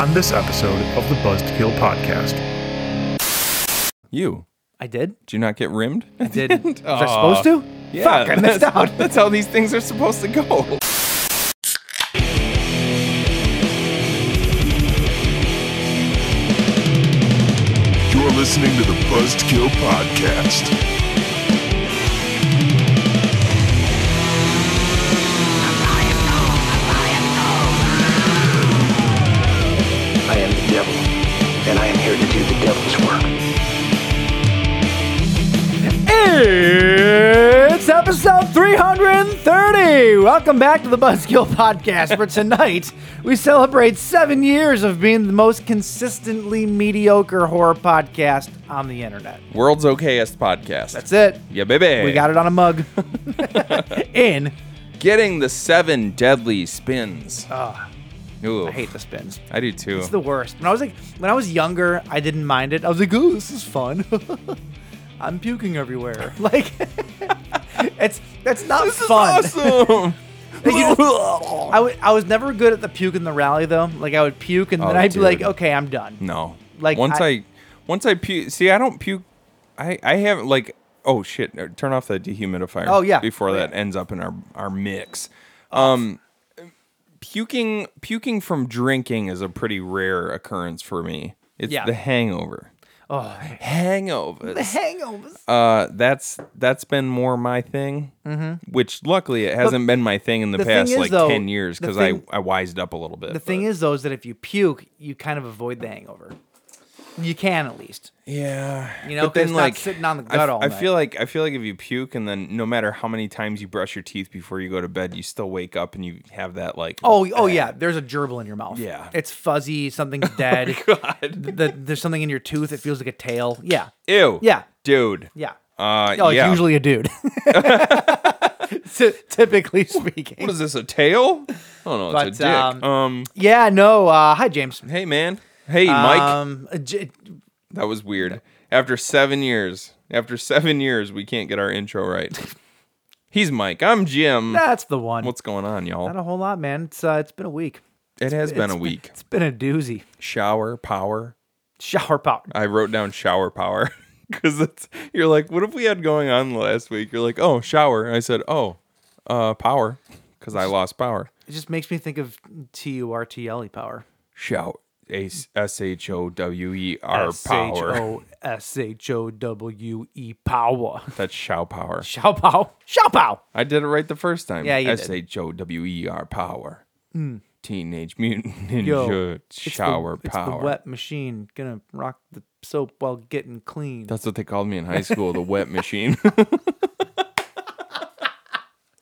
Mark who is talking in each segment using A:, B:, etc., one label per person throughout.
A: on this episode of the Buzzkill Podcast.
B: You.
C: I did.
B: Do you not get rimmed?
C: I did. Was I supposed to?
B: Yeah,
C: Fuck, I missed
B: that's-
C: out.
B: That's how these things are supposed to go.
D: You're listening to the Buzzkill Podcast.
E: I am the devil, and I am here to do the devil's work.
C: It's episode 330. Welcome back to the Buzzkill Podcast. For tonight, we celebrate seven years of being the most consistently mediocre horror podcast on the internet.
B: World's okayest podcast.
C: That's it.
B: Yeah, baby.
C: We got it on a mug. In.
B: Getting the seven deadly spins. Ooh,
C: Ah. I hate the spins.
B: I do too.
C: It's the worst. When I was like, when I was younger, I didn't mind it. I was like, "Ooh, this is fun." I'm puking everywhere. Like, it's that's not fun.
B: awesome.
C: Like, you just- I wa- I was never good at the puke in the rally though. Like I would puke and then
B: Oh,
C: I'd be like,
B: dude.
C: "Okay, I'm done."
B: no.
C: Like,
B: once I,
C: I-
B: once I puke. See, I don't puke. I I haven't like. Oh shit! uh, Turn off the dehumidifier.
C: Oh, yeah.
B: Before
C: Oh,
B: that
C: yeah.
B: ends up in our our mix. Um, puking puking from drinking is a pretty rare occurrence for me. It's
C: Yeah.
B: the hangover.
C: Oh,
B: Hangovers.
C: hangovers.
B: Uh, that's that's been more my thing. Mm-hmm. Which luckily it hasn't been my thing in the,
C: the thing
B: past
C: is,
B: like
C: though,
B: ten years
C: the
B: because
C: thing-
B: I I wised up a little bit.
C: The thing is though is that if you puke, you kind of avoid the hangover. You can at least.
B: yeah,
C: You know, 'cause it's not sitting on the
B: I, f-
C: gut all
B: I
C: night.
B: feel like I feel like if you puke and then no matter how many times you brush your teeth before you go to bed, you still wake up and you have that like
C: Oh, oh yeah. There's a gerbil in your mouth.
B: Yeah. Oh
C: It's fuzzy. Something's dead.
B: God.
C: Th- th- there's something in your tooth. It feels like a tail. Yeah.
B: ew
C: Yeah.
B: dude
C: Yeah.
B: uh
C: Oh,
B: yeah
C: it's usually a dude. Ty- typically speaking.
B: what is this a tail oh no it's a
C: But,
B: dick um,
C: um, yeah, no. Uh, hi, James.
B: hey man hey Mike
C: Um, uh, J-
B: that was weird after seven years after seven years we can't get our intro right he's Mike I'm Jim
C: that's the one.
B: what's going on
C: Not
B: y'all
C: a whole lot, man. It's uh, it's been a week.
B: it has been
C: it's
B: a week
C: It's been a doozy.
B: shower power
C: Shower pop.
B: I wrote down shower power because it's you're like, what if we had going on last week? You're like, oh, shower. And I said, oh, uh, power because I lost power.
C: It just makes me think of T U R T L E power.
B: Shout S H O W E R
C: S H
B: power.
C: O S H O W E power.
B: That's show power.
C: Show pow. Show pow.
B: I did it right the first time.
C: Yeah, you did. Hmm.
B: S H O W E R power. Teenage Mutant Ninja
C: Yo, It's the-
B: Shower Power.
C: It's the wet machine gonna rock the soap while getting clean.
B: That's what they called me in high school, the wet machine.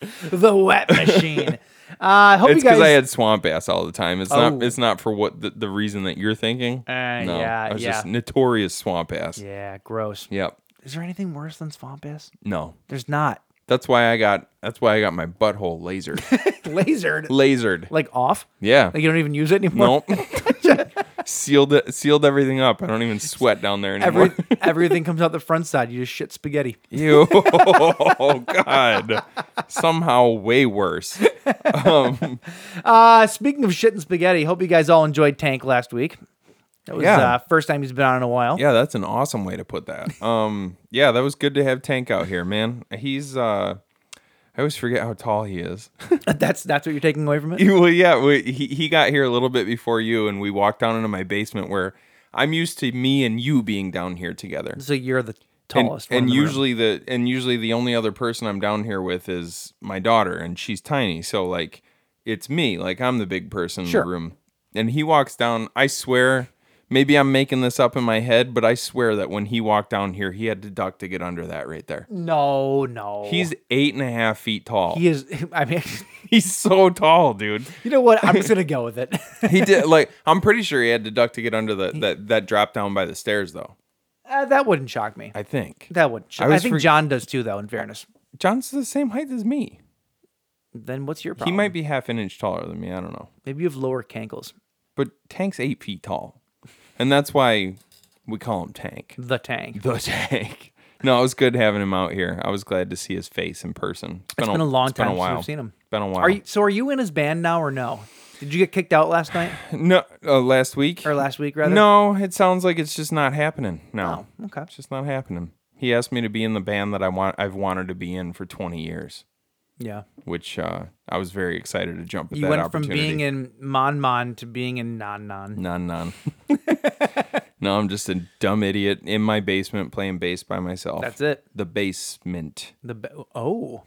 C: the wet machine. Uh, I hope
B: it's
C: you guys.
B: because I had swamp ass all the time. It's
C: Oh.
B: not. It's not for what the, the reason that you're thinking.
C: Uh, yeah,
B: I was
C: yeah.
B: just notorious swamp ass.
C: yeah, gross.
B: Yep.
C: Is there anything worse than swamp ass?
B: No.
C: There's not.
B: That's why I got. That's why I got my butthole lasered.
C: Lasered.
B: lasered.
C: Like off.
B: Yeah.
C: Like you don't even use it anymore.
B: Nope. sealed it. Sealed everything up. I don't even sweat down there anymore.
C: Every, everything comes out the front side. You just shit spaghetti.
B: Ew. Oh God. Somehow way worse.
C: Uh, speaking of shit and spaghetti, hope you guys all enjoyed Tank last week. That was
B: Yeah.
C: uh, first time he's been on in a while.
B: Yeah, that's an awesome way to put that. Um, yeah, that was good to have Tank out here, man. He's. uh I always forget how tall he is.
C: that's that's what you're taking away from it.
B: Yeah, well, yeah, we, he he got here a little bit before you, and we walked down into my basement where I'm used to me and you being down here together.
C: so you're the
B: And,
C: tallest. one
B: and
C: in the room.
B: usually the and usually the only other person I'm down here with is my daughter, and she's tiny, so like it's me, like I'm the big person
C: Sure.
B: in the room. And he walks down. I swear, maybe I'm making this up in my head, but I swear that when he walked down here, he had to duck to get under that right there.
C: no, no,
B: He's eight and a half feet tall.
C: he is. I mean,
B: He's so tall, dude.
C: you know what? I'm just gonna go with it.
B: He did like I'm pretty sure he had to duck to get under the that that drop down by the stairs though.
C: uh, that wouldn't shock me.
B: I think
C: that wouldn't. Shock. I,
B: was
C: think
B: for-
C: John does too, though. In fairness,
B: John's the same height as me.
C: then what's your
B: He
C: problem?
B: might be half an inch taller than me. I don't know.
C: Maybe you have lower cankles.
B: But Tank's eight feet tall, and that's why we call him Tank.
C: The tank.
B: The Tank. No, it was good having him out here. I was glad to see his face in person. It's been,
C: been a long
B: it's been
C: time since
B: while.
C: we've seen him.
B: Been a while.
C: Are you? So are you in his band now or no? Did you get kicked out last night
B: No, uh, last week
C: or last week rather?
B: No, it sounds like it's just not happening. No,
C: Oh, okay.
B: it's just not happening. He asked me to be in the band that I want. I've wanted to be in for 20 years,
C: Yeah.
B: which uh, I was very excited to jump at
C: You
B: that
C: went from
B: opportunity.
C: being in Mon Mon to being in Non Non.
B: none, none. no, I'm just a dumb idiot in my basement playing bass by myself.
C: That's it.
B: The basement.
C: The ba- oh,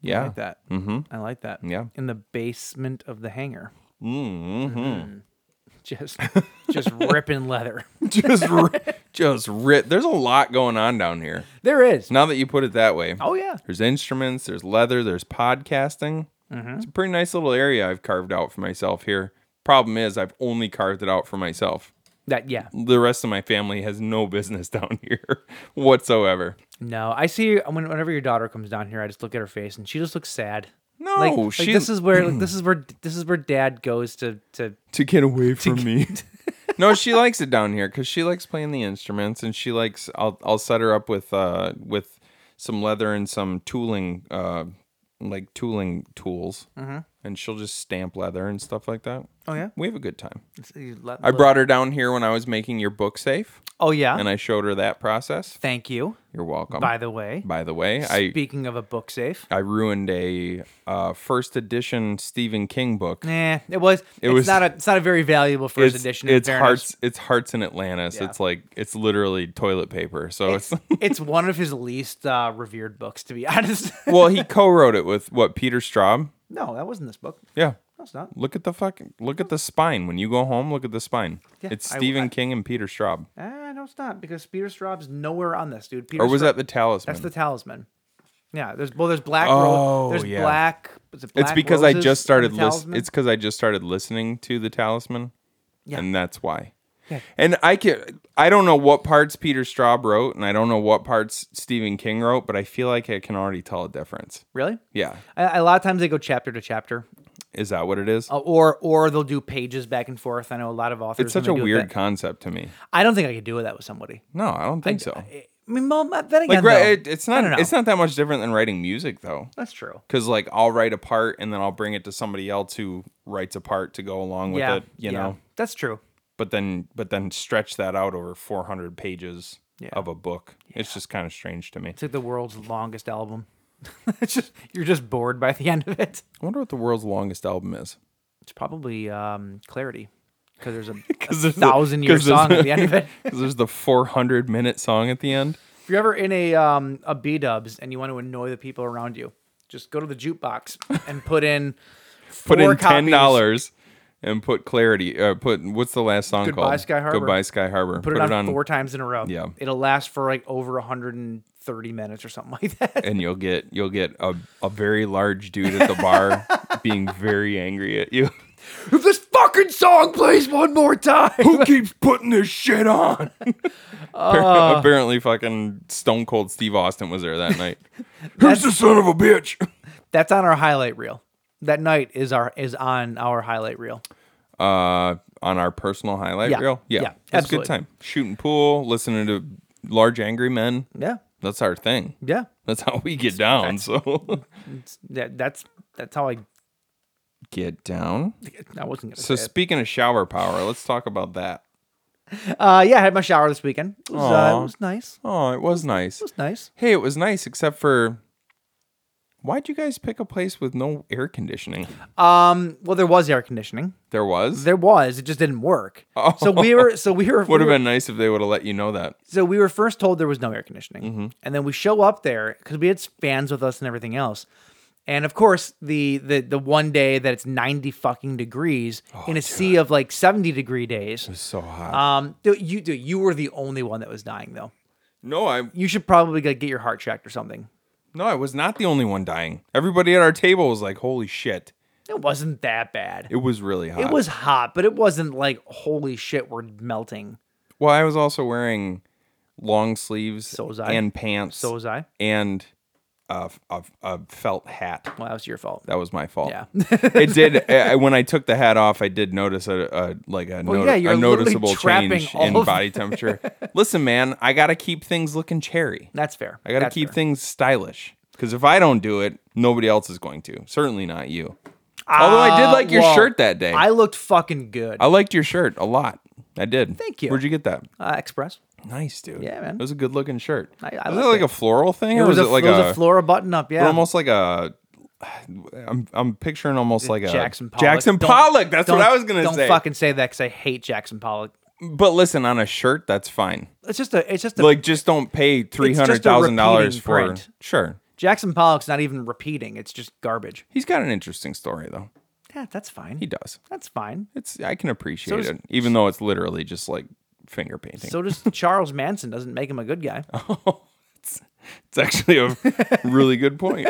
B: Yeah.
C: I like that. Mm-hmm. I like that.
B: Yeah.
C: In the basement of the hangar,
B: Mm-hmm.
C: just just ripping leather.
B: just, ri- just ri There's a lot going on down here.
C: There is.
B: Now that you put it that way.
C: Oh yeah.
B: There's instruments, there's leather, there's podcasting.
C: Mm-hmm.
B: It's a pretty nice little area I've carved out for myself here. Problem is, I've only carved it out for myself.
C: That yeah.
B: The rest of my family has no business down here whatsoever.
C: No, I see. When, whenever your daughter comes down here, I just look at her face, and she just looks sad.
B: No,
C: like, like,
B: she
C: this is where like, this is where this is where Dad goes to to.
B: to get away from me. no, she likes it down here because she likes playing the instruments, and she likes. I'll I'll set her up with uh with some leather and some tooling uh like tooling tools, and she'll just stamp leather and stuff like that.
C: Mm-hmm. Oh yeah.
B: We have a good time. I brought her down here when I was making your book safe,
C: Oh yeah.
B: and I showed her that process.
C: Thank you.
B: You're welcome.
C: By the way,
B: By the way, I
C: speaking of a book safe,
B: I ruined a uh, first edition Stephen King book.
C: nah, it was. it's
B: was-
C: not a. It's not a very valuable first
B: It's,
C: edition. in
B: it's
C: fairness.
B: hearts. It's hearts in Atlantis.
C: Yeah.
B: It's like it's literally toilet paper. So it's
C: it's one of his least uh, revered books, to be honest.
B: well, he co-wrote it with what Peter Straub.
C: no, that wasn't this book.
B: Yeah,
C: No, it's not.
B: look at the fucking look at the spine. When you go home, look at the spine.
C: Yeah,
B: it's
C: I-
B: Stephen
C: I-
B: King and Peter Straub.
C: Ah, no, it's not because Peter Straub's nowhere on this, dude. Peter
B: Or was
C: Straub-
B: that the talisman?
C: That's the talisman. Yeah, there's well, there's black.
B: Oh,
C: Ro- there's
B: yeah.
C: black. was it
B: it's
C: Black
B: because I
C: Roses
B: just
C: in
B: started
C: the
B: listening.
C: Talisman?
B: It's because I just started listening to the Talisman,
C: Yeah.
B: and that's why.
C: Yeah.
B: And I can I don't know what parts Peter Straub wrote, and I don't know what parts Stephen King wrote, but I feel like I can already tell a difference.
C: really.
B: Yeah,
C: I, a lot of times they go chapter to chapter,
B: is that what it is?
C: uh, or or they'll do pages back and forth. I know a lot of authors.
B: it's such a
C: when they do it
B: weird
C: that-
B: concept to me.
C: I don't think I could do that with somebody.
B: No, I don't think so.
C: I mean, well, not- then
B: like
C: again,
B: right,
C: though,
B: it, it's
C: I don't know.
B: not it's not that much different than writing music though.
C: That's true.
B: Cause like I'll write a part and then I'll bring it to somebody else who writes a part to go along with
C: yeah,
B: it, you
C: yeah.
B: know.
C: that's true.
B: but then but then stretch that out over 400 pages
C: Yeah.
B: of a book it's just kind of strange to me
C: It's like the world's longest album. it's just you're just bored by the end of it.
B: i wonder what the world's longest album is
C: It's probably um, clarity because there's a, a
B: there's a-
C: thousand year
B: 'cause there's-
C: song at the end of it.
B: 'Cause there's the 400 minute song at the end
C: If you're ever in a um, a B Dubs and you want to annoy the people around you, just go to the jukebox and put in
B: put
C: four
B: in ten
C: copies,
B: dollars and put clarity uh, put what's the last song
C: Goodbye,
B: called
C: Sky Harbor.
B: goodbye sky harbor
C: Put, it, on four times in a row.
B: Yeah.
C: it'll last for like over 130 minutes or something like that.
B: and you'll get you'll get a, a very large dude at the bar being very angry at you
C: if this fucking song plays one more time,
B: who keeps putting this shit on
C: Uh.
B: apparently fucking stone cold steve austin was there that night who's the son of a bitch
C: that's on our highlight reel. That night is our is on our highlight reel.
B: uh, on our personal highlight
C: Yeah,
B: reel. Yeah,
C: yeah,
B: it's a good
C: absolutely.
B: time shooting pool, listening to large angry men.
C: Yeah,
B: That's our thing.
C: yeah.
B: That's how we get down. So
C: That, that's that's how I.
B: get down.
C: I wasn't gonna
B: So
C: say it.
B: speaking of shower power, let's talk about that.
C: Uh, yeah, I had my shower this weekend. It was, uh, it was nice. It
B: Oh, it was nice.
C: was nice.
B: Hey, it was nice except for why'd you guys pick a place with no air conditioning?
C: Um, well, there was air conditioning.
B: There was.
C: There was. It just didn't work. So we were. So we were.
B: would
C: we
B: have
C: were-
B: been nice if they would have let you know that.
C: So we were first told there was no air conditioning,
B: Mm-hmm.
C: and then we show up there because we had fans with us and everything else. And of course, the the the one day that it's ninety fucking degrees
B: Oh,
C: in a sea of like seventy degree days.
B: So hot.
C: Um, dude, you dude, you were the only one that was dying though.
B: no, I
C: You should probably like, get your heart checked or something.
B: no, I was not the only one dying. Everybody at our table was like, "Holy shit!"
C: It wasn't that bad.
B: It was really hot.
C: It was hot, but it wasn't like holy shit, we're melting.
B: Well, I was also wearing long sleeves
C: So was I.
B: and pants
C: So was I.
B: and a, a, a felt hat.
C: Well, that was your fault.
B: That was my fault.
C: Yeah.
B: it did. I, I- when I took the hat off, I did notice a, a like a,
C: Well,
B: noti-
C: yeah, you're
B: a
C: literally
B: noticeable
C: trapping
B: change
C: all
B: in
C: of
B: body temperature. Listen, man, I gotta keep things looking cherry.
C: That's fair.
B: I gotta
C: That's
B: keep
C: fair.
B: things stylish because if I don't do it, nobody else is going to. Certainly not you. Although I did
C: Uh,
B: like your
C: well,
B: shirt that day.
C: I
B: I,
C: looked fucking good.
B: liked your shirt a lot. I did.
C: Thank you.
B: Where'd you get that?
C: Uh, Express.
B: Nice, dude.
C: Yeah, man.
B: It was a good looking shirt.
C: I- I
B: was it
C: liked
B: like
C: it.
B: a floral thing,
C: It
B: or
C: was,
B: was,
C: a,
B: it like
C: it was
B: a,
C: a Flora button up. Yeah.
B: almost like a? I'm I'm picturing almost like a
C: Jackson Pollock.
B: Jackson
C: Don't-
B: Pollock. That's what
C: don't-
B: I was gonna
C: don't
B: say.
C: fucking say that because I hate Jackson Pollock.
B: But listen, on a shirt, that's fine.
C: It's just a. It's just a.
B: Like, just don't pay three
C: just a
B: hundred thousand dollars
C: repeating
B: for.
C: print.
B: Sure,
C: Jackson Pollock's not even repeating. It's just garbage.
B: he's got an interesting story though.
C: Yeah, that's fine.
B: He does.
C: That's fine.
B: It's I can appreciate
C: does-
B: it, even though it's literally just like finger painting.
C: So does Charles Manson. Doesn't make him a good guy.
B: it's actually a really good point.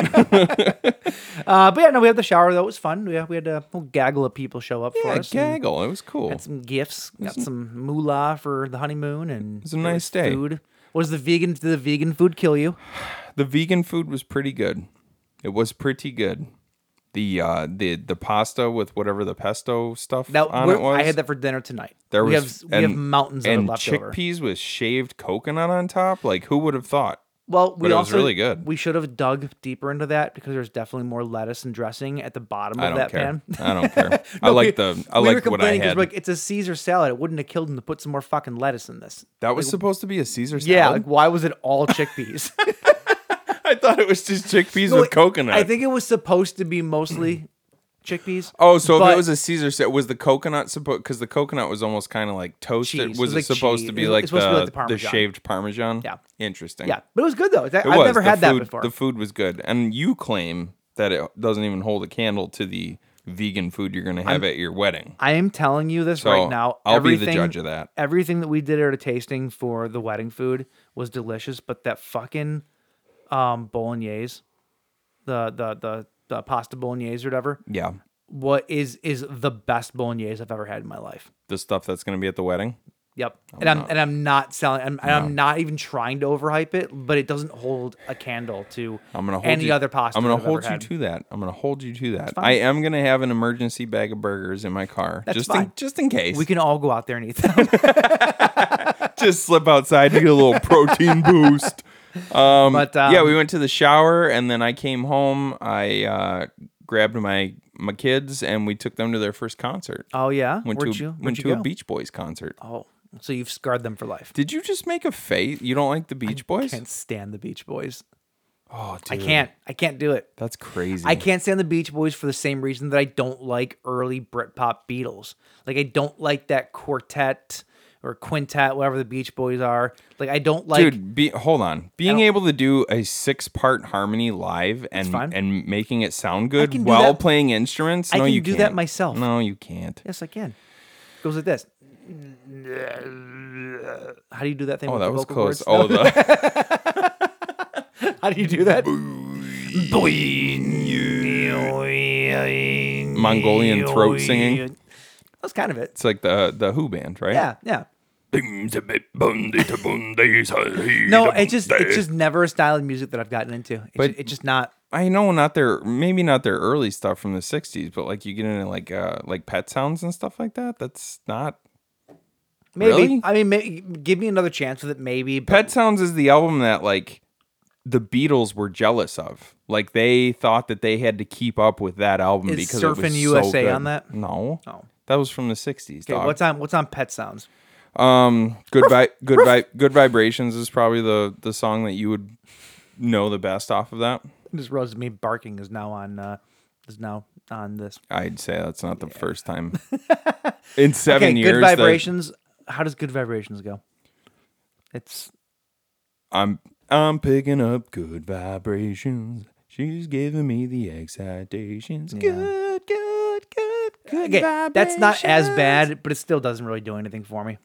C: Uh, but yeah, no, we had the shower. That was fun. We had, we had a whole gaggle of people show up for
B: yeah,
C: us. and
B: gaggle. It was cool.
C: Had some gifts. Got some moolah for the honeymoon, and it
B: was a nice day.
C: Food. Was the vegan? Did the vegan food kill you?
B: The vegan food was pretty good. It was pretty good. The uh the the pasta with whatever the pesto stuff
C: Now
B: on
C: we're-
B: it was.
C: I had that for dinner tonight.
B: There
C: we
B: was
C: have we have mountains
B: and
C: of left over.
B: chickpeas with shaved coconut on top. Like who would have thought?
C: Well, we
B: it was
C: also
B: really good.
C: We should have dug deeper into that because there's definitely more lettuce and dressing at the bottom
B: I
C: of
B: don't
C: that
B: care.
C: pan.
B: I don't care. I
C: No,
B: like
C: we-
B: the I
C: we were
B: like what I
C: complaining 'cause
B: had.
C: we're Like it's a Caesar salad. It wouldn't have killed them to put some more fucking lettuce in this.
B: that was supposed to be a Caesar salad.
C: Yeah, like why was it all chickpeas?
B: I thought it was just chickpeas
C: No,
B: with coconut.
C: I think it was supposed to be mostly chickpeas.
B: Oh, so if
C: but-
B: it was a Caesar salad, was the coconut supposed? Because the coconut was almost kind of like toasted.
C: Cheese. It
B: Was
C: was
B: it,
C: like
B: supposed to
C: cheese.
B: be
C: It was
B: like,
C: supposed
B: the,
C: to be like the
B: the
C: Parmesan.
B: shaved Parmesan?
C: Yeah,
B: interesting.
C: yeah, but it was good though. That-
B: It
C: I've
B: was.
C: never
B: The
C: had that
B: food-
C: before.
B: The food was good, and you claim that it doesn't even hold a candle to the vegan food you're going to have at your wedding.
C: I am telling you this
B: So,
C: right now.
B: I'll be the
C: everything,
B: judge of that.
C: Everything that we did at a tasting for the wedding food was delicious, but that fucking um, bolognese, the the the the pasta bolognese or whatever,
B: Yeah,
C: what is is the best bolognese I've ever had in my life.
B: the stuff that's going to be at the wedding.
C: Yep, and I'm and I'm not selling. I'm, and I'm not even trying to overhype it, but it doesn't hold a candle to
B: I'm going to hold
C: any
B: you,
C: other pasta.
B: I'm going
C: that
B: to
C: I've ever
B: hold you
C: had.
B: to that. I'm going to hold you to that. I am going to have an emergency bag of burgers in my car,
C: That's
B: just in
C: fine.
B: just in case.
C: We can all go out there and eat them.
B: just slip outside to get a little protein boost. Um,
C: But, um,
B: yeah, we went to the shower and then I came home. I uh, grabbed my my kids and we took them to their first concert.
C: oh yeah,
B: went
C: where'd
B: to
C: you
B: a,
C: where'd
B: went
C: you
B: to a
C: go?
B: Beach Boys concert.
C: Oh, so you've scarred them for life.
B: Did you just make a face? You don't like the Beach Boys?
C: can't stand the Beach Boys.
B: Oh,
C: I
B: dude,
C: can't. I can't do it.
B: That's crazy.
C: I can't stand the Beach Boys for the same reason that I don't like early Britpop Beatles. Like I don't like that quartet or quintet, whatever the Beach Boys are. Like I don't like.
B: Dude, be, hold on. Being able to do a six-part harmony live and
C: fine.
B: and making it sound good
C: can do
B: while
C: that-
B: playing instruments,
C: I
B: no,
C: can
B: you
C: do that
B: can't.
C: myself.
B: No, you can't.
C: Yes, I can. goes like this. How do you do that thing?
B: Oh,
C: with
B: that
C: the
B: was
C: vocal
B: close.
C: cords?
B: Oh, the.
C: How do you do that?
B: Mongolian throat singing.
C: That's kind of it.
B: It's like the the Who band, right?
C: Yeah, yeah. No,
D: No,
C: it just it's just never a style of music that I've gotten into. It's,
B: But-
C: it's just not.
B: I know not their maybe not their early stuff from the '60s, but like you get into like uh like pet sounds and stuff like that. That's not
C: Maybe
B: Really?
C: I mean, may, give me another chance with it. Maybe, but
B: pet sounds is the album that like the Beatles were jealous of. Like they thought that they had to keep up with that album
C: Is
B: because it
C: Surfin'
B: was so
C: USA
B: good.
C: on that?
B: No,
C: Oh.
B: that was from the '60s.
C: okay,
B: dog.
C: what's on what's on Pet Sounds?
B: Um, good vi- good vi- good vibrations is probably the the song that you would know the best off of that.
C: This roast me barking is now on uh is now on this.
B: I'd say that's not the first time in seven
C: okay,
B: years.
C: good
B: that
C: vibrations. How does good vibrations go? It's
B: I'm I'm picking up good vibrations. She's giving me the excitations. Good, good, good, good.
C: Uh, okay. That's not as
B: vibrations.
C: bad, but it still doesn't really do anything for me.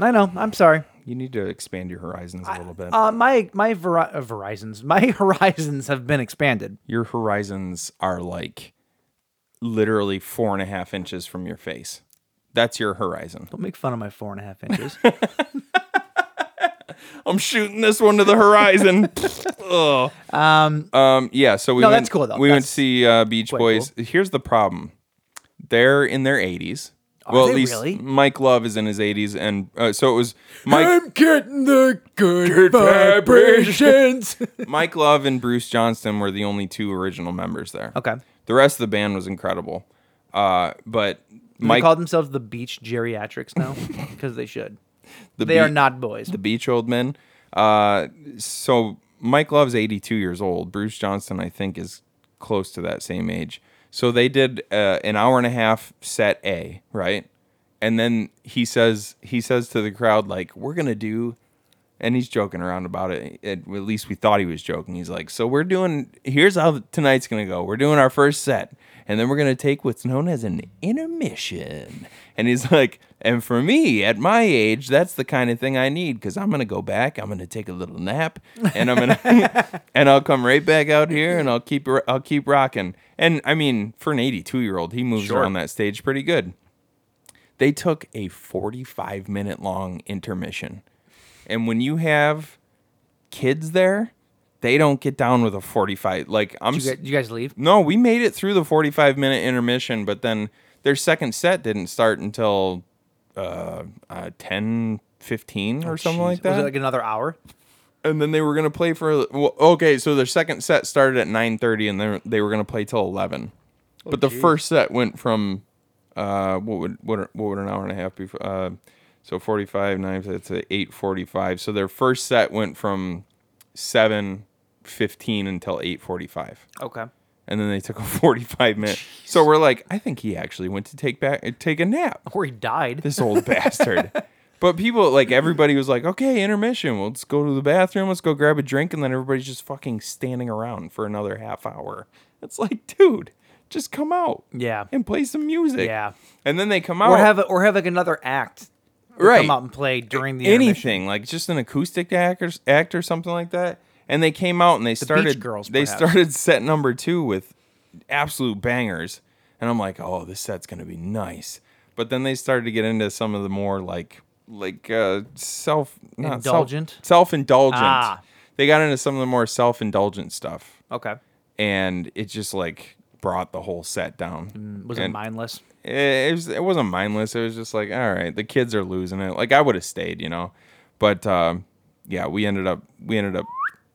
C: I know. I'm sorry.
B: You need to expand your horizons a little bit.
C: Uh, my my Veri- uh, Verizons, my horizons have been expanded.
B: your horizons are like literally four and a half inches from your face. That's your horizon.
C: Don't make fun of my four and a half inches.
B: I'm shooting this one to the horizon. Ugh. Um, yeah. So we
C: no,
B: went,
C: that's cool, though.
B: We went to
C: That's
B: see uh, Beach Boys. Here's the problem: they're in their 80s. well,
C: they
B: at least
C: really?
B: Mike Love is in his 80s, and uh, so it was Mike,
C: I'm getting the good, vibrations.
B: Mike Love, and Bruce Johnston were the only two original members there.
C: okay.
B: The rest of the band was incredible. Uh, but
C: They
B: Mike,
C: call themselves the Beach Geriatrics now because they should.
B: the
C: They are
B: beat-
C: not boys.
B: the beach old men. Uh, so Mike Love's 82 years old. Bruce Johnson, I think, is close to that same age. So they did uh, an hour and a half set A, right? And then he says he says to the crowd like, "We're gonna do," and he's joking around about it. At at least we thought he was joking. He's like, "So we're doing. Here's how tonight's gonna go. We're doing our first set, and then we're gonna take what's known as an intermission." And he's like, "And for me, at my age, that's the kind of thing I need because I'm gonna go back. I'm gonna take a little nap, and I'm gonna and I'll come right back out here, and I'll keep ro- I'll keep rocking." And I mean, for an 82 year old, he moves around that stage pretty good they took a 45 minute long intermission. And when you have kids there, they don't get down with a 45. Like, I'm.
C: Did you,
B: s-
C: guys, did you guys leave?
B: no, we made it through the 45 minute intermission, but then their second set didn't start until uh, uh, 10, 15 or something like that
C: Oh, Was it like another hour?
B: and then they were gonna play for well, okay. So their second set started at nine thirty, and they they were gonna play till eleven. but the first set went from uh what would what are- what would an hour and a half be? Uh, so forty five nine that's eight forty five. So their first set went from seven fifteen until eight forty five
C: Okay.
B: and then they took a 45 minute. So we're like, I think he actually went to take back take a nap.
C: Or he died.
B: This old bastard. But people like everybody was like, okay, intermission. Well, let's go to the bathroom. Let's go grab a drink, and then everybody's just fucking standing around for another half hour. It's like, dude, just come out,
C: Yeah.
B: and play some music,
C: Yeah.
B: And then they come out
C: Or have a, or have like another act.
B: right
C: Come out and play during the intermission.
B: anything like just an acoustic act or, act or something like that and they came out and they started
C: Girls,
B: they
C: perhaps.
B: started set number two with absolute bangers and i'm like oh this set's gonna be nice but then they started to get into some of the more like like uh self not
C: Indulgent?
B: self indulgent
C: Ah.
B: they got into some of the more self indulgent stuff
C: Okay.
B: and it just like brought the whole set down
C: Mm, Was it
B: And-
C: mindless?
B: it, it was it wasn't mindless. It was just like, all right, the kids are losing it. Like I would have stayed, you know. But um, yeah, we ended up we ended up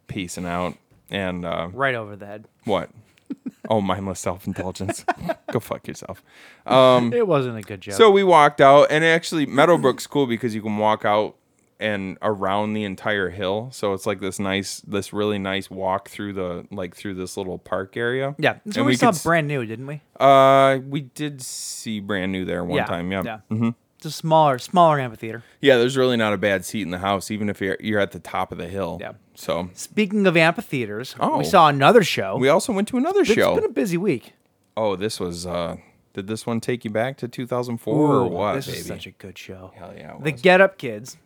B: piecing out. And uh,
C: Right over the head.
B: what? Oh, mindless self indulgence. Go fuck yourself.
C: It wasn't a good joke.
B: Um, So we walked out, and actually Meadowbrook's cool because you can walk out and around the entire hill. So it's like this nice, this really nice walk through the like through this little park area.
C: yeah. So
B: And
C: we,
B: could
C: saw
B: s-
C: brand new, didn't we?
B: Uh, we did see brand new there one
C: yeah.
B: time. Yeah. Mm-hmm.
C: Yeah. It's a smaller, smaller amphitheater.
B: Yeah, there's really not a bad seat in the house, even if you're, you're at the top of the hill.
C: Yeah.
B: So
C: Speaking of amphitheaters,
B: Oh.
C: we saw another show.
B: we also went to another
C: It's
B: show.
C: been a busy week.
B: Oh, this was. uh Did this one take you back to 2004 or
C: Ooh,
B: what,
C: This
B: baby?
C: is such a good show.
B: Hell yeah, it
C: The
B: was.
C: Get Up Kids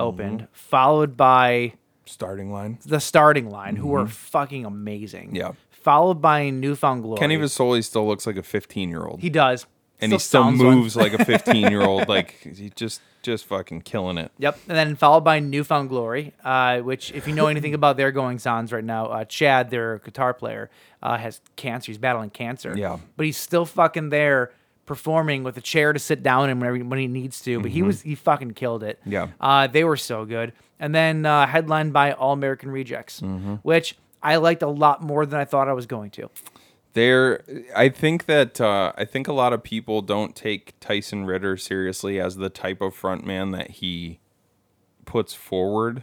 C: opened,
B: Mm-hmm.
C: followed by
B: Starting line.
C: the Starting Line, who were fucking amazing.
B: Mm-hmm. Yeah.
C: Followed by Newfound Glory.
B: Kenny Vasoli still looks like a 15 year old,
C: He does.
B: and he still
C: sounds one.
B: moves like a 15 year old. Like he just just fucking killing it.
C: Yep. And then followed by Newfound Glory, uh, which, if you know anything about their goings ons right now, uh, Chad, their guitar player, uh, has cancer. He's battling cancer.
B: Yeah.
C: But he's still fucking there performing with a chair to sit down in whenever he- when he needs to. But he was, he fucking killed it.
B: Mm-hmm. Yeah.
C: Uh, they were so good. And then uh, headlined by All American Rejects,
B: Mm-hmm.
C: which I liked a lot more than I thought I was going to.
B: There, I think that uh, I think a lot of people don't take Tyson Ritter seriously as the type of frontman that he puts forward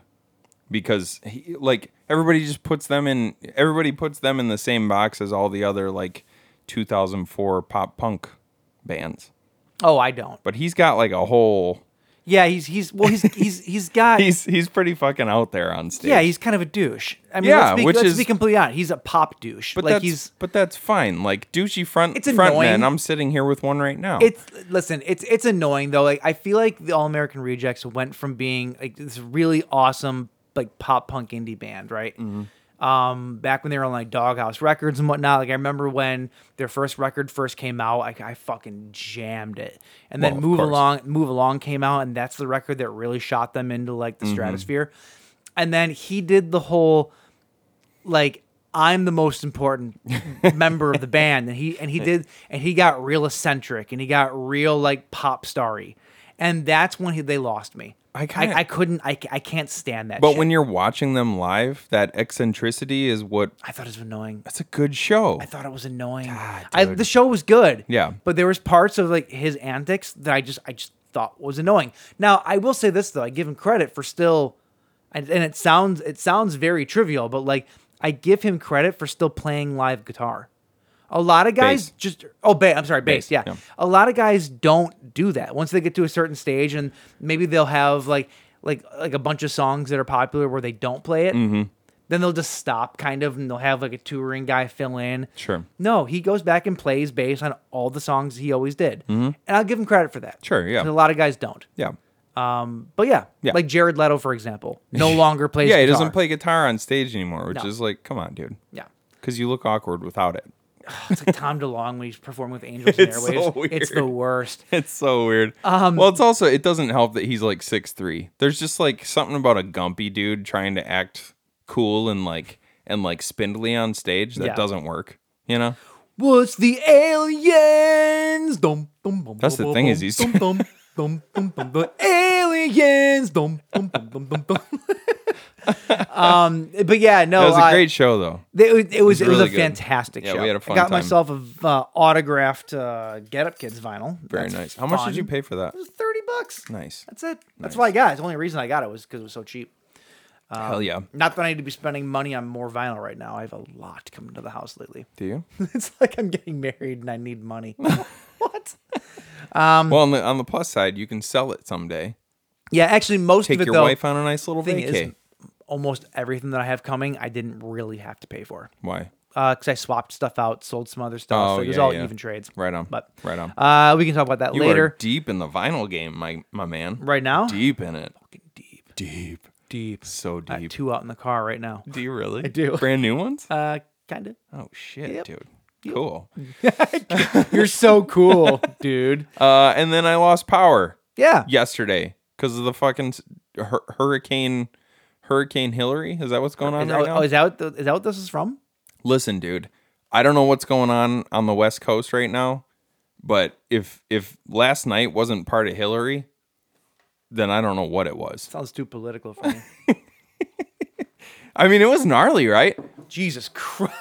B: because he, like everybody just puts them in everybody puts them in the same box as all the other like 2004 pop punk bands
C: Oh, I don't.
B: but he's got like a whole
C: Yeah, he's, he's, well, he's, he's, he's got.
B: he's he's pretty fucking out there on stage
C: Yeah, he's kind of a douche. I mean,
B: Yeah,
C: let's, be,
B: which
C: let's
B: is-
C: be completely honest. He's a pop douche.
B: but
C: like
B: that's
C: he's
B: but that's fine like douchey front
C: It's
B: front
C: annoying.
B: man i'm sitting here with one right now
C: it's listen, it's it's annoying though. Like I feel like the All American Rejects went from being like this really awesome like pop punk indie band, right?
B: Mm-hmm.
C: Um, back when they were on like Doghouse Records and whatnot. Like I remember when their first record first came out, like I fucking jammed it. And then
B: Well, of
C: Move
B: course.
C: Along, Move Along came out, and that's the record that really shot them into like
B: Mm-hmm.
C: the stratosphere. And then he did the whole like I'm the most important member of the band, and he and he did and he got real eccentric and he got real like pop starry, and that's when he, they lost me.
B: I kinda-
C: I, couldn't. I, ca- I can't stand that.
B: But
C: shit.
B: when you're watching them live, that eccentricity is what.
C: I thought it was annoying.
B: That's a good show.
C: I thought it was annoying. I, the show was good.
B: Yeah.
C: But there was parts of like his antics that I just I just thought was annoying. Now I will say this though, I give him credit for still and, and it sounds it sounds very trivial, but like I give him credit for still playing live guitar. A lot of guys
B: Bass.
C: just oh bass I'm sorry, bass,
B: Bass,
C: yeah.
B: yeah.
C: A lot of guys don't do that. Once they get to a certain stage and maybe they'll have like like like a bunch of songs that are popular where they don't play it.
B: Mm-hmm.
C: Then they'll just stop kind of and they'll have like a touring guy fill in.
B: Sure.
C: No, he goes back and plays bass on all the songs he always did. And I'll give him credit for that.
B: Mm-hmm. Sure, yeah.
C: 'Cause A lot of guys don't.
B: yeah.
C: But yeah,
B: Yeah.
C: like Jared Leto, for example, no longer plays
B: Yeah, he
C: guitar.
B: doesn't play guitar on stage anymore, which
C: No.
B: is like, come on, dude.
C: Yeah.
B: Because you look awkward without it.
C: It's like Tom DeLong when he's performing with Angels and
B: It's
C: Airwaves.
B: so weird.
C: It's the worst.
B: It's so weird. well, it's also it doesn't help that he's like six three. There's just like something about a gumpy dude trying to act cool and like and like spindly on stage that
C: Yeah.
B: doesn't work. You know?
C: What's the aliens? Dum, dum, dum,
B: That's the
C: dum,
B: thing
C: dum,
B: is he's-
C: dum, dum, dum, dum, dum, dum, aliens. Dum, dum, dum, dum, dum, dum. um, but yeah, no,
B: That was a
C: uh,
B: great show though.
C: They, it, was- it was it was
B: really
C: a
B: good.
C: fantastic
B: Yeah,
C: show.
B: we had a fun
C: I got
B: time.
C: myself a uh, autographed uh, Get Up Kids vinyl.
B: Very
C: That's
B: nice. How much did you
C: fun.
B: pay for that?
C: It was thirty bucks.
B: Nice.
C: That's it. That's what I got. It's the only reason I got it was because it was so cheap.
B: Hell yeah.
C: Not that I need to be spending money on more vinyl right now. I have a lot coming to the house lately.
B: Do you?
C: it's like I'm getting married and I need money. what?
B: well, on the on the plus side, you can sell it someday.
C: Yeah, actually, most
B: Take
C: of it
B: your
C: though.
B: wife on a nice little
C: thing is,
B: vacay.
C: almost everything that I have coming, I didn't really have to pay for.
B: Why?
C: because I swapped stuff out, sold some other stuff.
B: Oh,
C: so it was
B: yeah,
C: all
B: yeah.
C: even trades.
B: Right on.
C: But
B: Right on.
C: Uh, we can talk about that
B: You
C: later.
B: are deep in the vinyl game, my my man.
C: right now,
B: Deep in it.
C: deep,
B: Deep.
C: deep.
B: So
C: I got
B: deep.
C: two out in the car right now.
B: Do you really? I
C: do.
B: Brand new ones?
C: Uh, kind of.
B: Oh shit, dude. Cool.
C: You're so cool, dude.
B: Uh, and then I lost power
C: Yeah.
B: yesterday because of the fucking s- hur- hurricane, Hurricane Hillary. Is that what's going on
C: Is
B: right
C: that,
B: now?
C: oh, is that what the, is that what this is from?
B: Listen, dude, I don't know what's going on on the West Coast right now, but if if last night wasn't part of Hillary, then I don't know what it was.
C: Sounds too political for me.
B: I mean, it was gnarly, right?
C: Jesus Christ!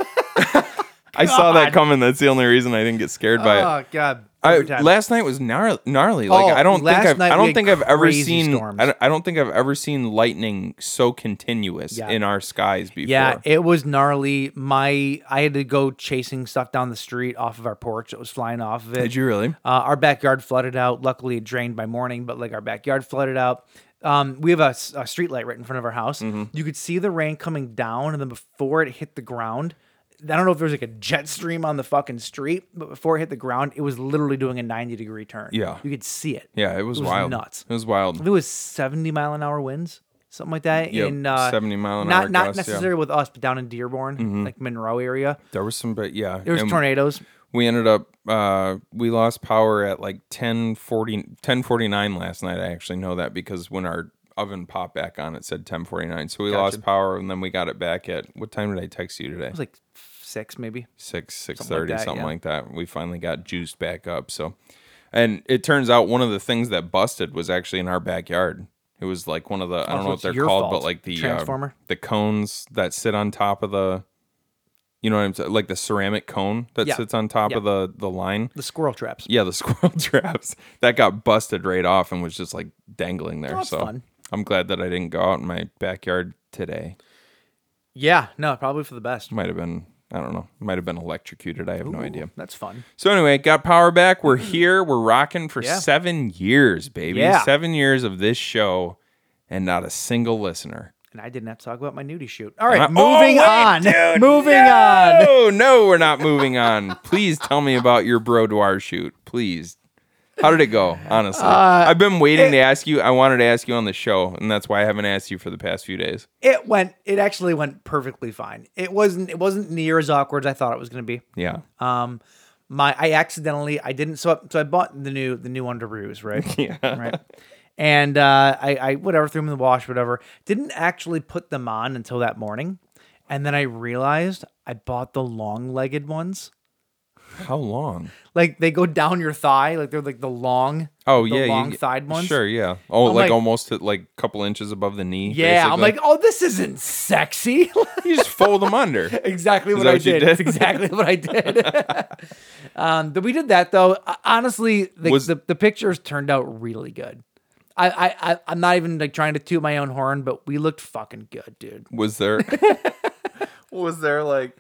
B: I saw that coming. That's the only reason I didn't get scared by it.
C: Oh God!
B: I,
C: Every time.
B: last night was gnar- gnarly. Like
C: Oh,
B: I don't think
C: last
B: I've,
C: night
B: I
C: we
B: don't
C: had
B: think I've ever
C: crazy
B: seen
C: storms.
B: I don't, I don't think I've ever seen lightning so continuous
C: Yeah.
B: in our skies before.
C: Yeah, it was gnarly. My I had to go chasing stuff down the street off of our porch. It was flying off of it.
B: Did you really?
C: Uh, our backyard flooded out. Luckily, it drained by morning, but like our backyard flooded out. Um, we have a, s- a street light right in front of our house.
B: Mm-hmm.
C: You could see the rain coming down, and then before it hit the ground, I don't know if there was like a jet stream on the fucking street, but before it hit the ground, it was literally doing a 90 degree turn.
B: Yeah.
C: You could see it.
B: Yeah, it was, wild.
C: nuts.
B: It was wild.
C: It was 70 mile an hour winds, something like that.
B: Yep,
C: in uh,
B: 70 mile an
C: not,
B: hour
C: Not
B: gusts, yeah.
C: necessarily with us, but down in Dearborn, like Monroe area.
B: There was some, but yeah,
C: There was
B: and
C: tornadoes.
B: We ended up uh, we lost power at like 1040, 1049 last night. I actually know that because when our oven popped back on, it said ten forty nine. So we lost power, and then we got it back at what time did I text you today?
C: It was like six, maybe.
B: six six
C: like
B: thirty
C: that,
B: something
C: yeah.
B: like that. We finally got juiced back up. So, and it turns out one of the things that busted was actually in our backyard. It was like one of the I
C: Oh, so
B: don't know what
C: it's
B: they're
C: your
B: called,
C: fault.
B: but like the uh,
C: Transformer?
B: the cones that sit on top of the, you know what I'm saying, like the ceramic cone that
C: Yeah.
B: sits on top
C: Yeah.
B: of the the line.
C: The squirrel traps.
B: Yeah, the squirrel traps that got busted right off and was just like dangling there.
C: that's
B: so
C: fun.
B: I'm glad that I didn't go out in my backyard today.
C: Yeah, no, probably for the best.
B: Might have been I don't know. Might have been electrocuted. I have no idea.
C: That's fun.
B: So anyway, got power back. We're here. We're rocking for
C: Mm. Yeah.
B: seven years, baby.
C: Yeah.
B: Seven years of this show, and not a single listener.
C: And I didn't have to talk about my nudie shoot. All right,
B: I- Oh,
C: moving
B: wait,
C: on.
B: dude,
C: moving on.
B: Oh no, we're not moving on. Please tell me about your brodoir shoot, please. How did it go? Honestly,
C: Uh,
B: I've been waiting to ask you. I wanted to ask you on the show, and that's why I haven't asked you for the past few days.
C: It went. It actually went perfectly fine. It wasn't. It wasn't near as awkward as I thought it was going to be.
B: Yeah,
C: Um, my I accidentally I didn't so so I bought the new the new underoos right yeah right and uh, I I whatever threw them in the wash whatever didn't actually put them on until that morning and then I realized I bought the long legged ones
B: How long?
C: Like they go down your thigh, like they're like the long.
B: Oh
C: the
B: yeah, you
C: long
B: get-
C: thighed ones.
B: Sure, yeah. Oh,
C: I'm
B: like,
C: like-
B: almost at like a couple inches above the knee.
C: Yeah, I'm like,
B: basically.
C: oh, this isn't sexy.
B: you just fold them under.
C: exactly
B: Is
C: what
B: that
C: I
B: what you
C: did.
B: did?
C: It's exactly what I did. um, but we did that though. Uh, Honestly, the,
B: Was-
C: the the pictures turned out really good. I, I I I'm not even like trying to toot my own horn, but we looked fucking good, dude.
B: Was there? was there like?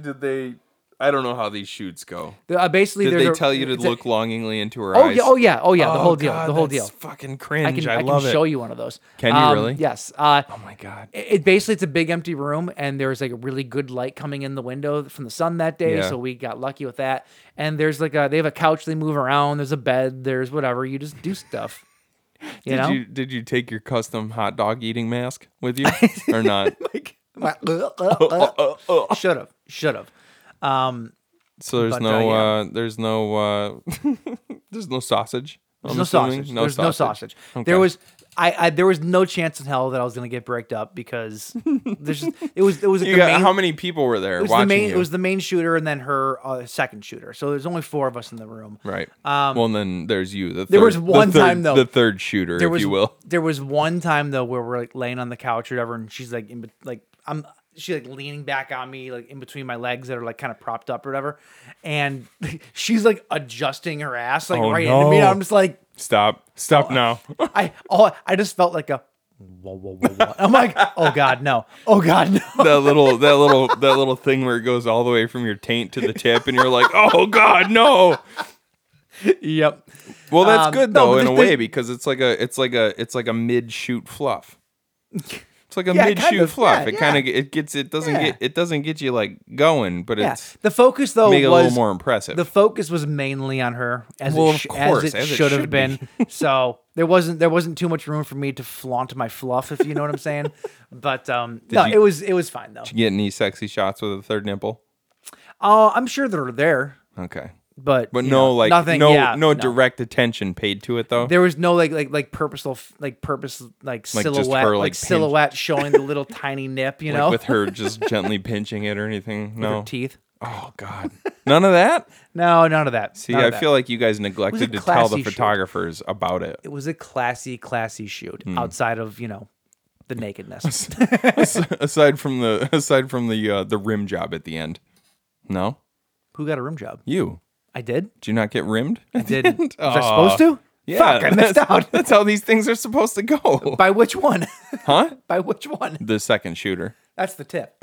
B: Did they? I don't know how these shoots go.
C: Uh, basically,
B: Did
C: there's
B: they
C: a-
B: tell you to
C: it's a-
B: look longingly into her
C: Oh
B: eyes?
C: yeah, oh yeah, oh yeah. the whole deal,
B: God,
C: the whole
B: that's
C: deal.
B: Fucking cringe. I,
C: I can I,
B: love
C: can
B: it.
C: show you one of those.
B: Can you really?
C: Yes. Uh,
B: Oh my god.
C: it it basically it's a big empty room and there's like a really good light coming in the window from the sun that day
B: Yeah.
C: so we got lucky with that and there's like a they have a couch they move around there's a bed there's whatever you just do stuff
B: Did
C: you know
B: you did you take your custom hot dog eating mask with you or not?
C: should have should have um
B: So there's
C: But, uh,
B: no
C: yeah.
B: uh, there's no uh, there's no sausage.
C: there's
B: I'm
C: no
B: assuming?
C: sausage there's no sausage there
B: Okay.
C: was I, I there was no chance in hell that I was gonna get bricked up because there's just, it was it was
B: You
C: the
B: got,
C: main-
B: how many people were there
C: it was the
B: watching
C: main
B: you?
C: it was the main shooter and then her uh, second shooter so there's only four of us in the room
B: right. Um, well, and then there's you. The third,
C: there was
B: the
C: one
B: third-
C: time, though,
B: the third shooter,
C: there
B: if
C: was
B: you will.
C: there was one time though where we're like laying on the couch or whatever, and she's like in bet- like I'm she like leaning back on me like in between my legs that are like kind of propped up or whatever, and she's like adjusting her ass like
B: Oh,
C: right into me. and
B: no.
C: I'm just like
B: Stop! Stop now!
C: I oh I just felt like a whoa whoa whoa. whoa. I'm like oh god no oh god no.
B: that little that little that little thing where it goes all the way from your taint to the tip, and you're like, oh god, no!
C: yep.
B: Well, that's
C: Um,
B: good
C: no,
B: though
C: but
B: in a
C: this-
B: way because it's like a it's like a it's like a mid shoot fluff. It's like a
C: Yeah,
B: mid
C: kind
B: shoot
C: of,
B: fluff.
C: yeah,
B: it kind of it gets it doesn't
C: Yeah.
B: get it doesn't get you like going, but
C: Yeah.
B: it's
C: The focus though
B: make it a
C: was
B: little more impressive.
C: the focus was mainly on her as
B: Well,
C: it,
B: of
C: sh-
B: course,
C: as it
B: as it
C: should have
B: should
C: been so there wasn't there wasn't too much room for me to flaunt my fluff if you know what i'm saying but um no
B: you-
C: it was it was fine though
B: you get any sexy shots with a third nipple?
C: uh, i'm sure they're there
B: Okay,
C: but
B: but
C: you
B: no
C: know,
B: like
C: nothing
B: no
C: yeah,
B: no direct attention paid to it though.
C: there was no like like like purposeful f- like purpose like,
B: Like, just
C: silhouette
B: her,
C: like,
B: like, pinch-
C: silhouette showing the little tiny nip you
B: like
C: know
B: with her just gently pinching it or anything.
C: Her
B: No.
C: teeth
B: Oh God. None of that.
C: no none of that
B: See,
C: none of
B: I
C: that.
B: feel like you guys neglected to tell
C: classy
B: the
C: shoot.
B: photographers about it.
C: it was a classy classy shoot
B: Hmm.
C: outside of you know the nakedness
B: aside from the aside from the uh, the rim job at the end. No,
C: who got a room job
B: you
C: i did
B: did you not get rimmed?
C: I did. Was I supposed to? Fuck, I missed
B: that's-
C: out.
B: That's how these things are supposed to go,
C: By which one?
B: huh?
C: By which one?
B: The second shooter.
C: That's the tip.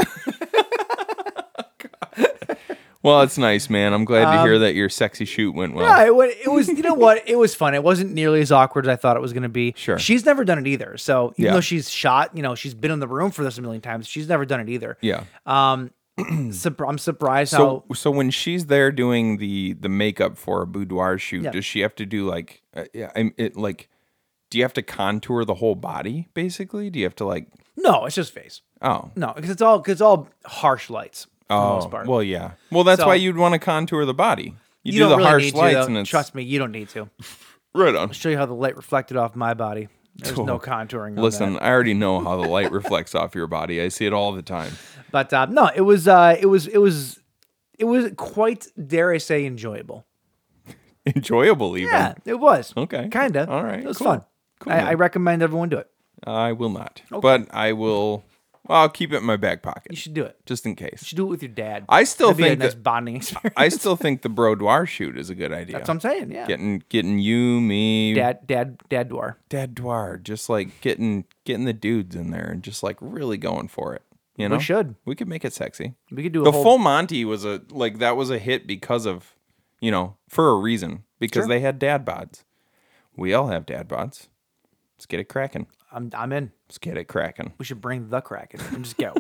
B: Well, it's nice, man. I'm glad to hear
C: Um,
B: that your sexy shoot went well.
C: Yeah, it, wa- it was. You know what? It was fun. It wasn't nearly as awkward as I thought it was going to be.
B: Sure.
C: She's never done it either. So even
B: Yeah.
C: though she's shot, you know, she's been in the room for this a million times. She's never done it either.
B: Yeah.
C: Um, surpri- I'm surprised
B: So,
C: how.
B: so when she's there doing the the makeup for a boudoir shoot,
C: Yeah.
B: does she have to do like, uh, yeah, I'm- it like, do you have to contour the whole body basically? Do you have to like,
C: No, it's just face.
B: oh,
C: No, because it's all because it's all harsh lights for the
B: oh,
C: most part.
B: well, yeah, well, that's
C: So-
B: why you'd want to contour the body. You,
C: you
B: do
C: don't
B: the
C: really
B: harsh
C: need
B: lights,
C: to. Though.
B: and it's
C: Trust me, you don't need to. I'll
B: right on.
C: show you how the light reflected off my body. There's no contouring. on that.
B: Listen, I already know how the light reflects off your body. I see it all the time.
C: But uh, no, it was uh, it was it was it was quite dare I say enjoyable.
B: Enjoyable, even.
C: Yeah, it was.
B: Okay.
C: kind of.
B: All right,
C: it was
B: cool.
C: fun.
B: Cool,
C: I,
B: man.
C: I recommend everyone do it.
B: I will not, but I will. I'll keep it in my back pocket
C: You should do it. You
B: just in case.
C: should do it with your dad.
B: I still
C: That'd
B: think
C: be a nice
B: that-
C: bonding experience.
B: I still think the boudoir shoot is a good idea.
C: That's what I'm saying. Yeah,
B: Getting getting you, me,
C: dad, dad, dad, door.
B: Dad Dwar, just like getting getting the dudes in there and just like really going for it. You know,
C: should.
B: We could make it sexy.
C: We could do a
B: the
C: whole.
B: full Monty was a like that was a hit because of you know for a reason because they had dad bods. We all have dad bods. Let's get it cracking.
C: I'm, I'm in.
B: Let's get it cracking.
C: We should bring the Kraken and just get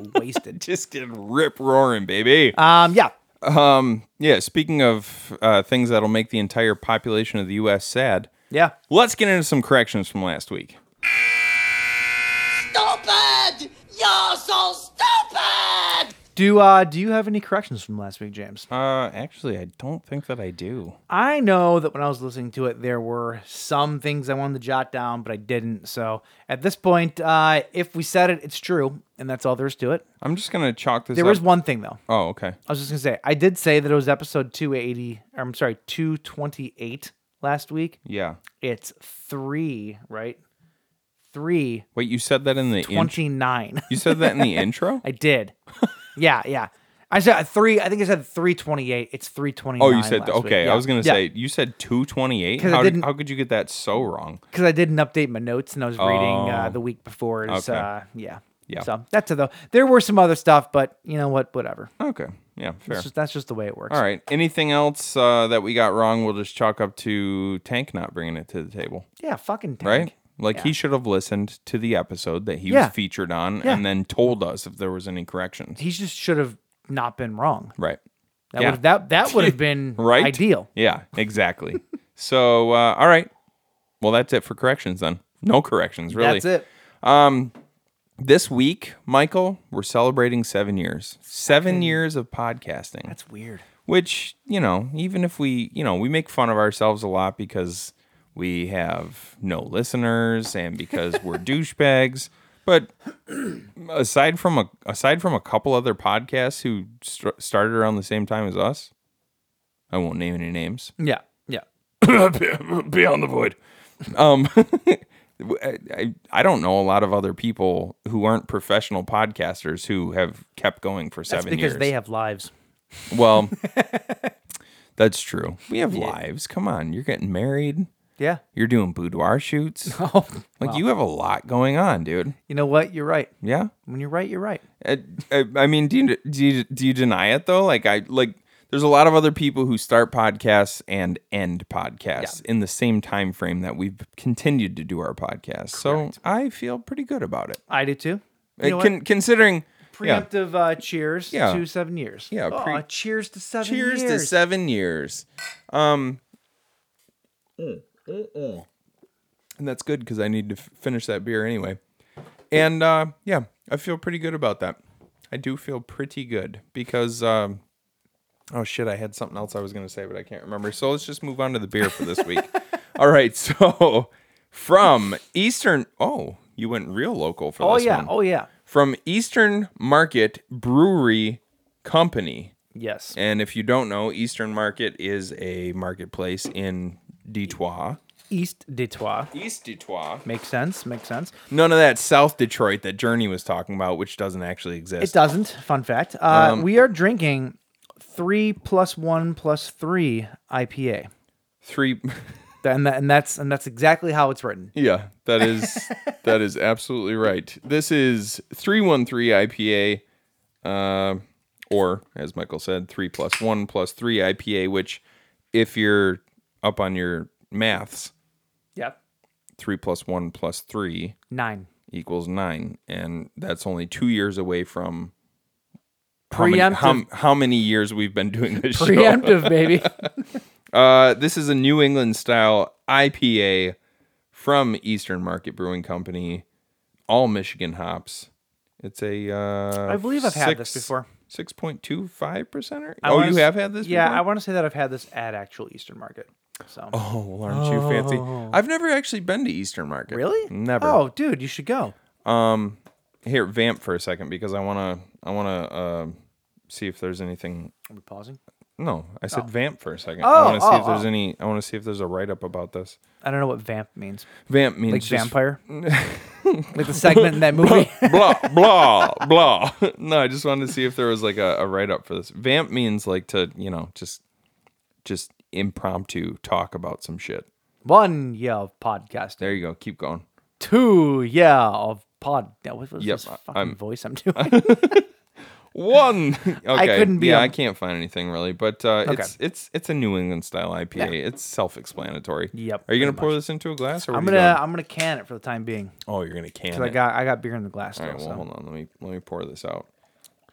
C: wasted.
B: Just get rip roaring, baby.
C: Um, yeah.
B: Um, yeah. Speaking of uh, things that'll make the entire population of the U.S. sad,
C: Yeah.
B: let's get into some corrections from last week.
F: stupid! You're so stupid!
C: Do Do uh, do you have any corrections from last week, James?
B: Uh, actually, I don't think that I do.
C: I know that when I was listening to it, there were some things I wanted to jot down, but I didn't. So at this point, uh, if we said it, it's true, and that's all there is to it.
B: I'm just gonna chalk this.
C: There
B: up.
C: was one thing though.
B: Oh, okay.
C: I was just gonna say I did say that it was episode two eighty. I'm sorry, two twenty eight last week.
B: Yeah.
C: It's three, right? Three
B: Wait, you said that in the intro.
C: twenty nine.
B: You said that in the intro.
C: I did. yeah, yeah. I said three. I think I said three twenty eight. It's three twenty nine.
B: Oh, you said okay. I was gonna say you said two twenty eight.
C: 'Cause I
B: How, did-
C: didn't-
B: how could you get that so wrong?
C: because I didn't update my notes and I was reading uh,
B: Oh.
C: the week before. It's,
B: Okay.
C: uh, yeah.
B: Yeah.
C: So that's it though. There were some other stuff, but you know what? Whatever.
B: Okay. Yeah. Fair.
C: That's, just, that's just the way it works.
B: All right. Anything else uh, that we got wrong? We'll just chalk up to Tank not bringing it to the table,
C: Yeah. Fucking tank.
B: right? Like he should have listened to the episode that he
C: Yeah.
B: was featured on,
C: Yeah.
B: and then told us if there was any corrections.
C: He just should have not been wrong.
B: right.
C: That
B: Yeah.
C: would that that would have been
B: Right.
C: ideal.
B: Yeah. Exactly. so, uh, all right. Well, that's it for corrections then. No corrections, really.
C: That's it.
B: This week, Michael, we're celebrating seven years. Seven years of podcasting.
C: That's weird.
B: which you know even if we you know we make fun of ourselves a lot because we have no listeners and because we're douchebags but aside from a aside from a couple other podcasts who str started around the same time as us i won't name any names
C: Yeah. Yeah.
B: beyond the void um I, I- I don't know a lot of other people who aren't professional podcasters who have kept going for
C: That's
B: seven
C: because
B: years
C: they have lives.
B: well, that's true. We have lives. Come on, you're getting married.
C: Yeah.
B: You're doing boudoir shoots.
C: Oh,
B: Like you have a lot going on, dude.
C: you know what? You're right.
B: Yeah.
C: When you're right, you're right.
B: I, I, I mean, do you, do you do you deny it though? Like I like. There's a lot of other people who start podcasts and end podcasts in the same time frame that we've continued to do our podcast. So I feel pretty good about it.
C: I do too. You
B: Uh,
C: know what?
B: con- considering yeah.
C: Preemptive uh, cheers
B: Yeah.
C: to seven years.
B: Yeah,
C: Oh,
B: pre-
C: cheers to seven
B: Cheers
C: years.
B: to seven years. Um, and that's good because I need to f- finish that beer anyway. And uh, yeah, I feel pretty good about that. I do feel pretty good because um, oh shit, I had something else I was gonna say, but I can't remember. So let's just move on to the beer for this week. All right, so from Eastern. Oh, you went real local for
C: Oh
B: this
C: yeah.
B: one.
C: Oh yeah.
B: From Eastern Market Brewery Company.
C: Yes.
B: And if you don't know, Eastern Market is a marketplace in Detroit.
C: East Detroit.
B: East Detroit.
C: Makes sense. Makes sense.
B: None of that South Detroit that Journey was talking about, which doesn't actually
C: It
B: exist.
C: doesn't. Fun fact. Uh,
B: Um,
C: we are drinking three plus one plus three IPA,
B: Three.
C: and that, and that's and that's exactly how it's written.
B: Yeah, that is that is absolutely right. This is three one three IPA, uh, or as Michael said, three plus one plus three IPA. Which, if you're up on your maths,
C: Yep.
B: three plus one plus three
C: Nine.
B: equals nine, and that's only two years away from
C: Preemptive.
B: How many, how, how many years we've been doing this show?
C: Preemptive, baby.
B: Uh, this is a New England style IPA from Eastern Market Brewing Company, all Michigan hops. It's a. Uh,
C: I believe I've had this before.
B: Six point two five percent.
C: I
B: Oh,
C: wanna
B: you
C: s-
B: have had this.
C: Yeah,
B: before?
C: I want to say that I've had this at actual Eastern Market. So
B: Oh, well, aren't you fancy? I've never actually been to Eastern Market.
C: Oh. really?
B: Never.
C: Oh, dude, you should go.
B: here, vamp for a second because I wanna, I wanna uh, see if there's anything
C: Are we pausing?
B: No, I said vamp for a second.
C: Oh,
B: I want to see
C: oh,
B: if there's
C: oh.
B: any. I want to see if there's a write up about this.
C: I don't know what vamp means.
B: Vamp means
C: Like
B: just
C: vampire. like the segment in that movie.
B: blah blah blah. No, I just wanted to see if there was like a, a write up for this. Vamp means like to you know just just impromptu talk about some shit.
C: One year of podcasting.
B: There you go. Keep going.
C: Two year of pod. Now, What was
B: Yep,
C: this
B: I-
C: fucking
B: I'm-
C: voice I'm doing?
B: One. okay.
C: couldn't be
B: Yeah,
C: a-
B: I can't find anything really, but uh, it's it's it's a New England style IPA. It's self explanatory.
C: Yep,
B: Are you gonna
C: pretty
B: pour this into a glass? Or
C: I'm
B: what are
C: gonna
B: you
C: I'm gonna can it for the time being.
B: doing? Oh, you're gonna can.
C: 'Cause
B: it.
C: I got I got beer in the glass.
B: All right,
C: still,
B: well,
C: so.
B: hold on. Let me let me pour this out.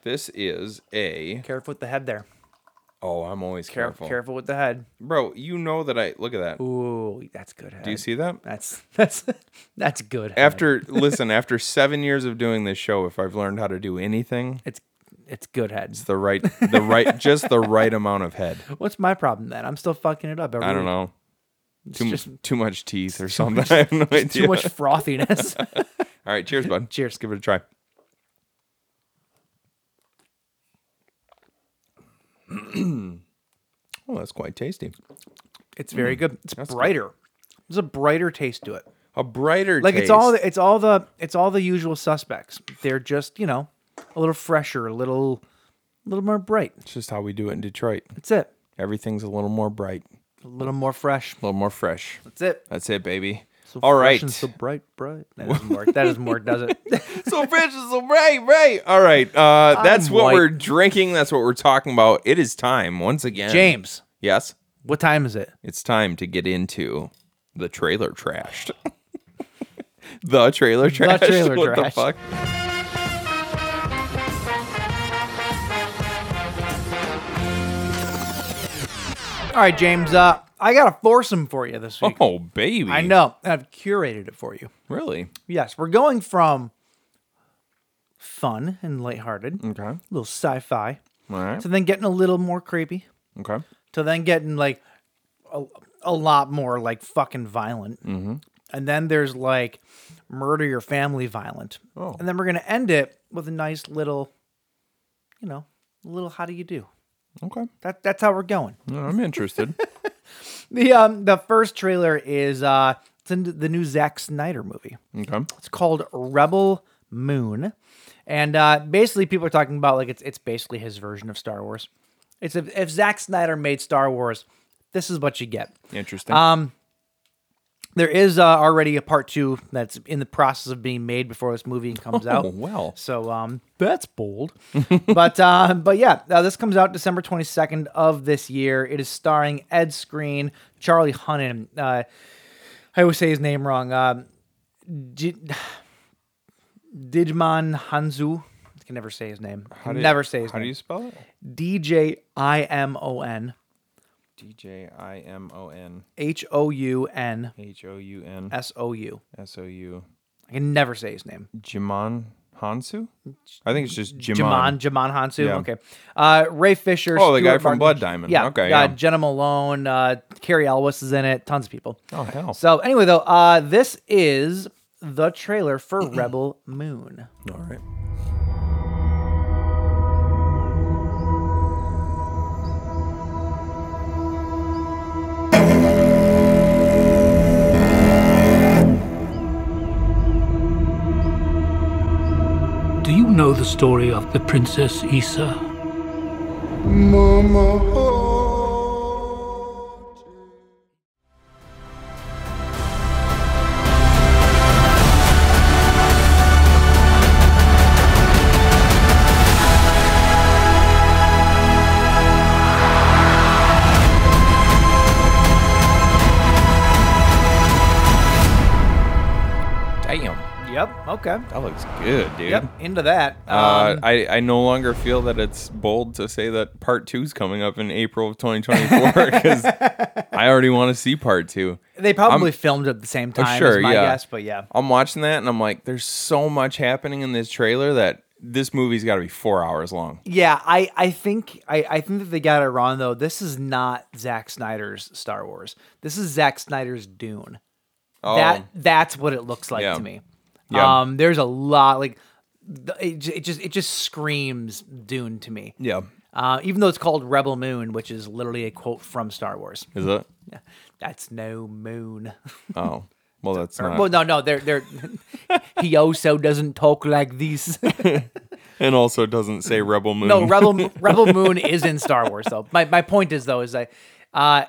B: This is a.
C: Careful with the head there.
B: Oh, I'm always
C: Careful,
B: careful.
C: careful with the head.
B: Bro, you know that I look at that.
C: Ooh, that's good. Head.
B: Do you see that?
C: That's that's that's good. head.
B: After listen, after seven years of doing this show, if I've learned how to do anything,
C: it's It's good head.
B: It's the right, the right, just the right amount of head.
C: What's my problem then? I'm still fucking it up. Every
B: I don't
C: week.
B: know.
C: It's
B: Too, mu-
C: just
B: too much teeth or something. I have no idea.
C: too much frothiness.
B: All right, cheers, bud.
C: Cheers.
B: Give it a try. well, Oh, that's quite tasty.
C: it's very
B: Mm,
C: good. It's brighter. There's a brighter taste to it.
B: A brighter,
C: Like it's all
B: taste.
C: the, it's all the it's all the usual suspects. They're just you know a little fresher, a little a little more bright.
B: It's just how we do it in Detroit.
C: That's it.
B: Everything's a little more bright,
C: A little more fresh.
B: a little more fresh.
C: That's it.
B: That's it, baby.
C: So
B: all
C: fresh
B: right.
C: and so bright, bright. That doesn't work. That doesn't work, does it?
B: so fresh and so bright, right? All right. Uh, that's what
C: white.
B: we're drinking. That's what we're talking about. It is time once again.
C: James,
B: Yes,
C: what time is it?
B: it's time to get into the trailer trashed. the trailer trashed.
C: trailer
B: what
C: trashed.
B: the fuck?
C: All right, James. Uh, I got a foursome for you this week.
B: Oh, baby.
C: I know, and I've curated it for you.
B: Really?
C: Yes, we're going from fun and lighthearted, a
B: Okay. All
C: little sci-fi,
B: right.
C: to then getting a little more creepy,
B: Okay.
C: to then getting like a, a lot more like fucking violent,
B: Mm-hmm.
C: and then there's like murder your family violent,
B: Oh.
C: and then we're gonna end it with a nice little, you know, little how do you do?
B: Okay.
C: That that's how we're going.
B: No, I'm interested.
C: The um the first trailer is uh it's in the new Zack Snyder movie.
B: okay.
C: It's called Rebel Moon, and uh, basically people are talking about like it's it's basically his version of Star Wars. It's if, if Zack Snyder made Star Wars, this is what you get.
B: Interesting.
C: Um, There is uh, already a part two that's in the process of being made before this movie comes
B: oh,
C: out.
B: well.
C: So um, that's bold. but uh, but yeah, uh, this comes out December 22nd of this year. It is starring Ed Screen, Charlie Hunnam. Uh, I always say his name wrong. Um, Di- Digimon Hanzu. I can never say his name. Can
B: do-
C: never say his
B: How do
C: name.
B: you spell it?
C: D J I M O N
B: D J I M O N
C: H O U N
B: H O U N
C: S O U.
B: S O U.
C: I can never say his name.
B: Jimon Hansu? I think it's just Jimon.
C: Jamon, Jamon Hansu.
B: Yeah.
C: Okay. Uh, Ray Fisher.
B: Oh, the guy
C: Stuart
B: from
C: Martin-
B: Blood Diamond.
C: Yeah.
B: Okay, yeah.
C: Uh, Jenna Malone, uh, Carrie Elwes is in it. Tons of people.
B: Oh, hell.
C: So, anyway, though, uh, this is the trailer for Rebel Moon.
B: All right.
F: Do you know the story of the Princess Issa?
B: Damn.
C: Yep. Okay.
B: That looks good, dude.
C: Yep. Into that.
B: Uh,
C: Um,
B: I, I no longer feel that it's bold to say that part two's coming up in April of 2024 because I already want to see part two.
C: they probably filmed it at the same time. is
B: Oh, sure,
C: my
B: yeah.
C: guess, but yeah.
B: I'm watching that and I'm like, there's so much happening in this trailer that this movie's got to be four hours long.
C: Yeah, I, I think I, I think that they got it wrong though. This is not Zack Snyder's Star Wars. This is Zack Snyder's Dune.
B: Oh,
C: That that's what it looks like
B: Yeah.
C: to me.
B: Yeah.
C: Um, there's a lot like th- it, ju- it just it just screams Dune to me.
B: yeah.
C: Uh, even though it's called Rebel Moon, which is literally a quote from Star Wars.
B: Is it?
C: Yeah. That's no moon.
B: Oh, well, that's not.
C: well, no, no, they're they're. he also doesn't talk like this.
B: and also doesn't say Rebel Moon.
C: No, Rebel Rebel Moon is in Star Wars though. My my point is though is I, uh,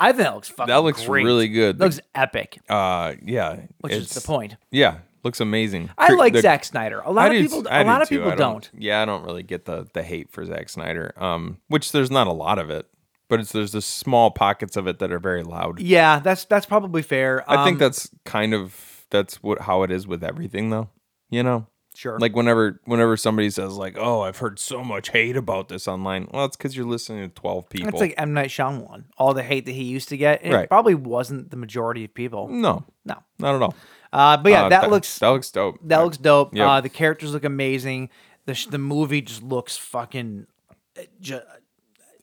C: I think that looks fucking.
B: That looks
C: great.
B: really good.
C: Looks epic,
B: uh, yeah.
C: which is the point.
B: Yeah, looks amazing.
C: I
B: Cre-
C: like
B: the-
C: Zack Snyder. A lot
B: I
C: of
B: do-
C: people,
B: I
C: a
B: do
C: lot of
B: too.
C: people
B: I
C: don't.
B: Yeah, I don't really get the the hate for Zack Snyder. Um, which there's not a lot of it, but it's there's the small pockets of it that are very loud.
C: Yeah, that's that's probably fair.
B: I think
C: Um,
B: that's kind of that's what how it is with everything though. You know?
C: Sure.
B: Like whenever whenever somebody says like, "Oh, I've heard so much hate about this online." Well, it's cuz you're listening to 12 people.
C: that's like M Night Shyamalan. All the hate that he used to get, and it
B: Right.
C: probably wasn't the majority of people.
B: no,
C: No,
B: not at all.
C: uh, but yeah,
B: Uh,
C: that looks
B: that looks dope.
C: that looks dope.
B: Yep.
C: Uh, the characters look amazing. the sh- the movie just looks fucking ju-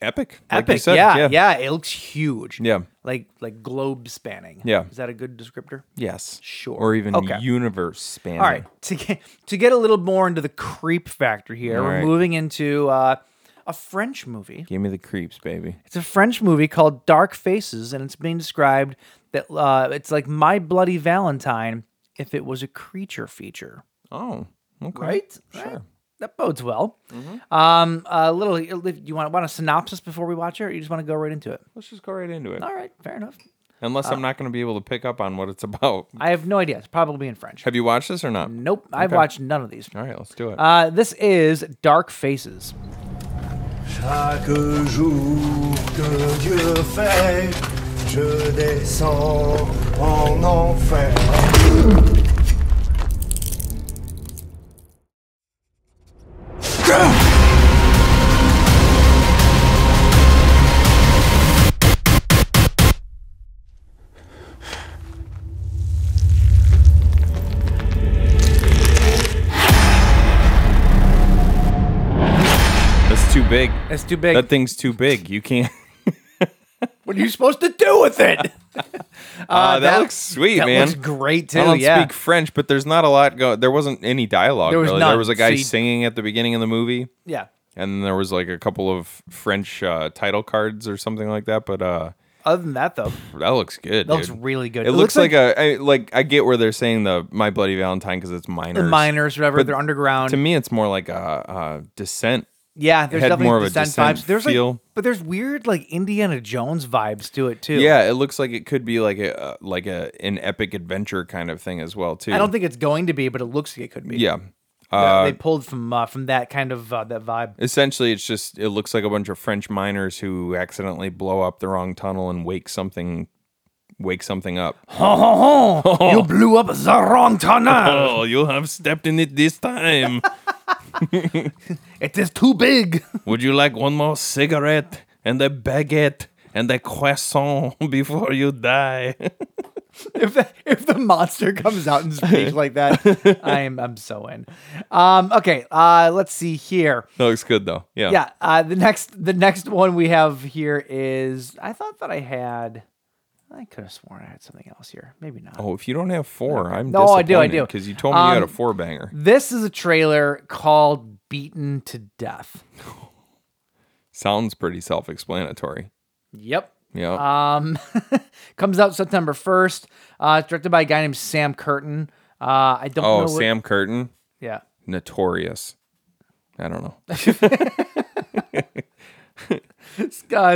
B: Epic. like you
C: epic.
B: said,
C: yeah, yeah, It looks huge.
B: Yeah.
C: like like globe spanning.
B: Yeah.
C: is that a good descriptor?
B: Yes.
C: Sure.
B: Or even
C: Okay.
B: universe spanning.
C: All right, to get to get a little more into the creep factor here,
B: All
C: we're
B: right.
C: moving into uh, a French movie.
B: Give me the creeps, baby.
C: It's a French movie called Dark Faces, and it's being described that uh, it's like My Bloody Valentine if it was a creature feature.
B: Oh. Okay.
C: Right? Sure. That bodes well. Um, a little. Do you want want a synopsis before we watch it, or you just want to go right into it?
B: Let's just go right into it.
C: All right, Uh, fair enough.
B: Unless I'm not going to be able to pick up on what it's about.
C: I have no idea. It's probably in French.
B: Have you watched this or not?
C: Nope, I've watched none of these.
B: All right, let's do it.
C: Uh, this is Dark Faces.
G: Chaque jour que Dieu fait, je descends en enfer.
B: That's too big.
C: It's too big.
B: That thing's too big. You can't.
C: what are you supposed to do with it?
B: Uh, that,
C: that-
B: looks sweet,
C: that
B: man.
C: looks great too.
B: I don't
C: yeah.
B: speak French, but there's not a lot go. There wasn't any dialogue.
C: There was
B: really.
C: none,
B: There was a guy
C: so you-
B: singing at the beginning of the movie,
C: yeah.
B: and then there was like a couple of French uh, title cards or something like that. But uh,
C: Other than that, though,
B: that looks good.
C: That looks
B: dude.
C: really good.
B: It, looks, like, a I, like I get where they're saying the My Bloody Valentine because it's minors.
C: the miners, whatever,
B: But
C: they're underground.
B: To me, it's more like a, uh descent.
C: yeah, there's
B: had
C: definitely
B: more of a
C: descent,
B: Descent
C: vibes. There's like,
B: feel.
C: but there's weird like Indiana Jones vibes to it too.
B: Yeah, it looks like it could be like a uh, like a an epic adventure kind of thing as well too.
C: I don't think it's going to be, but it looks like it could be.
B: Yeah.
C: That-
B: Uh,
C: they pulled from uh, from that kind of uh, that vibe.
B: Essentially, it's just it looks like a bunch of French miners who accidentally blow up the wrong tunnel and wake something, wake something up.
C: you blew up the wrong tunnel.
B: Oh, you have stepped in it this time.
C: it is too big.
B: Would you like one more cigarette and a baguette and a croissant before you die?
C: if the, if the monster comes out in space like that, I'm I'm so in. Um, okay, uh, let's see here.
B: that looks good though. Yeah.
C: Yeah, uh, the next the next one we have here is I thought that I had. I could have sworn I had something else here. Maybe not.
B: Oh, if you don't have four, I'm
C: No, I do, I do.
B: because you told me you had a
C: Um,
B: four banger.
C: This is a trailer called "Beaten to Death."
B: Sounds pretty self-explanatory.
C: Yep.
B: Yeah.
C: Um, comes out September first. Uh, it's directed by a guy named Sam Curtin. Uh, I don't
B: oh,
C: know. what-
B: Sam Curtin,
C: Yeah.
B: notorious. I don't know.
C: Uh, it's-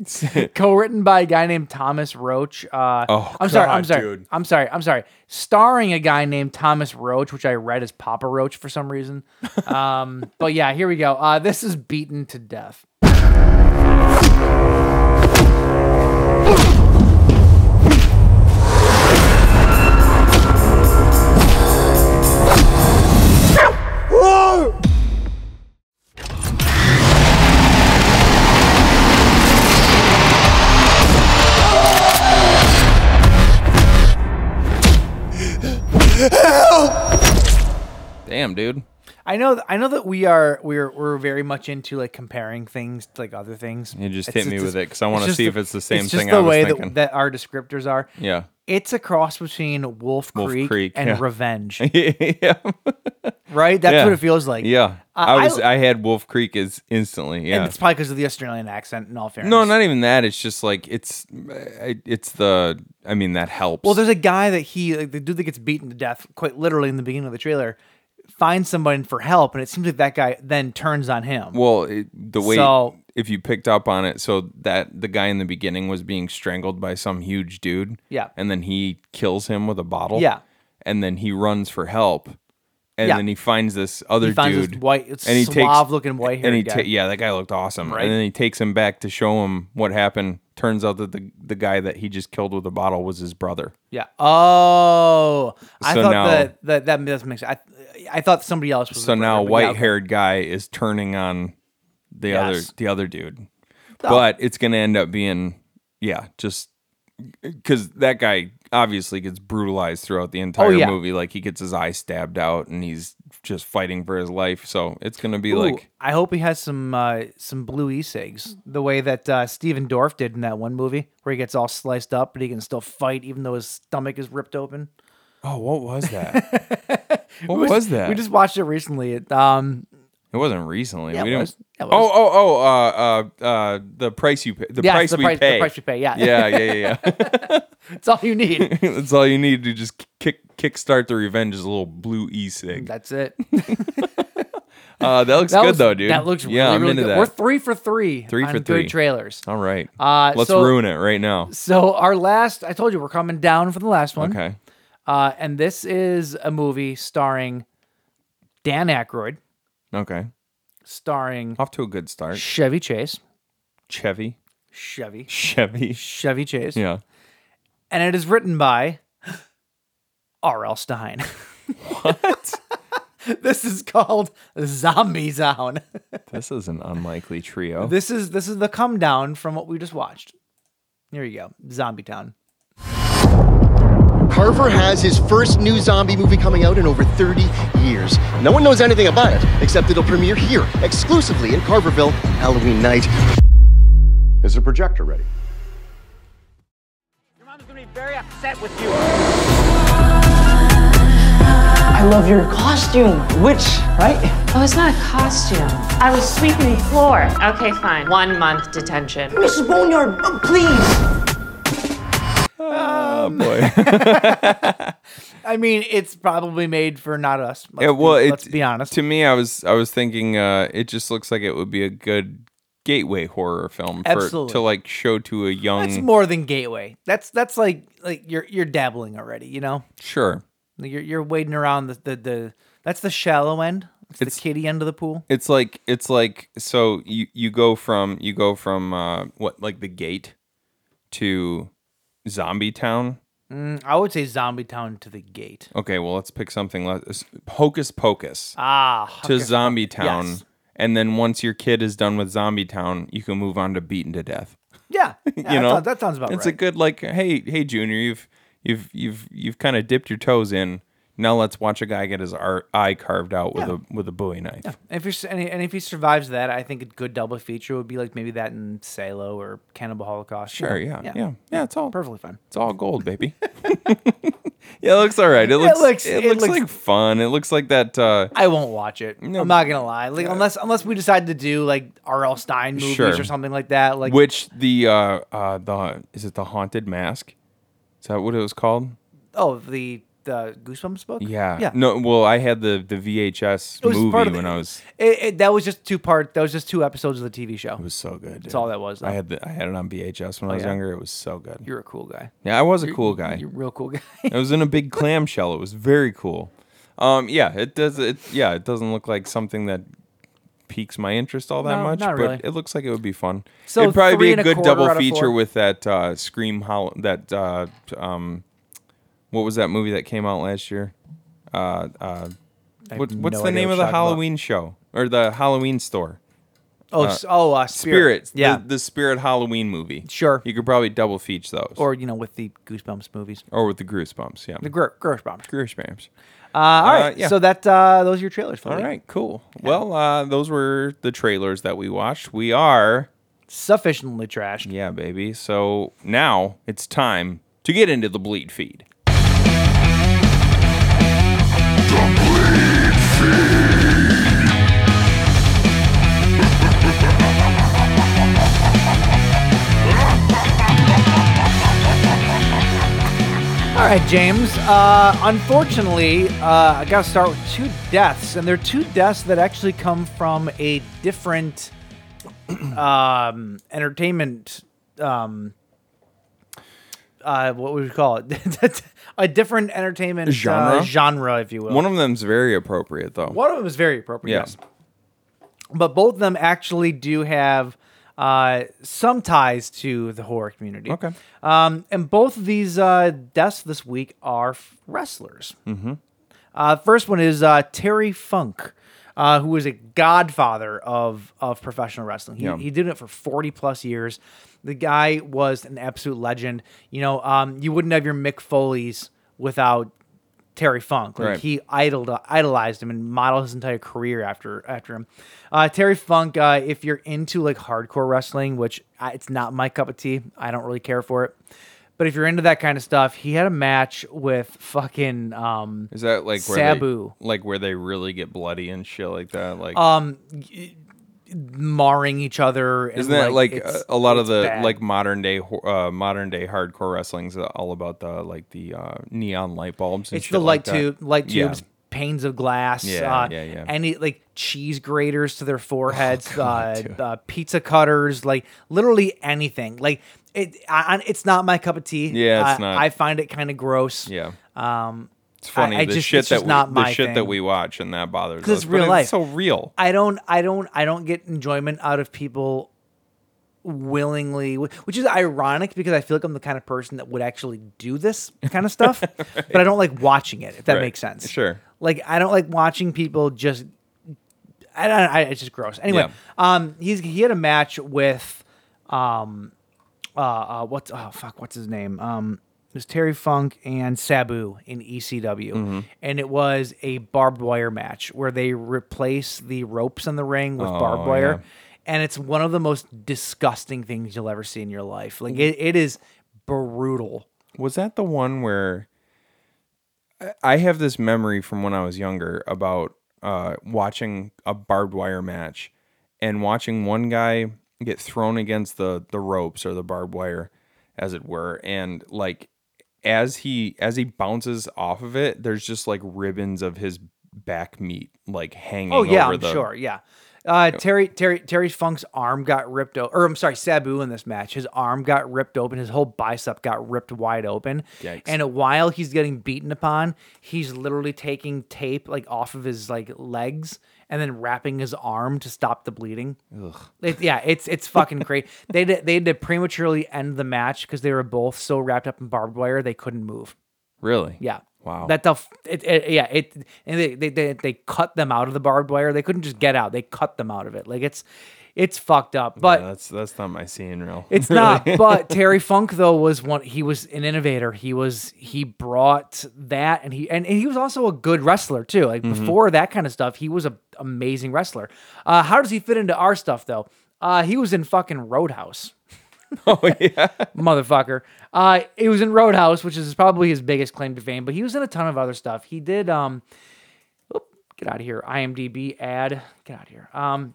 C: it's- co-written by a guy named Thomas Roach. Uh,
B: Oh,
C: I'm sorry, I'm
B: God,
C: sorry,
B: dude.
C: I'm sorry, I'm sorry. Starring a guy named Thomas Roach, which I read as Papa Roach for some reason. Um, but yeah, here we go. Uh, this is beaten to death.
B: Damn, dude.
C: I know, I know that we are we're we're very much into like comparing things to like other things.
B: You just
C: It's-
B: hit me
C: it's-
B: with it 'cause I wanna
C: just
B: see if it's the same
C: just
B: thing
C: the
B: I was
C: way
B: thinking.
C: that that our descriptors are.
B: Yeah.
C: It's a cross between Wolf,
B: Wolf
C: Creek,
B: Creek,
C: and
B: yeah.
C: Revenge,
B: yeah.
C: right? That's
B: Yeah.
C: what it feels like.
B: Yeah.
C: I-
B: I was
C: uh, I-
B: I, had Wolf Creek is instantly. Yeah.
C: And it's probably because of the Australian accent. In all fairness,
B: no, not even that. It's just like it's it- it's the I mean that helps.
C: Well, there's a guy that he, like, the dude that gets beaten to death, quite literally in the beginning of the trailer, finds someone for help, and it seems like that guy then turns on him.
B: well, it, the way
C: So-
B: if you picked up on it, so that the guy in the beginning was being strangled by some huge dude.
C: Yeah.
B: And then he kills him with a bottle.
C: Yeah.
B: And then he runs for help. And
C: Yeah.
B: then he finds this other
C: He finds this
B: dude.
C: white- suave-looking white-haired
B: and he
C: guy.
B: ta- yeah, that guy looked awesome.
C: Right.
B: And then he takes him back to show him what happened. Turns out that the the guy that he just killed with a bottle was his brother.
C: yeah. Oh, I
B: So
C: thought
B: now-
C: that that that doesn't make sense. I, I thought somebody else was.
B: So
C: the
B: now
C: brother, but yeah,
B: white haired guy is turning on the
C: Yes.
B: other the other dude. But it's gonna end up being yeah, just because that guy obviously gets brutalized throughout the entire
C: Oh, yeah.
B: movie. Like he gets his eye stabbed out, and he's just fighting for his life. So it's gonna be
C: Ooh,
B: like
C: I hope he has some uh, some blue eggs, the way that uh, Steven Dorff did in that one movie where he gets all sliced up, but he can still fight even though his stomach is ripped open.
B: Oh, what was that? what
C: We
B: was,
C: just-
B: that?
C: We just watched it recently. It, um,
B: it wasn't recently.
C: Yeah,
B: we
C: it
B: didn't.
C: was. Yeah, it
B: Oh,
C: was.
B: oh, oh! Uh, uh, uh, the price you pay. The
C: Yes,
B: price
C: the
B: we
C: price- the
B: pay.
C: price we pay, yeah.
B: yeah, yeah, yeah. yeah.
C: it's all you need.
B: That's all you need to just kick kickstart the revenge is a little blue e cig.
C: That's it.
B: Uh, that looks
C: That
B: good
C: looks-
B: though, dude.
C: That looks really,
B: yeah. I'm
C: really
B: into
C: good.
B: that.
C: We're three for three.
B: Three
C: on
B: for three.
C: Good trailers.
B: all right.
C: Uh,
B: Let's
C: so-
B: ruin it right now.
C: So our last, I told you, we're coming down for the last one.
B: Okay.
C: Uh, and this is a movie starring Dan Aykroyd,
B: Okay.
C: starring
B: Off to a good start.
C: Chevy Chase,
B: Chevy.
C: Chevy,
B: Chevy.
C: Chevy Chase,
B: Yeah.
C: and it is written by R.L. Stein.
B: What?
C: this is called Zombie Zone.
B: this is an unlikely trio.
C: this is this is the come down from what we just watched. Here you go, Zombie Town.
H: Carver has his first new zombie movie coming out in over 30 years. No one knows anything about it, except it'll premiere here, exclusively in Carverville, Halloween night.
I: Is the projector ready?
J: Your mom's gonna be very upset with you.
K: I love your costume. Witch, right?
J: Oh, it's not a costume. I was sweeping the floor. Okay, fine. One month detention.
K: Mrs. Boneyard, uh, please.
B: oh boy.
C: I mean, it's probably made for not us. Let's
B: Yeah, well,
C: be,
B: it,
C: let's be honest.
B: To me, I was I was thinking uh, it just looks like it would be a good gateway horror film for,
C: Absolutely.
B: to like show to a young.
C: That's more than gateway. That's that's like like you're you're dabbling already. You know,
B: sure,
C: Like, you're you're wading around the the, the that's the shallow end. It's,
B: It's-
C: the kiddie end of the pool.
B: it's like it's like so you you go from you go from uh, what like the gate to Zombie Town.
C: I would say Zombie Town to the gate.
B: Okay, well let's pick something less Hocus Pocus
C: Ah,
B: to Zombie Town,
C: Yes.
B: and then once your kid is done with Zombie Town, you can move on to Beaten to Death.
C: yeah,
B: you
C: yeah, that
B: know
C: sounds- that sounds about
B: it's a
C: right.
B: good like hey hey junior you've you've you've you've kind of dipped your toes in now let's watch a guy get his ar- eye carved out with a with a bowie knife
C: if you're, and, and if he survives that, I think a good double feature would be like maybe that in Salo or Cannibal Holocaust. you
B: sure
C: know?
B: yeah yeah yeah, it's all
C: perfectly fine.
B: it's all gold baby yeah it looks all right it looks it looks,
C: looks- it looks-
B: like fun it looks like that uh
C: I won't watch it. I'm not gonna lie. Like unless unless we decide to do like R.L. Stein movies
B: Sure.
C: or something like that. Like
B: which the uh uh the is it the haunted mask is that what it was called
C: oh the the Goosebumps book.
B: yeah
C: yeah.
B: no well i had the the vhs
C: It was
B: movie
C: part of
B: when
C: the-
B: i was
C: It, it, that was just two part. That was just two episodes of the TV show.
B: it was so good
C: That's all that was. Though. Oh,
B: I had the, I had it on VHS when I was
C: yeah.
B: younger. It was so good.
C: You're a cool guy.
B: Yeah, I was a cool guy.
C: You're a real cool guy.
B: I was in a big clamshell. It was very cool. Um, yeah, it does. It yeah, it doesn't look like something that piques my interest all that
C: No,
B: much,
C: not
B: but
C: really.
B: it looks like it would be fun.
C: So
B: It'd
C: three
B: probably be
C: and
B: a
C: a
B: good
C: quarter
B: double
C: out of
B: feature
C: four.
B: with that uh, Scream Hollow. That uh, t- um, what was that movie that came out last year? Uh, uh,
C: I have
B: what, what's
C: no
B: the
C: idea
B: name
C: what
B: of the
C: you're talking about.
B: Halloween show or the Halloween store?
C: Oh, s- oh, uh, spirit.
B: Spirit.
C: Yeah.
B: the, the Spirit Halloween movie.
C: Sure.
B: you could probably double feature those, or
C: or you know, with the Goosebumps movies,
B: or with the Goosebumps. Yeah,
C: the Gr- Goosebumps.
B: Goosebumps.
C: Uh, all
B: Uh,
C: right.
B: yeah.
C: So that uh, those are your trailers. For the
B: All
C: week.
B: right, cool. Well, uh, those were the trailers that we watched. We are,
C: Sufficiently trashed.
B: yeah, baby. So now it's time to get into the bleed feed.
C: All right, James. Uh, unfortunately, uh, I got to start with two deaths, and they're two deaths that actually come from a different um, entertainment. Um, uh, what would you call it? a different entertainment uh,
B: Genre?
C: genre, if you will.
B: One of them's very appropriate, though.
C: One of them is very appropriate.
B: Yeah.
C: Yes. But both of them actually do have uh, some ties to the horror community.
B: Okay.
C: Um, and both of these uh, deaths this week are f- wrestlers. Mm-hmm. Uh, first one is uh, Terry Funk, uh, who is a godfather of of professional wrestling. He,
B: Yeah.
C: he did it for 40 plus years. The guy was an absolute legend. You know, um, you wouldn't have your Mick Foley's without Terry Funk. Like
B: Right.
C: he idoled, idolized him and modeled his entire career after after him. Uh, Terry Funk. Uh, if you're into like hardcore wrestling, which I, it's not my cup of tea, I don't really care for it. But if you're into that kind of stuff, he had a match with fucking um,
B: Is that like where
C: Sabu?
B: They, like where they really get bloody and shit like that? Like
C: um y- marring each other and,
B: Isn't that like, uh,
C: it's-
B: a, a lot of
C: it's
B: the
C: bad.
B: like modern day ho- uh, modern day hardcore wrestling's all about the like the uh, neon light bulbs? And
C: it's
B: shit
C: the
B: like
C: light
B: that.
C: tube light
B: Yeah.
C: tubes panes of glass
B: Yeah,
C: uh,
B: yeah, Oh, yeah.
C: any like cheese graters to their foreheads uh, uh, pizza cutters like literally anything like it I, I- it's not my cup of tea
B: Yeah, it's
C: I-
B: not.
C: I find it kind of gross
B: Yeah.
C: um
B: It's funny
C: I, I
B: the
C: just,
B: shit
C: it's
B: that
C: just
B: we,
C: not
B: the
C: my
B: shit that
C: thing.
B: we watch and that bothers
C: because
B: us.
C: it's
B: but
C: real life.
B: so real.
C: I don't, I don't, I don't get enjoyment out of people willingly, which is ironic because I feel like I'm the kind of person that would actually do this kind of stuff, but I don't like watching it. If that
B: Right.
C: makes sense.
B: Sure.
C: Like I don't like watching people just. I don't. I, it's just gross. Anyway, um, he's he had a match with, um, uh, uh what's oh fuck, what's his name? Um, it was Terry Funk and Sabu in ECW,
B: Mm-hmm.
C: and it was a barbed wire match where they replace the ropes in the ring with
B: Oh,
C: barbed wire,
B: yeah.
C: and it's one of the most disgusting things you'll ever see in your life.
B: Mm-hmm.
C: Like it, it is brutal.
B: Was that the one where I- I have this memory from when I was younger about uh, watching a barbed wire match and watching one guy get thrown against the the ropes or the barbed wire, as it were, and like as he as he bounces off of it, there's just like ribbons of his back meat like hanging.
C: Oh yeah,
B: over
C: I'm
B: the,
C: sure. Yeah. Uh, Terry Terry Terry Funk's arm got ripped open, or I'm sorry, Sabu in this match, his arm got ripped open, his whole bicep got ripped wide open,
B: Yikes.
C: and while he's getting beaten upon, he's literally taking tape like off of his like legs and then wrapping his arm to stop the bleeding. It- yeah, it's it's fucking great. They did, they had to prematurely end the match because they were both so wrapped up in barbed wire they couldn't move.
B: Really?
C: Yeah.
B: Wow.
C: That's how. f- It, it, yeah. It and they, they they they cut them out of the barbed wire. They couldn't just get out. They cut them out of it. Like it's it's fucked up. But
B: Yeah, that's that's not my seeing reel.
C: it's not. But Terry Funk though was one. He was an innovator. He was he brought that, and he and, and he was also a good wrestler too. Like
B: Mhm.
C: before that kind of stuff, he was a amazing wrestler. Uh, how does he fit into our stuff though? Uh, he was in fucking Roadhouse. oh yeah, motherfucker. Uh, he was in Roadhouse, which is probably his biggest claim to fame. But he was in a ton of other stuff. He did um, oop, get out of here. IMDb ad. Get out of here. Um,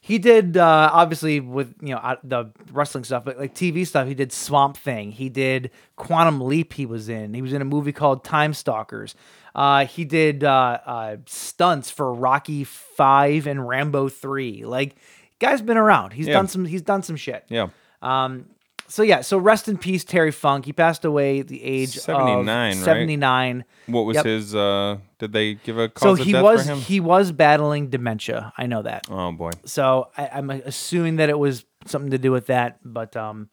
C: he did uh, obviously with you know uh, the wrestling stuff, but like TV stuff. He did Swamp Thing. He did Quantum Leap. He was in. He was in a movie called Time Stalkers. Uh, he did uh, uh, stunts for Rocky Five and Rambo Three. Like, guy's been around. He's
B: Yeah.
C: done some. He's done some shit.
B: Yeah.
C: Um. So yeah. So rest in peace, Terry Funk. He passed away at the age of
B: 79, right?
C: seventy nine.
B: What was his? uh Did they give a cause
C: So
B: of
C: he
B: death
C: was
B: for him?
C: he was battling dementia. I know that.
B: oh boy.
C: So I, I'm assuming that it was something to do with that, but um,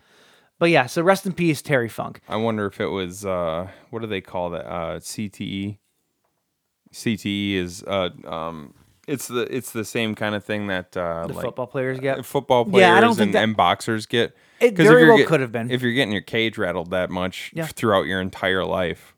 C: but yeah. So rest in peace, Terry Funk.
B: I wonder if it was uh what do they call that? Uh CTE. CTE is uh um it's the it's the same kind of thing that uh
C: The
B: like
C: football players get
B: football players
C: Yeah, I don't think
B: and,
C: that-
B: and boxers get.
C: It
B: 'Cause if
C: very
B: you're
C: well
B: get-
C: could have been.
B: If you're getting your cage rattled that much
C: Yeah.
B: throughout your entire life.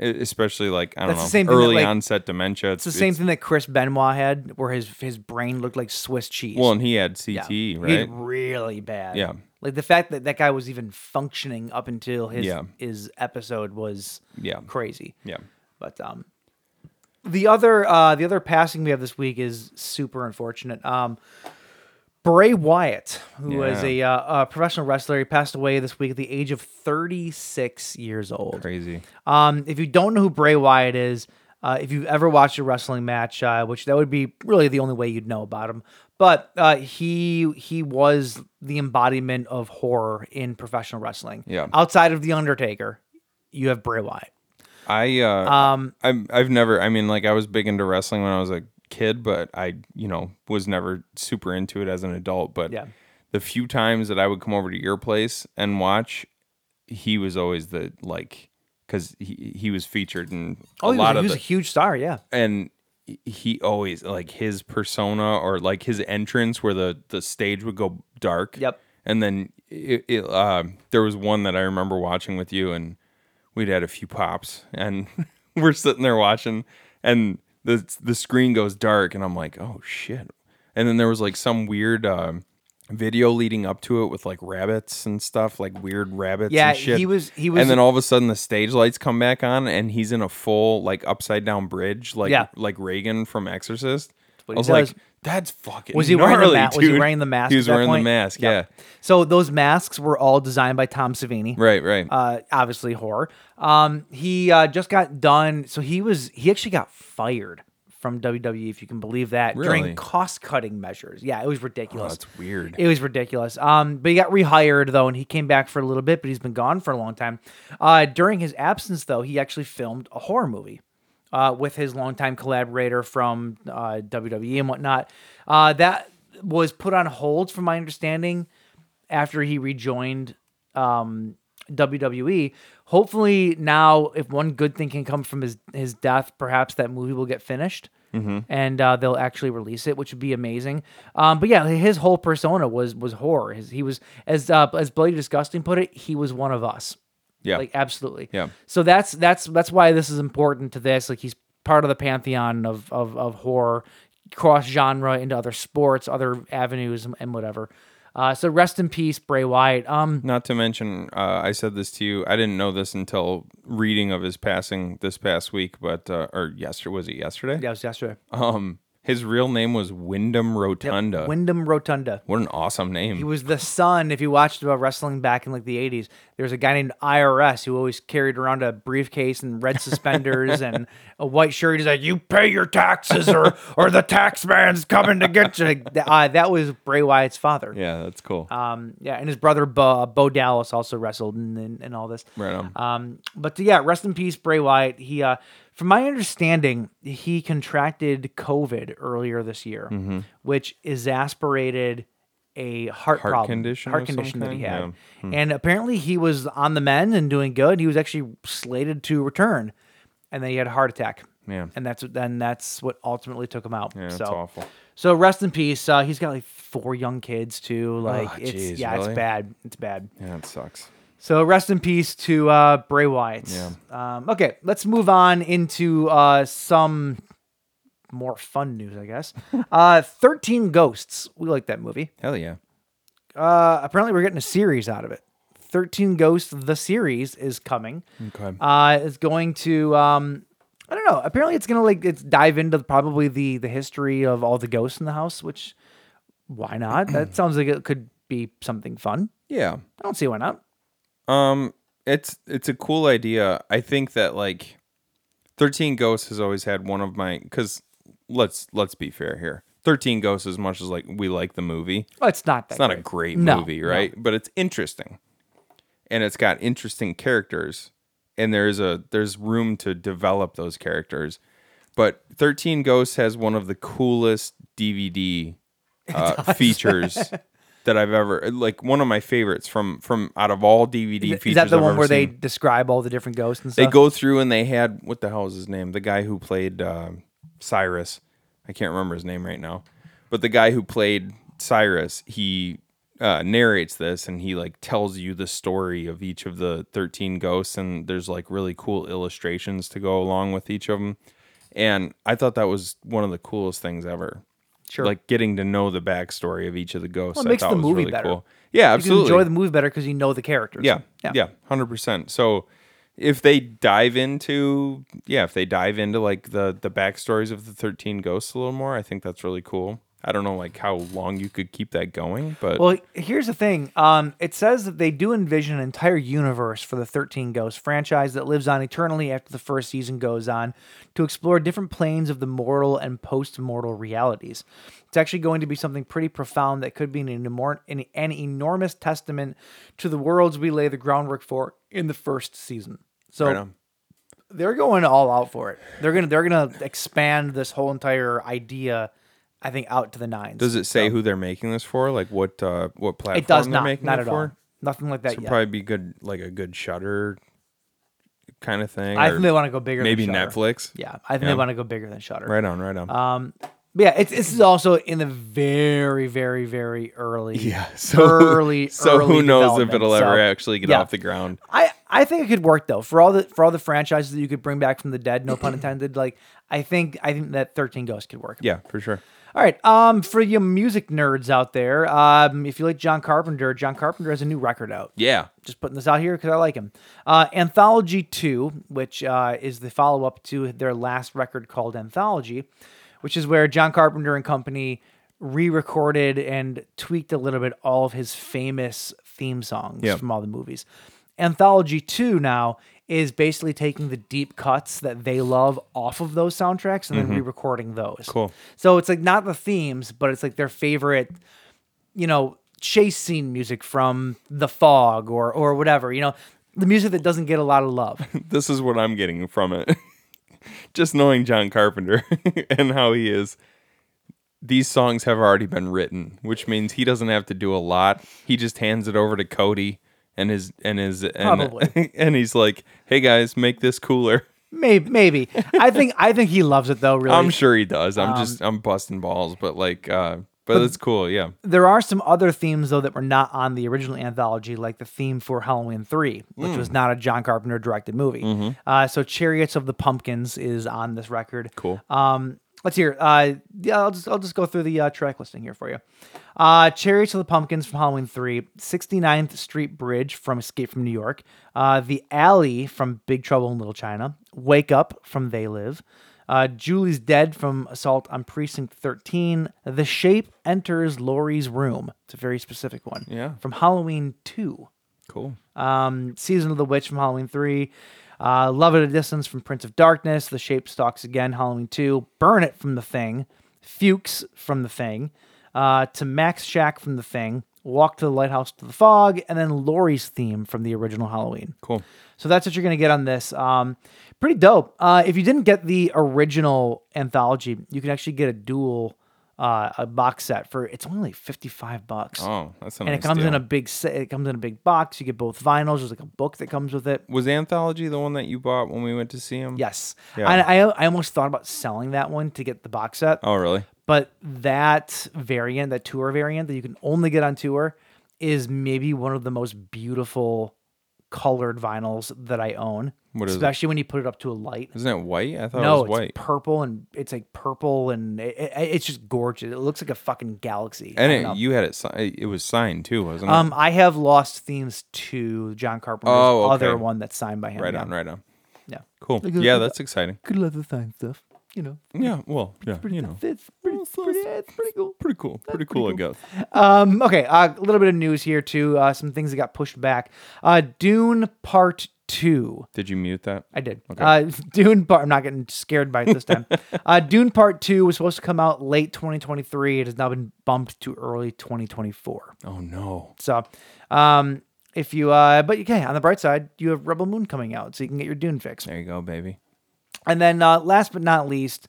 B: e- Especially like I don't
C: That's the
B: know
C: same thing that,
B: early
C: like-
B: onset dementia.
C: It's the same thing that Chris Benoit had, where his his brain looked like Swiss cheese.
B: Well, and he had
C: Yeah.
B: CTE,
C: He
B: right?
C: had really bad.
B: Yeah.
C: like the fact that that guy was even functioning up until his
B: Yeah.
C: his episode was
B: Yeah.
C: crazy.
B: Yeah.
C: But um, the other uh, the other passing we have this week is super unfortunate. Um, Bray Wyatt, who was
B: Yeah.
C: a, uh, a professional wrestler, he passed away this week at the age of 36 years old.
B: Crazy.
C: Um, if you don't know who Bray Wyatt is, uh, if you've ever watched a wrestling match, uh, which that would be really the only way you'd know about him, but uh, he he was the embodiment of horror in professional wrestling.
B: Yeah.
C: Outside of the Undertaker, you have Bray Wyatt.
B: I uh,
C: Um,
B: I'm, I've never. I mean, like I was big into wrestling when I was a kid, but I, you know, was never super into it as an adult. But
C: Yeah.
B: the few times that I would come over to your place and watch, he was always the like, because he he was featured in
C: Oh,
B: a
C: he was,
B: lot
C: he
B: of
C: was
B: the,
C: a huge star. Yeah.
B: and he always like his persona or like his entrance where the the stage would go dark.
C: Yep.
B: And then it, it, uh, there was one that I remember watching with you, and we'd had a few pops, and we're sitting there watching, and the the screen goes dark, and I'm like, oh shit. And then there was like some weird uh, video leading up to it with like rabbits and stuff, like weird rabbits.
C: Yeah,
B: and shit.
C: he was- he was-
B: And then all of a sudden the stage lights come back on, and he's in a full like upside down bridge, like
C: Yeah.
B: like Reagan from Exorcist. I
C: what he
B: was
C: does.
B: like, that's fucking.
C: Was he wearing the
B: gnarly,
C: ma- Was he
B: dude."
C: wearing the mask?
B: He was
C: at that
B: wearing
C: point?
B: the mask.
C: Yep.
B: Yeah.
C: So those masks were all designed by Tom Savini.
B: Right, right.
C: Uh, obviously horror. Um, he uh, just got done. So he was he actually got fired from WWE, if you can believe that,
B: Really?
C: during cost cutting measures. Yeah, it was ridiculous.
B: Oh, that's weird.
C: It was ridiculous. Um, but he got rehired though, and he came back for a little bit, but he's been gone for a long time. Uh, during his absence though, he actually filmed a horror movie. Uh, with his longtime collaborator from uh, WWE and whatnot, uh, that was put on hold, from my understanding, after he rejoined um, WWE. E. Hopefully, now if one good thing can come from his his death, perhaps that movie will get finished
B: Mhm.
C: and uh, they'll actually release it, which would be amazing. Um, but yeah, his whole persona was was horror. His, he was as uh, as Bloody Disgusting put it, he was one of us.
B: Yeah.
C: like absolutely.
B: Yeah.
C: So that's that's that's why this is important to this. Like he's part of the pantheon of of, of horror, cross genre into other sports, other avenues, and, and whatever. Uh, so rest in peace, Bray Wyatt. Um,
B: Not to mention, uh, I said this to you. I didn't know this until reading of his passing this past week, but uh, or yesterday was it yesterday?
C: yeah, it was yesterday.
B: Um, his real name was Wyndham Rotunda.
C: Wyndham Rotunda.
B: what an awesome name!
C: He was the son. If you watched about wrestling back in like the '80s, there was a guy named IRS who always carried around a briefcase and red suspenders and a white shirt. He's like, "You pay your taxes, or or the tax man's coming to get you." Like, th- uh, that was Bray Wyatt's father.
B: yeah, that's cool.
C: Um, yeah, and his brother Bo, uh, Bo Dallas also wrestled and and, and all this.
B: Right on.
C: Um, but yeah, rest in peace, Bray Wyatt. He, uh, from my understanding, he contracted COVID earlier this year,
B: Mhm.
C: which exasperated a heart,
B: Heart
C: problem,
B: condition
C: heart
B: of some
C: condition that
B: kind?
C: he had.
B: Yeah. Hmm.
C: And apparently, he was on the mend and doing good. He was actually slated to return, and then he had a heart attack.
B: Yeah.
C: and that's then that's what ultimately took him out.
B: Yeah,
C: so
B: it's awful.
C: So rest in peace. Uh, he's got like four young kids too. Like
B: Oh,
C: it's
B: geez,
C: yeah,
B: really?
C: it's bad. It's bad.
B: yeah, it sucks.
C: So rest in peace to uh, Bray Wyatt.
B: Yeah.
C: Um, okay, let's move on into uh, some more fun news, I guess. uh, Thirteen Ghosts. We like that movie.
B: Hell yeah.
C: Uh, apparently, we're getting a series out of it. Thirteen Ghosts, the series, is coming.
B: Okay.
C: Uh, it's going to. Um, I don't know. Apparently, it's gonna like it's dive into probably the the history of all the ghosts in the house. Which, why not? that sounds like it could be something fun.
B: Yeah.
C: I don't see why not.
B: Um, it's it's a cool idea. I think that like, Thirteen Ghosts has always had one of my because let's let's be fair here. Thirteen Ghosts, as much as like we like the movie,
C: Well, it's not that.
B: it's not a great
C: No,
B: movie,
C: no.
B: right? But it's interesting, and it's got interesting characters, and there's a there's room to develop those characters. But Thirteen Ghosts has one of the coolest DVD uh, features that I've ever like one of my favorites from from out of all DVD
C: Is
B: features.
C: that the
B: I've
C: one
B: ever
C: where they
B: seen.
C: describe all the different ghosts and
B: They
C: stuff?
B: go through and they had what the hell is his name? The guy who played um Cyrus. I can't remember his name right now, but the guy who played Cyrus, he uh, narrates this and he like tells you the story of each of the thirteen ghosts, and there's like really cool illustrations to go along with each of them. And I thought that was one of the coolest things ever.
C: Sure.
B: Like getting to know the backstory of each of the ghosts.
C: Well, it
B: I
C: makes
B: thought
C: the
B: was
C: movie
B: really
C: better.
B: cool. Yeah,
C: You
B: absolutely.
C: can enjoy the movie better because you know the characters.
B: Yeah,
C: yeah.
B: yeah, hundred percent. So if they dive into yeah, if they dive into like the the backstories of the thirteen ghosts a little more, I think that's really cool. I don't know like how long you could keep that going, but
C: Well, here's the thing. Um, it says that they do envision an entire universe for the 13 Ghosts franchise that lives on eternally after the first season goes on to explore different planes of the mortal and post mortal realities. It's actually going to be something pretty profound that could be an, enor- an, an enormous testament to the worlds we lay the groundwork for in the first season. So
B: Right on.
C: they're going all out for it. They're gonna they're gonna expand this whole entire idea, I think, out to the nines.
B: does it say who they're making this for? Like what uh what platform
C: it does
B: they're
C: not
B: making
C: not
B: it
C: at
B: for?
C: all. Nothing like
B: This
C: that
B: would
C: yet.
B: probably be good like a good shutter kind of thing.
C: I
B: or
C: think they want to go bigger.
B: Maybe
C: than Shudder.
B: Netflix.
C: Yeah, I think they want to go bigger than Shutter.
B: Right on, right on.
C: Um, But yeah, it's this is also in the very, very, very early,
B: Yeah, so-
C: early,
B: so who
C: early
B: knows if
C: development.
B: it'll ever
C: So,
B: actually get off the ground.
C: I I think it could work though for all the for all the franchises that you could bring back from the dead. No pun intended. Like I think I think that Thirteen Ghosts could work.
B: Yeah, for sure.
C: All right. Um, for you music nerds out there, um, if you like John Carpenter, John Carpenter has a new record out.
B: Yeah.
C: Just putting this out here because I like him. Uh, Anthology Two, which uh, is the follow up to their last record called Anthology, which is where John Carpenter and company re-recorded and tweaked a little bit all of his famous theme songs
B: Yeah.
C: from all the movies. Anthology 2 now is basically taking the deep cuts that they love off of those soundtracks and
B: Mhm.
C: then re-recording those.
B: Cool.
C: So it's like not the themes, but it's like their favorite, you know, chase scene music from The Fog or or whatever, you know, the music that doesn't get a lot of love.
B: This is what I'm getting from it. Just knowing John Carpenter and how he is, these songs have already been written, which means he doesn't have to do a lot. He just hands it over to Cody and his and his and,
C: Probably.
B: and he's like, "Hey guys, make this cooler."
C: maybe maybe. I think I think he loves it though, really.
B: I'm sure he does. I'm
C: Um,
B: just I'm busting balls, but like, uh, but,
C: But-
B: it's cool. Yeah,
C: There are some other themes though that were not on the original anthology, like the theme for Halloween Three, which
B: Mm.
C: was not a John Carpenter directed movie.
B: Mhm.
C: Uh, so "Chariots of the Pumpkins" is on this record.
B: Cool.
C: Um, let's hear. Uh, yeah, I'll just I'll just go through the uh, track listing here for you. Uh, "Chariots of the Pumpkins" from Halloween Three, 69th Street Bridge from Escape from New York, uh, "The Alley" from Big Trouble in Little China, "Wake Up" from They Live. Uh, Julie's Dead from Assault on Precinct 13. The Shape Enters Laurie's Room. It's a very specific one.
B: Yeah.
C: From Halloween 2.
B: cool.
C: Um, Season of the Witch from Halloween 3. Uh, Love at a Distance from Prince of Darkness. The Shape Stalks Again, Halloween 2. Burn It from The Thing. Fuchs from The Thing. Uh, to Max Shack from The Thing. Walk to the Lighthouse to the Fog. And then Laurie's theme from the original Halloween.
B: Cool.
C: So that's what you're going to get on this. Um, pretty dope. Uh, if you didn't get the original anthology, you can actually get a dual. Uh, a box set for it's only like 55 bucks
B: Oh, that's a
C: and
B: nice
C: it comes in
B: deal.
C: a big set it comes in a big box you get both vinyls there's like a book that comes with it
B: Was Anthology the one that you bought when we went to see him?
C: Yes.
B: Yeah.
C: And I, I almost thought about selling that one to get the box set
B: oh, really?
C: but that variant that tour variant that you can only get on tour is maybe one of the most beautiful colored vinyls that I own
B: What is it?
C: especially when you put it up to a light
B: Isn't it white? I thought
C: no,
B: it was white.
C: it's purple and it's like purple and it, it- it's just gorgeous. It looks like a fucking galaxy.
B: And
C: I don't know.
B: it, you had it. si- It was signed too, wasn't it?
C: um, I have lost themes to John Carpenter's
B: Oh, okay.
C: other one that's signed by him.
B: right
C: yeah.
B: on, right on.
C: Yeah.
B: Cool.
C: Like,
B: yeah,
C: like,
B: that's exciting.
C: Could love the sign stuff, you know.
B: Yeah. Well, yeah.
C: pretty-
B: you know, Oh,
C: it's pretty, pretty, it's pretty cool.
B: Pretty cool. Pretty cool. I guess.
C: Um, okay, uh, a little bit of news here too. Uh, some things that got pushed back. Uh, Dune Part Two.
B: Did you mute that?
C: I did. Uh, Dune Part. I'm not getting scared by it this time. uh, Dune Part Two was supposed to come out late 2023. It has now been bumped to early 2024.
B: Oh no.
C: So, um, if you, uh, but okay, on the bright side, you have Rebel Moon coming out, so you can get your Dune fix.
B: There you go, baby.
C: And then uh, last but not least,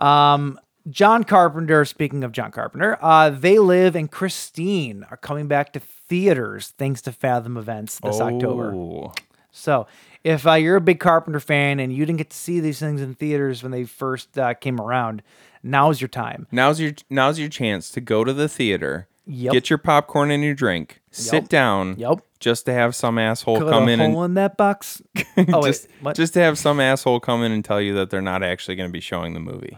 C: um, John Carpenter, speaking of John Carpenter, uh, They Live and Christine are coming back to theaters thanks to Fathom Events this October.
B: Oh.
C: So if uh, you're a big Carpenter fan and you didn't get to see these things in theaters when they first uh, came around, now's your time.
B: Now's your now's your chance to go to the theater.
C: Yep.
B: Get your popcorn and your drink. Sit
C: Yep.
B: down.
C: Yep.
B: Just to have some asshole
C: Cut
B: come
C: a
B: in
C: hole
B: and
C: in that box. Oh,
B: just,
C: wait, what?
B: just to have some asshole come in and tell you that they're not actually going to be showing the movie.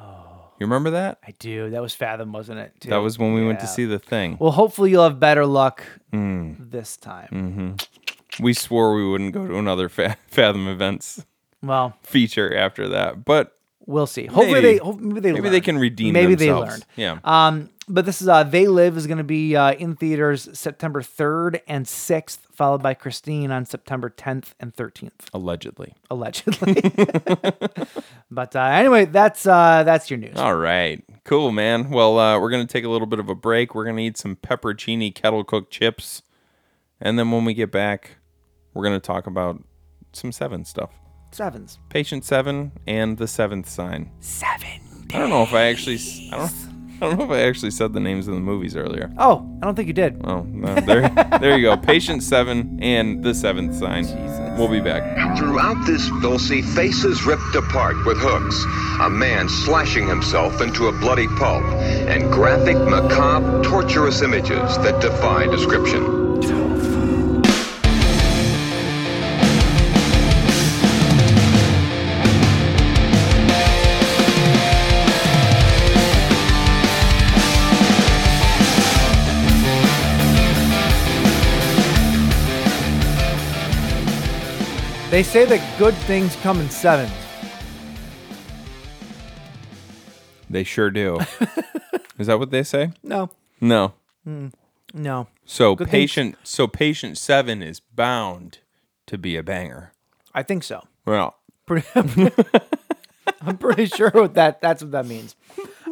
B: You remember that?
C: Oh. I do. That was Fathom, wasn't it? too?
B: That was when we went to
C: Yeah.
B: see the thing.
C: Well, hopefully you'll have better luck
B: Mm.
C: this time.
B: Mm-hmm. We swore we wouldn't go to another fa- Fathom events.
C: Well.
B: feature after that, but
C: We'll see. Hopefully
B: maybe.
C: they hope, maybe they
B: maybe
C: learn.
B: they can redeem.
C: Maybe
B: themselves.
C: they
B: Yeah.
C: learned. Um, but this is uh, they live is going to be uh, in theaters September third and sixth, followed by Christine on September tenth and thirteenth,
B: Allegedly.
C: allegedly. but uh, anyway, that's uh, that's your news.
B: All right. Cool, man. Well, uh, we're going to take a little bit of a break. We're going to eat some peppercini kettle cooked chips. And then when we get back, we're going to talk about some seven stuff.
C: Sevens.
B: Patient seven and the seventh sign.
C: Seven.
B: I don't know if I actually. s- I don't. I don't know if I actually said the names of the movies earlier.
C: Oh, I don't think you did.
B: Oh, no, there, there you go. Patient seven and the seventh sign. Jesus. We'll be back.
L: Throughout this, they'll see faces ripped apart with hooks, a man slashing himself into a bloody pulp, and graphic, macabre, torturous images that defy description.
C: They say that good things come in sevens.
B: They sure do. Is that what they say?
C: No.
B: No.
C: Mm, no.
B: So
C: Good things-
B: patient so patient 7 is bound to be a banger.
C: I think so.
B: Well,
C: Pretty- I'm pretty sure what that that's what that means.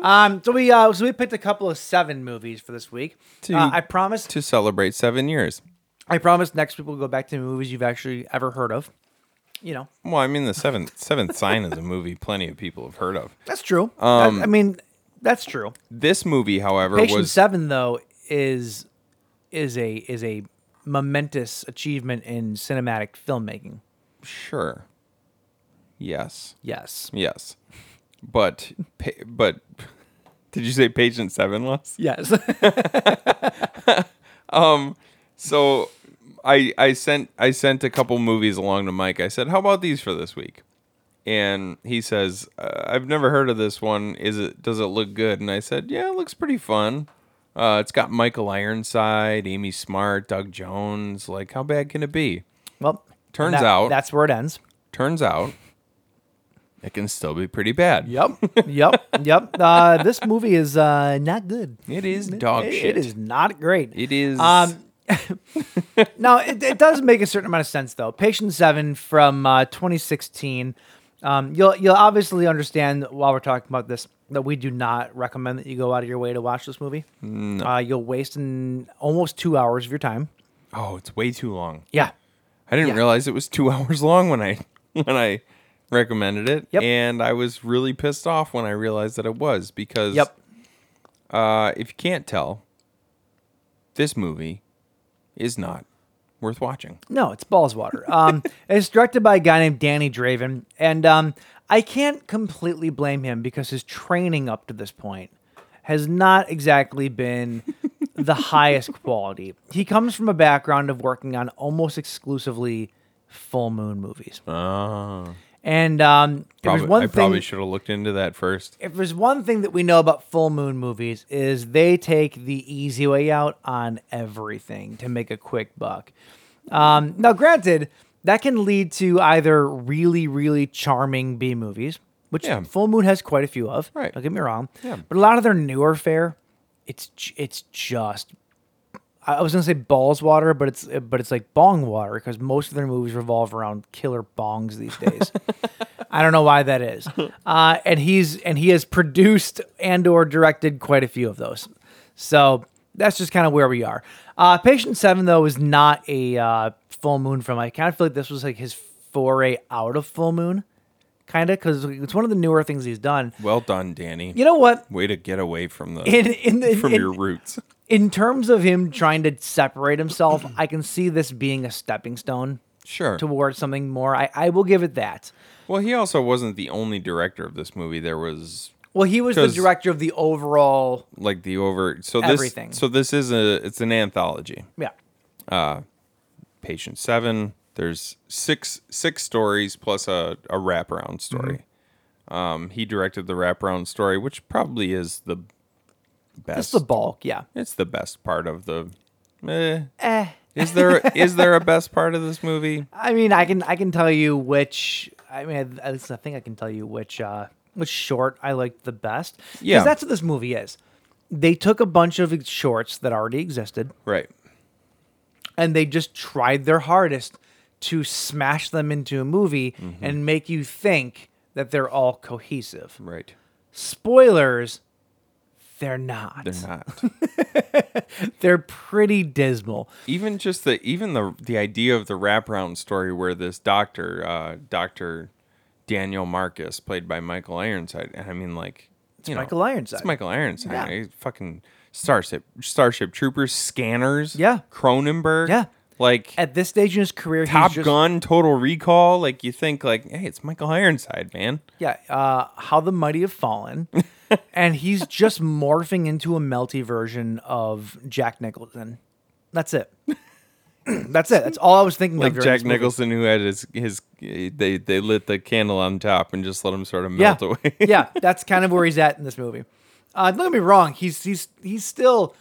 C: Um, so we uh, so we picked a couple of seven movies for this week.
B: to,
C: Uh, I promise
B: to celebrate 7 years.
C: I promise next week we'll go back to movies you've actually ever heard of. You know,
B: Well, I mean the seventh seventh sign is a movie plenty of people have heard of.
C: that's true. That-
B: Um,
C: I mean, that's true.
B: This movie, however,
C: Patient
B: was
C: Seven though is is a is a momentous achievement in cinematic filmmaking.
B: Sure. Yes.
C: Yes.
B: Yes. But pa- but did you say patient 7 was?
C: Yes.
B: um so I I sent I sent a couple movies along to Mike. I said, "How about these for this week?" And he says, uh, "I've never heard of this one. Is it does it look good?" And I said, "Yeah, it looks pretty fun. Uh, it's got Michael Ironside, Amy Smart, Doug Jones. Like how bad can it be?"
C: Well,
B: turns
C: that-
B: out
C: that's where it ends.
B: turns out it can still be pretty bad.
C: Yep. Yep. yep. Uh, this movie is uh, not good.
B: It is dog
C: it,
B: shit.
C: It is not great.
B: It is
C: Um, now it, it does make a certain amount of sense though. Patient Seven from uh, 2016. Um, you'll you'll obviously understand while we're talking about this that we do not recommend that you go out of your way to watch this movie.
B: No.
C: Uh, you'll waste an, almost two hours of your time.
B: Oh, it's way too long.
C: Yeah.
B: I didn't
C: Yeah.
B: realize it was two hours long when I when I recommended it. And I was really pissed off when I realized that it was because
C: Yep.
B: uh, if you can't tell, this movie is not worth watching.
C: No, it's balls water. Um, it's directed by a guy named Danny Draven, and um, I can't completely blame him because his training up to this point has not exactly been the highest quality. He comes from a background of working on almost exclusively full moon movies,
B: Oh.
C: and um, there was
B: Probably,
C: one
B: I
C: thing.
B: probably should have looked into that first.
C: if there's one thing that we know about full moon movies is they take the easy way out on everything to make a quick buck. Um, now, granted, that can lead to either really, really charming B movies, which
B: Yeah.
C: Full Moon has quite a few of.
B: Right.
C: Don't get me wrong.
B: Yeah.
C: But a lot of their newer fare, it's j- it's just. I I was gonna say balls water, but it's but it's like bong water because most of their movies revolve around killer bongs these days. I don't know why that is. Uh, and he's and he has produced and or directed quite a few of those. So that's just kind of where we are. Uh, Patient Seven though is not a uh, full moon from. I kind of feel like this was like his foray out of full moon, kind of because it's one of the newer things he's done.
B: Well done, Danny.
C: You know what?
B: Way to get away from the
C: In- in the-
B: from
C: in-
B: your roots.
C: In terms of him trying to separate himself, I can see this being a stepping stone.
B: Sure.
C: Towards something more. I, I will give it that.
B: Well, he also wasn't the only director of this movie. There was
C: Well, he was the
B: 'Cause-
C: director of the overall.
B: like the over so this
C: Everything.
B: so this is a it's an anthology.
C: Yeah.
B: uh patient seven there's six six stories plus a, a wraparound story um he directed the wraparound story which probably is the best
C: That's the bulk. Yeah.
B: it's the best part of the eh.
C: Eh.
B: is there is there a best part of this movie
C: I mean, I can I can tell you which. I mean, at least I think I can tell you which uh which short I liked the best. 'Cause
B: Yeah.
C: that's what this movie is. They took a bunch of shorts that already existed
B: right
C: and they just tried their hardest to smash them into a movie and make you think that they're all cohesive.
B: Right.
C: Spoilers, they're not.
B: they're not
C: They're pretty dismal.
B: even just the even the the idea of the wraparound story where this doctor uh doctor daniel marcus played by michael ironside and i mean like
C: It's Michael Ironside.
B: it's michael ironside
C: Yeah.
B: He fucking starship starship troopers scanners
C: Yeah.
B: cronenberg
C: Yeah.
B: Like
C: at this stage in his career,
B: Top
C: he's just,
B: Gun, Total Recall. Like you think, like, hey, it's Michael Ironside, man.
C: Yeah, uh, How the Mighty Have Fallen, and he's just morphing into a melty version of Jack Nicholson. That's it. That's it. That's all I was thinking. of
B: Like
C: during
B: Jack
C: this movie.
B: Nicholson, who had his his they they lit the candle on top and just let him sort of
C: yeah.
B: melt away.
C: yeah, that's kind of where he's at in this movie. Uh, don't get me wrong; he's he's he's still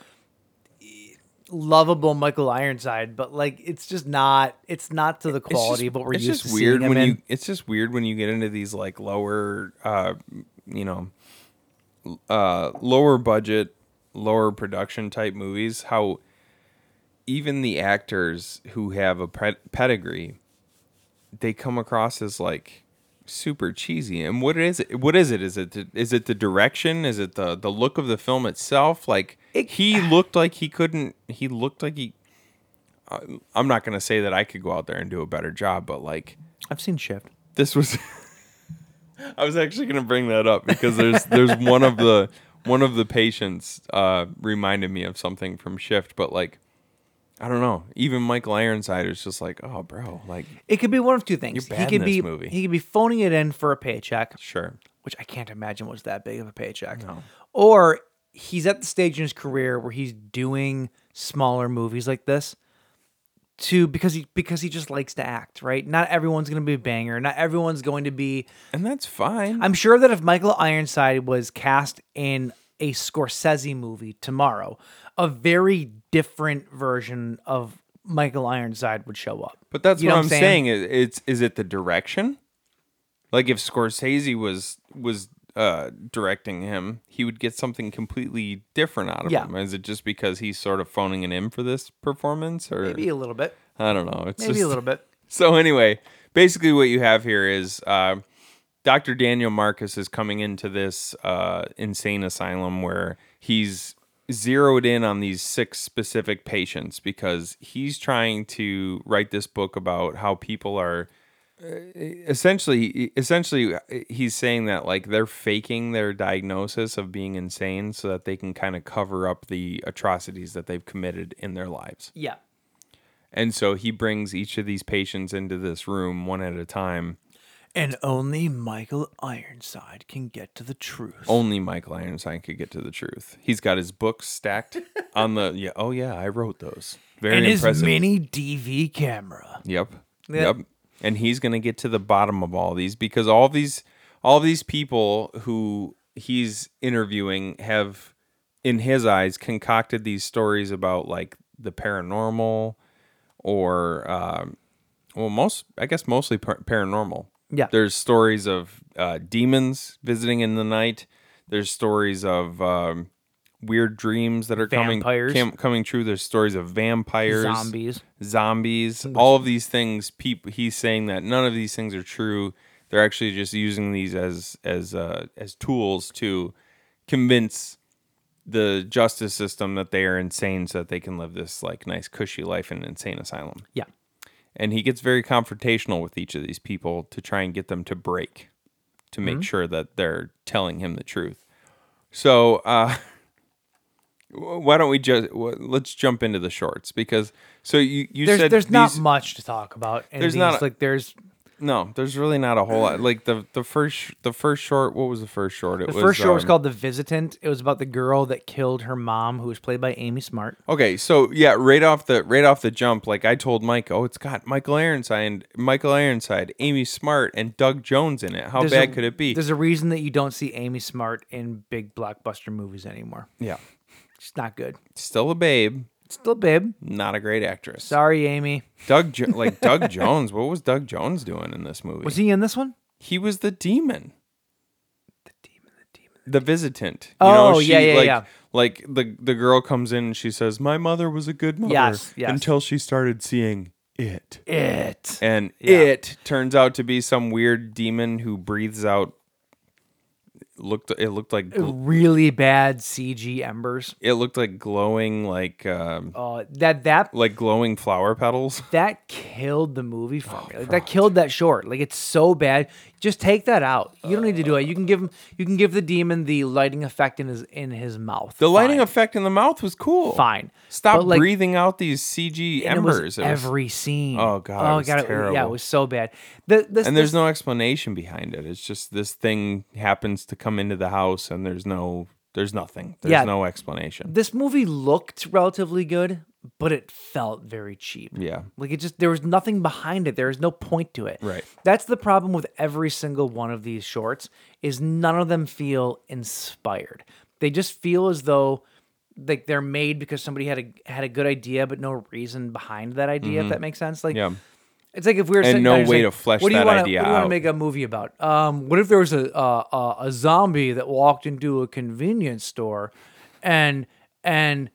C: lovable Michael Ironside, but like it's just not it's not to the
B: It's
C: quality
B: just-
C: of what we're
B: it's
C: used
B: just
C: to
B: weird
C: seeing
B: when
C: him in.
B: you it's just weird when you get into these like lower uh you know uh lower budget lower production type movies how even the actors who have a ped- pedigree they come across as like super cheesy and what is it what is it is it the, is it the direction is it the the look of the film itself like he looked like he couldn't he looked like he I- I'm not gonna say that I could go out there and do a better job, but like
C: I've seen Shift.
B: This was. I was actually gonna bring that up because there's there's one of the one of the patients uh, reminded me of something from Shift, but like I don't know. Even Michael Ironside is just like, oh, bro, like
C: It could be one of two things.
B: You're
C: he
B: bad
C: could
B: in
C: be
B: this movie.
C: he could be phoning it in for a paycheck.
B: Sure.
C: Which I can't imagine was that big of a paycheck. No. Or he's at the stage in his career where he's doing smaller movies like this to because he because he just likes to act, right? Not everyone's going to be a banger. Not everyone's going to be
B: And that's fine.
C: I'm sure that if Michael Ironside was cast in a Scorsese movie tomorrow, a very different version of Michael Ironside would show up.
B: But that's
C: You
B: what,
C: know
B: I'm saying. is It's is it the direction? Like if Scorsese was was uh, directing him, he would get something completely different out of
C: Yeah.
B: him. Is it just because he's sort of phoning it in for this performance, or
C: Maybe a little bit.
B: I don't know. It's
C: Maybe a
B: just-
C: little bit.
B: So anyway, basically what you have here is uh, Dr. Daniel Marcus is coming into this uh, insane asylum where he's zeroed in on these six specific patients because he's trying to write this book about how people are uh, essentially essentially uh, he's saying that like they're faking their diagnosis of being insane so that they can kind of cover up the atrocities that they've committed in their lives.
C: Yeah.
B: And so he brings each of these patients into this room one at a time.
C: And only Michael Ironside can get to the truth.
B: Only Michael Ironside could get to the truth. He's got his books stacked on the yeah, oh yeah, I wrote those. Very
C: and his
B: impressive.
C: mini DV camera.
B: Yep.
C: Yeah.
B: Yep. And he's gonna get to the bottom of all these because all these all these people who he's interviewing have, in his eyes, concocted these stories about like the paranormal, or um, well, most I guess mostly par- paranormal.
C: Yeah.
B: There's stories of uh, demons visiting in the night. There's stories of um, weird dreams that are
C: Vampires.
B: coming cam- coming true. There's stories of vampires,
C: Zombies.
B: zombies, all of these things. People, he's saying that none of these things are true. They're actually just using these as as uh, as tools to convince the justice system that they are insane, so that they can live this like nice cushy life in an insane asylum.
C: Yeah.
B: and he gets very confrontational with each of these people to try and get them to break, to make
C: Mm-hmm.
M: Mhm.
B: sure that they're telling him the truth. So, uh, wh- why don't we just wh- let's jump into the shorts because so you you
C: there's
B: said
C: there's not
B: these-
C: much to talk about. And
B: there's
C: these,
B: not a-
C: like there's
B: no there's really not a whole lot like the the first sh- the first short what was the first short it
C: the
B: was
C: first show was
B: um,
C: called The Visitant. It was about the girl that killed her mom, who was played by Amy Smart.
B: Okay, so yeah, right off the right off the jump, like I told Mike, oh, it's got Michael Ironside, Michael Ironside, Amy Smart, and Doug Jones in it. How
C: There's
B: bad
C: a-
B: could it be?
C: There's a reason that you don't see Amy Smart in big blockbuster movies anymore.
B: Yeah.
C: She's not good.
B: Still a babe.
C: Still a babe.
B: Not a great actress.
C: Sorry, Amy.
B: Doug, jo- like Doug Jones. What was Doug Jones doing in this movie?
C: Was he in this one?
B: He was the demon. The visitant. You
C: Oh,
B: know,
C: yeah, yeah,
B: like,
C: yeah.
B: Like the the girl comes in and she says, "My mother was a good mother
C: Yes, yes.
B: until she started seeing it.
C: It.
B: and
C: Yeah.
B: it turns out to be some weird demon who breathes out. Looked it looked like gl-
C: Really bad CG embers.
B: it looked like glowing like um
C: Uh, that that
B: like glowing flower petals. Oh,
C: that killed the movie for me. Like, that killed that short. Like it's so bad. Just take that out. You don't need to do it. You can give him. You can give the demon the lighting effect in his in his mouth.
B: The lighting effect in the mouth was cool.
C: Fine.
B: Stop
C: But, like-
B: breathing out these CG
C: And it was
B: embers. It was-
C: every scene.
B: Oh god. Oh god. Terrible.
C: yeah, it was so bad. The, this,
B: and there's
C: this-
B: no explanation behind it. It's just this thing happens to come into the house, and there's no, there's nothing. There's
C: Yeah.
B: no explanation.
C: This movie looked relatively good, but it felt very cheap.
B: Yeah.
C: Like it just there was nothing behind it. There was no point to it.
B: Right.
C: That's the problem with every single one of these shorts is none of them feel inspired. They just feel as though like they're made because somebody had a had a good idea but no reason behind that idea
B: Mhm.
C: if that makes sense. Like
B: Yeah.
C: it's like if we were
B: And
C: sitting
B: no
C: down, it's
B: way
C: like,
B: to flesh
C: what do you
B: that
C: wanna,
B: idea
C: what do you wanna
B: out."
C: make a movie about? Um, what if there was a uh, uh, a zombie that walked into a convenience store, and and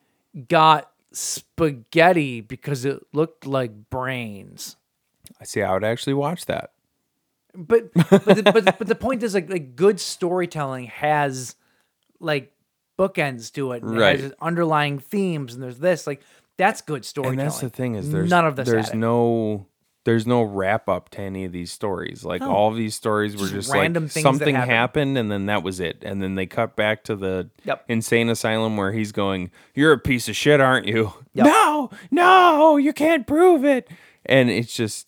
C: got spaghetti because it looked like brains.
B: I see. I would actually watch that.
C: But but the, but, the- but the point is like like good storytelling has like bookends to it. and it has
B: Right.
C: underlying themes, and there's this like that's good storytelling.
B: And that's the thing is there's
C: none of this.
B: There's
C: had it.
B: no. There's no wrap up to any of these stories. Like
C: No.
B: all of these stories were
C: Just
B: just,
C: random
B: like
C: things that
B: something
C: happen.
B: happened and then that was it. And then they cut back to the
C: Yep.
B: insane asylum where he's going, "You're a piece of shit, aren't you?"
M: No, no, you can't prove it.
B: And it's just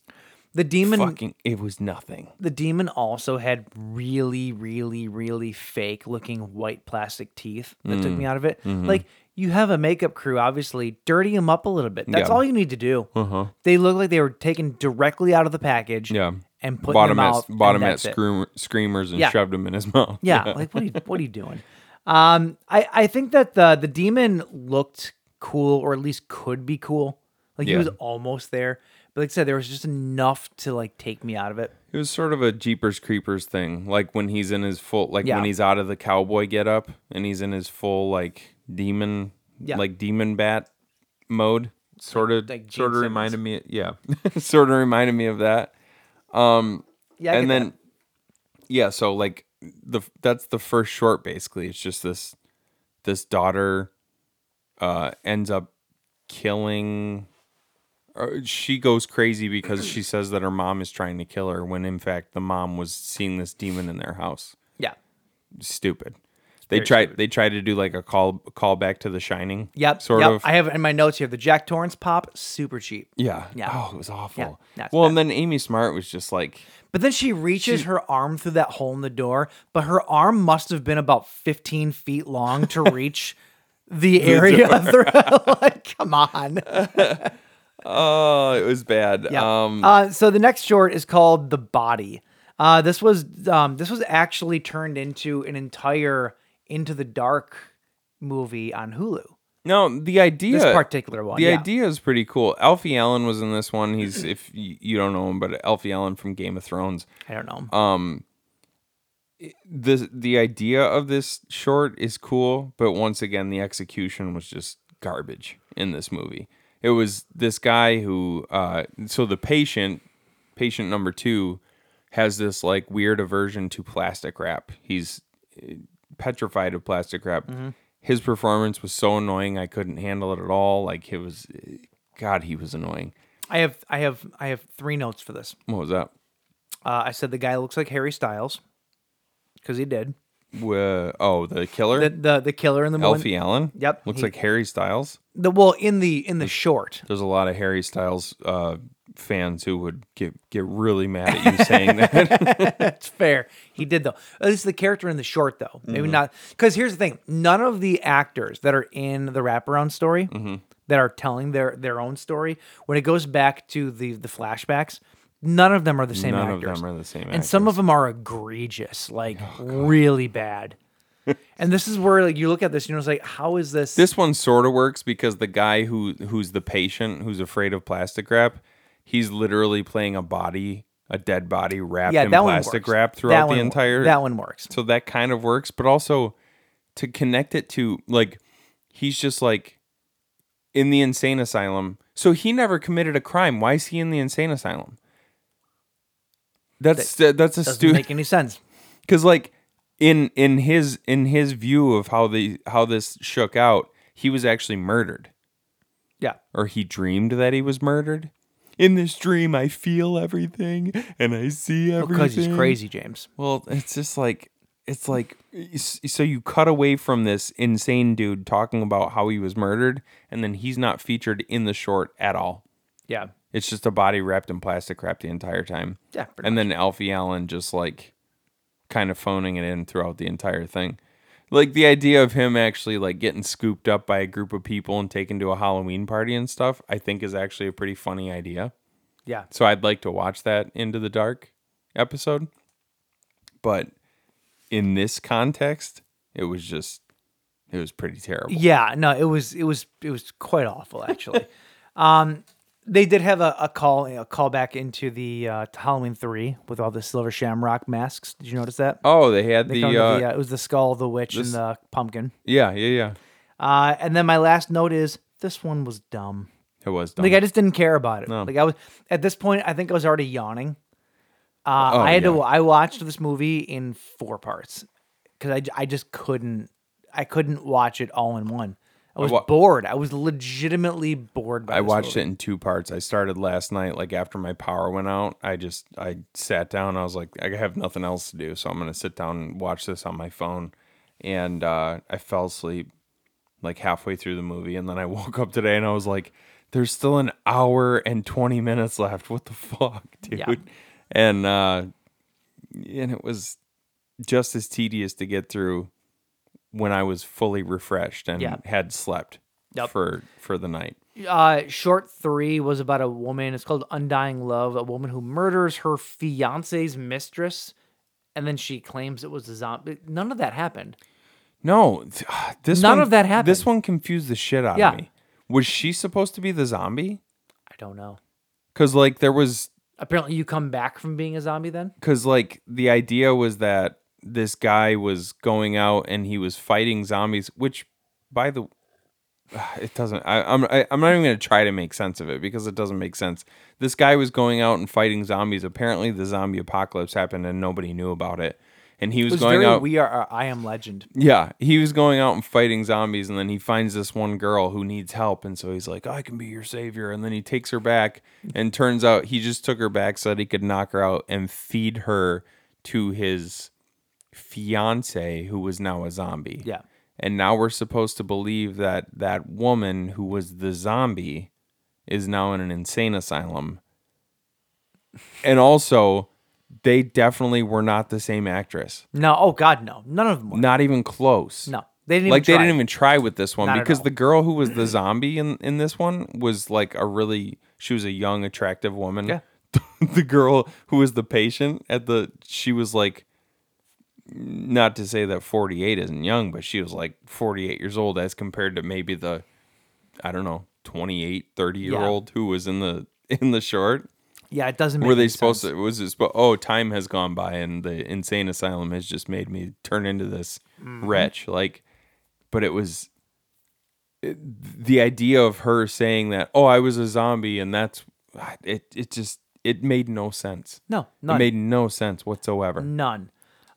C: the demon.
B: Fucking, it was nothing.
C: The demon also had really, really, really fake looking white plastic teeth that took
B: Mm.
C: me out of it.
B: Mhm.
C: Like, you have a makeup crew, obviously, dirty them up a little bit. That's
B: Yeah.
C: all you need to do.
B: Uh huh.
C: They look like they were taken directly out of the package.
B: Yeah.
C: And put
B: bought him
C: them out.
B: at, bought him at
C: that's it.
B: scream, screamers and
C: Yeah.
B: shoved him in his mouth.
C: Yeah, like what are you what are you doing? Um, I I think that the the demon looked cool, or at least could be cool. Like he
B: Yeah.
C: was almost there, but like I said, there was just enough to like take me out of it.
B: It was sort of a Jeepers Creepers thing, like when he's in his full, like
C: Yeah.
B: when he's out of the cowboy getup and he's in his full like demon,
C: Yeah.
B: like demon bat mode. Sort of,
C: like Gene
B: sort of
C: Simmons.
B: reminded me, yeah, sort of reminded me of that. Um,
C: Yeah, I
B: and
C: get
B: then yeah, so like the that's the first short basically. It's just this this daughter uh ends up killing or she goes crazy because she says that her mom is trying to kill her when in fact the mom was seeing this demon in their house.
C: Yeah.
B: Stupid. They
C: very
B: tried they tried to do like a call call back to the shining.
C: Yep.
B: Sort
C: yep.
B: of.
C: I have in my notes here the Jack Torrance pop, super cheap.
B: yeah.
C: Yeah.
B: Oh, it was awful.
C: Yeah, that's
B: well, and then Amy Smart was just like
C: But then she reaches her arm through that hole in the door, but her arm must have been about 15 feet long to reach the
B: The
C: area.
B: door.
C: through- like, come on.
B: Oh, it was bad.
C: Yeah.
B: Um
C: uh, so the next short is called "The Body." Uh, this was um, this was actually turned into an entire Into the Dark movie on Hulu.
B: No, the idea.
C: particular one,
B: The
C: yeah.
B: idea is pretty cool. Alfie Allen was in this one. He's if you, you don't know him, but Alfie Allen from Game of Thrones.
C: I don't know him.
B: Um, i- the the idea of this short is cool, but once again, the execution was just garbage in this movie. It was this guy who, uh, so the patient, patient number two, has this like weird aversion to plastic wrap. He's eh, petrified of plastic wrap
M: Mhm.
B: his performance was so annoying I couldn't handle it at all. Like it was uh, God, he was annoying.
C: I have I have I have three notes for this.
B: What was that?
C: Uh, I said the guy looks like Harry Styles because he did.
B: Wha- oh, the killer?
C: The the, the killer in the one-
B: Alfie Allen?
C: Yep,
B: Looks
C: he-
B: like Harry Styles.
C: The well in the in the
B: Mm.
C: short.
B: There's a lot of Harry Styles uh, fans who would get get really mad at you saying that.
C: That's fair. He did though. At least the character in the short though. Maybe
B: Mhm.
C: not. Because here's the thing: none of the actors that are in the wraparound story
B: Mm-hmm.
C: that are telling their their own story when it goes back to the the flashbacks. None of them are the same
B: None of
C: actors.
B: them are the same Oh,
C: And some of them are egregious, like really bad. and this is where like you look at this, you know, it's like, how is this?
B: This one sort of works because the guy who who's the patient who's afraid of plastic wrap, he's literally playing a body, a dead body wrapped
C: Yeah,
B: in
C: that one
B: plastic
C: works.
B: wrap
C: That
B: throughout
C: one
B: the
C: wor-
B: entire.
C: that one works.
B: So that kind of works, but also to connect it to like he's just like in the insane asylum. So he never committed a crime. Why is he in the insane asylum? That's
C: That
B: that's a
C: doesn't
B: stupid.
C: make any sense.
B: Because like in in his in his view of how the how this shook out, he was actually murdered
C: Yeah.
B: or he dreamed that he was murdered. in this dream, I feel everything and I see everything.
C: Because Oh, he's crazy, James.
B: Well, it's just like it's like so you cut away from this insane dude talking about how he was murdered, and then he's not featured in the short at all.
C: Yeah.
B: It's just a body wrapped in plastic wrap the entire time.
C: Yeah, pretty
B: And then Alfie Allen just like kind of phoning it in throughout the entire thing. Like the idea of him actually like getting scooped up by a group of people and taken to a Halloween party and stuff, I think is actually a pretty funny idea.
C: Yeah.
B: So I'd like to watch that Into the Dark episode. But in this context, it was just it was pretty terrible.
C: Yeah, no, it was it was it was quite awful actually. um, they did have a, a call a callback into the uh, to Halloween three with all the silver shamrock masks. Did you notice that?
B: Oh, they had the,
C: come to
B: uh,
C: it was the skull, the witch,
B: this-
C: and the pumpkin.
B: Yeah, yeah, yeah.
C: Uh, and then my last note is this one was dumb.
B: It was dumb.
C: Like I just didn't care about it.
B: No.
C: Like I was at this point, I think I was already yawning. Uh,
B: Oh,
C: I had to.
B: yeah.
C: I watched this movie in four parts because I, j- I just couldn't. I couldn't watch it all in one. I
B: I
C: was
B: wa-
C: bored. I was legitimately bored. By
B: I watched it in two parts. I started last night, like after my power went out. I just I sat down. I was like, I have nothing else to do, so I'm gonna sit down and watch this on my phone. And uh, I fell asleep like halfway through the movie, and then I woke up today and I was like, there's still an hour and twenty minutes left. What the fuck, dude?
C: Yeah.
B: And uh, and it was just as tedious to get through when I was fully refreshed and
C: Yeah.
B: had slept
C: Yep.
B: for for the night.
C: Uh, short three was about a woman. It's called Undying Love. A woman who murders her fiance's mistress, and then she claims it was a zombie. None of that happened.
B: No, th- this
C: None
B: one-
C: of that happened.
B: This one confused the shit out
C: Yeah.
B: of me. Was she supposed to be the zombie?
C: I don't know.
B: Because like there was,
C: Apparently, you come back from being a zombie then.
B: because like the idea was that this guy was going out and he was fighting zombies. Which, by the, it doesn't. I, I'm I, I'm not even gonna try to make sense of it because it doesn't make sense. This guy was going out and fighting zombies. Apparently, the zombie apocalypse happened and nobody knew about it. And he was,
C: it was
B: going
C: very
B: out.
C: We are, are I am Legend.
B: Yeah, he was going out and fighting zombies, and then he finds this one girl who needs help, and so he's like, "I can be your savior." And then he takes her back, and turns out he just took her back so that he could knock her out and feed her to his fiance, who was now a zombie.
C: Yeah.
B: and now we're supposed to believe that that woman who was the zombie is now in an insane asylum, and also they definitely were not the same actress.
C: No, oh God, no, none of them. Were.
B: Not even close.
C: No, they didn't.
B: like
C: even
B: they
C: try.
B: didn't even try with this one
C: Not at
B: because
C: all.
B: the girl who was the zombie in in this one was like a really she was a young attractive woman.
C: Yeah.
B: the girl who was the patient at the she was like not to say that 48 isn't young, but she was like 48 years old as compared to maybe the I don't know, 28, 30 year
C: Yeah.
B: old who was in the in the short.
C: Yeah, it doesn't. Make
B: Were they
C: any
B: supposed
C: sense.
B: to? Was it? Spo- oh, time has gone by, and the insane asylum has just made me turn into this
C: Mm-hmm.
B: wretch. Like, but it was it, the idea of her saying that. Oh, I was a zombie, and that's it. It just it made no sense.
C: No,
B: it
C: none.
B: made no sense whatsoever.
C: None.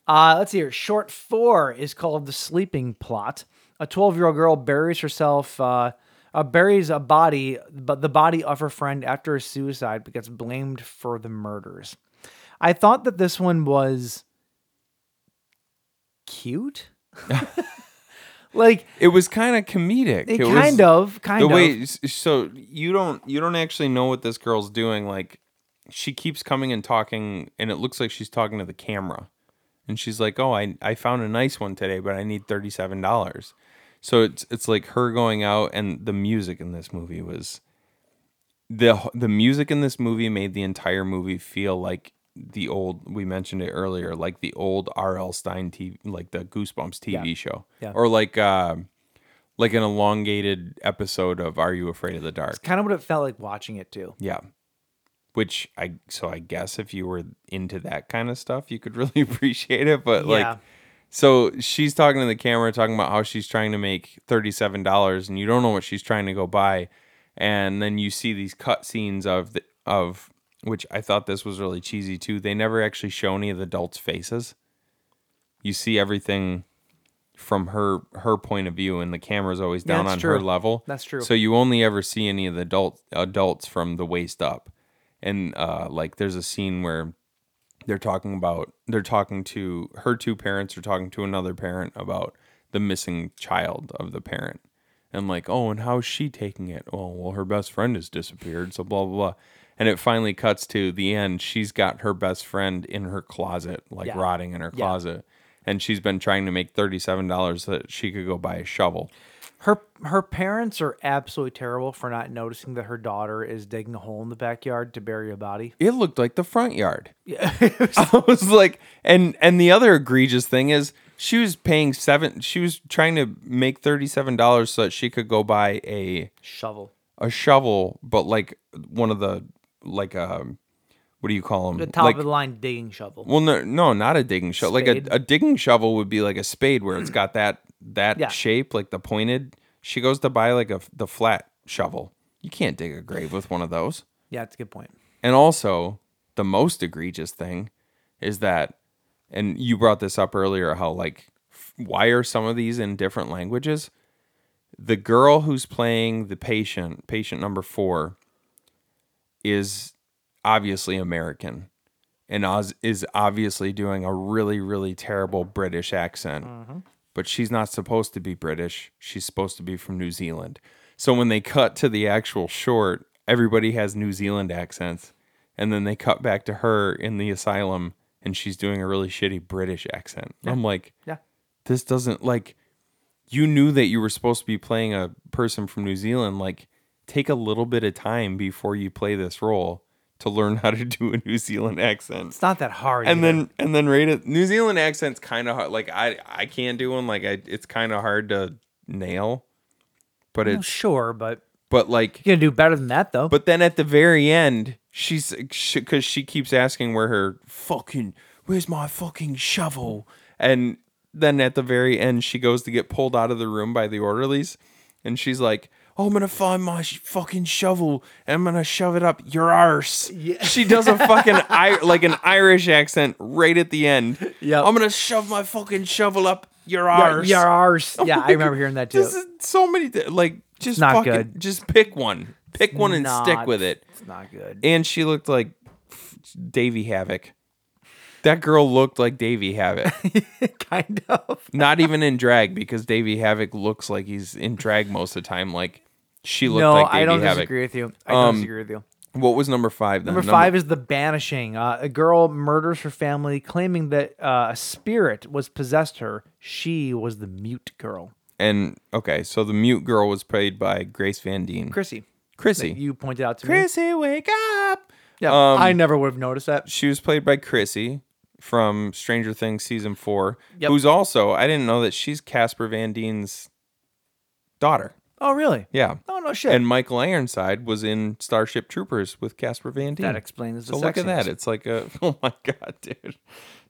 C: Uh, let's see here. Short four is called The Sleeping Plot. A 12 year old girl buries herself, uh, uh, buries a body, but the body of her friend after a suicide but gets blamed for the murders. I thought that this one was cute. like,
B: It was kind of comedic.
C: It
B: was-
C: kind of- kind
B: the
C: of.
B: way s- so you don't you don't actually know what this girl's doing. Like she keeps coming and talking, and it looks like she's talking to the camera, and she's like, "Oh, I I found a nice one today, but I need thirty seven dollars." So it's it's like her going out, and the music in this movie was the the music in this movie made the entire movie feel like the old we mentioned it earlier like the old RL Stein TV like the Goosebumps TV
C: Yeah.
B: show
C: Yeah.
B: or like uh, like an elongated episode of Are You Afraid of the Dark
C: kind of what it felt like watching it too.
B: yeah which I so I guess if you were into that kind of stuff you could really appreciate it but
C: Yeah.
B: like so she's talking to the camera talking about how she's trying to make $37 and you don't know what she's trying to go buy and then you see these cut scenes of the, of which I thought this was really cheesy too they never actually show any of the adults faces you see everything from her her point of view and the camera's always
C: Yeah,
B: down
C: that's
B: on
C: true.
B: her level
C: That's true.
B: so you only ever see any of the adult adults from the waist up and uh, like there's a scene where they're talking about they're talking to her two parents are talking to another parent about the missing child of the parent and like oh and how's she taking it oh well her best friend has disappeared so blah blah blah and it finally cuts to the end she's got her best friend in her closet like
N: Yeah.
B: rotting in her
N: Yeah.
B: closet and she's been trying to make $37 so that she could go buy a shovel
C: Her her parents are absolutely terrible for not noticing that her daughter is digging a hole in the backyard to bury a body.
B: it looked like the front yard. I was like, and and the other egregious thing is she was paying seven. She was trying to make thirty seven dollars so that she could go buy a
C: Shovel.
B: a shovel, but like one of the like um, what do you call them?
C: The top
B: like,
C: of the line digging shovel.
B: Well, no, no, not a digging shovel. Like
C: Spade?
B: a, a digging shovel would be like a spade where it's got that that
C: Yeah.
B: shape, like the pointed. She goes to buy like a f- the flat shovel. You can't dig a grave with one of those.
C: Yeah, that's a good point.
B: And also, the most egregious thing is that, and you brought this up earlier, how like, f- why are some of these in different languages? The girl who's playing the patient, patient number four, is obviously American and Oz is obviously doing a really, really terrible British accent.
M: Mhm.
B: But she's not supposed to be British. She's supposed to be from New Zealand. So when they cut to the actual short, everybody has New Zealand accents. And then they cut back to her in the asylum and she's doing a really shitty British accent.
C: Yeah.
B: I'm like,
C: Yeah.
B: this doesn't like you knew that you were supposed to be playing a person from New Zealand. Like, take a little bit of time before you play this role to learn how to do a New Zealand accent. It's
C: not that hard.
B: And
C: either.
B: then and then rate it. New Zealand accent's kind of hard. Like I I can't do one. Like I it's kind of hard to nail. But
C: Well,
B: it's
C: sure, but
B: but like
C: you can do better than that though.
B: But then at the very end, she's because she keeps asking where her fucking where's my fucking shovel and then at the very end she goes to get pulled out of the room by the orderlies and she's like oh i'm gonna find my sh- fucking shovel and i'm gonna shove it up your arse she does a fucking I- like an irish accent right at the end yeah i'm gonna shove my fucking shovel up your arse Oh
C: Your, your arse. yeah, I remember hearing that too.
B: This is so many di- like just
C: not
B: fucking,
C: good.
B: just pick one pick one and stick
C: not-
B: with it
C: it's not good.
B: and she looked like Davy Havoc. That girl looked like Davy Havoc.
C: kind of.
B: Not even in drag because Davy Havoc looks like he's in drag most of the time. Like she looked
C: No,
B: like
C: I
B: Davy
C: don't
B: Havoc.
C: disagree with you. I don't disagree with you.
B: What was number five then?
C: Number five is the banishing. Uh, a girl murders her family, claiming that uh, a spirit was possessed her. She was the mute girl,
B: and okay, so the mute girl was played by Grace Van Deen.
C: Chrissy.
B: Chrissy.
C: that you pointed out to me.
B: Chrissy, wake up.
C: Yeah,
B: Um,
C: I never would have noticed that.
B: She was played by Chrissy from Stranger Things season four,
C: Yep.
B: who's also I didn't know that she's Casper Van Dien's daughter.
C: Oh, really?
B: Yeah.
C: Oh, no shit.
B: And Michael Ironside was in Starship Troopers with Casper Van Dien.
C: That explains the
B: So look at
C: sexiness.
B: that. It's like a oh my god, dude.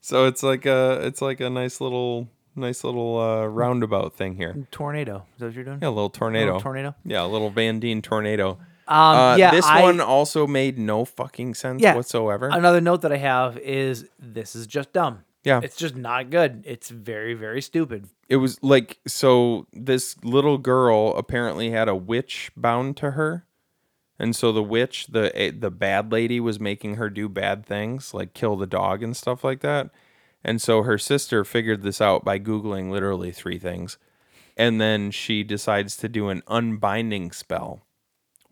B: So it's like a it's like a nice little nice little uh, roundabout thing here.
C: Tornado. Is that what you're doing?
B: Yeah, a little tornado.
C: tornado.
B: Yeah, a little Van Dien tornado.
C: Um,
B: Uh,
C: yeah,
B: this
C: I-
B: one also made no fucking sense whatsoever.
C: Another note that I have is this is just dumb.
B: Yeah.
C: It's just not good. It's very, very stupid.
B: it was like so this little girl apparently had a witch bound to her and so the witch the eh, the bad lady was making her do bad things like kill the dog and stuff like that and so her sister figured this out by googling literally three things and then she decides to do an unbinding spell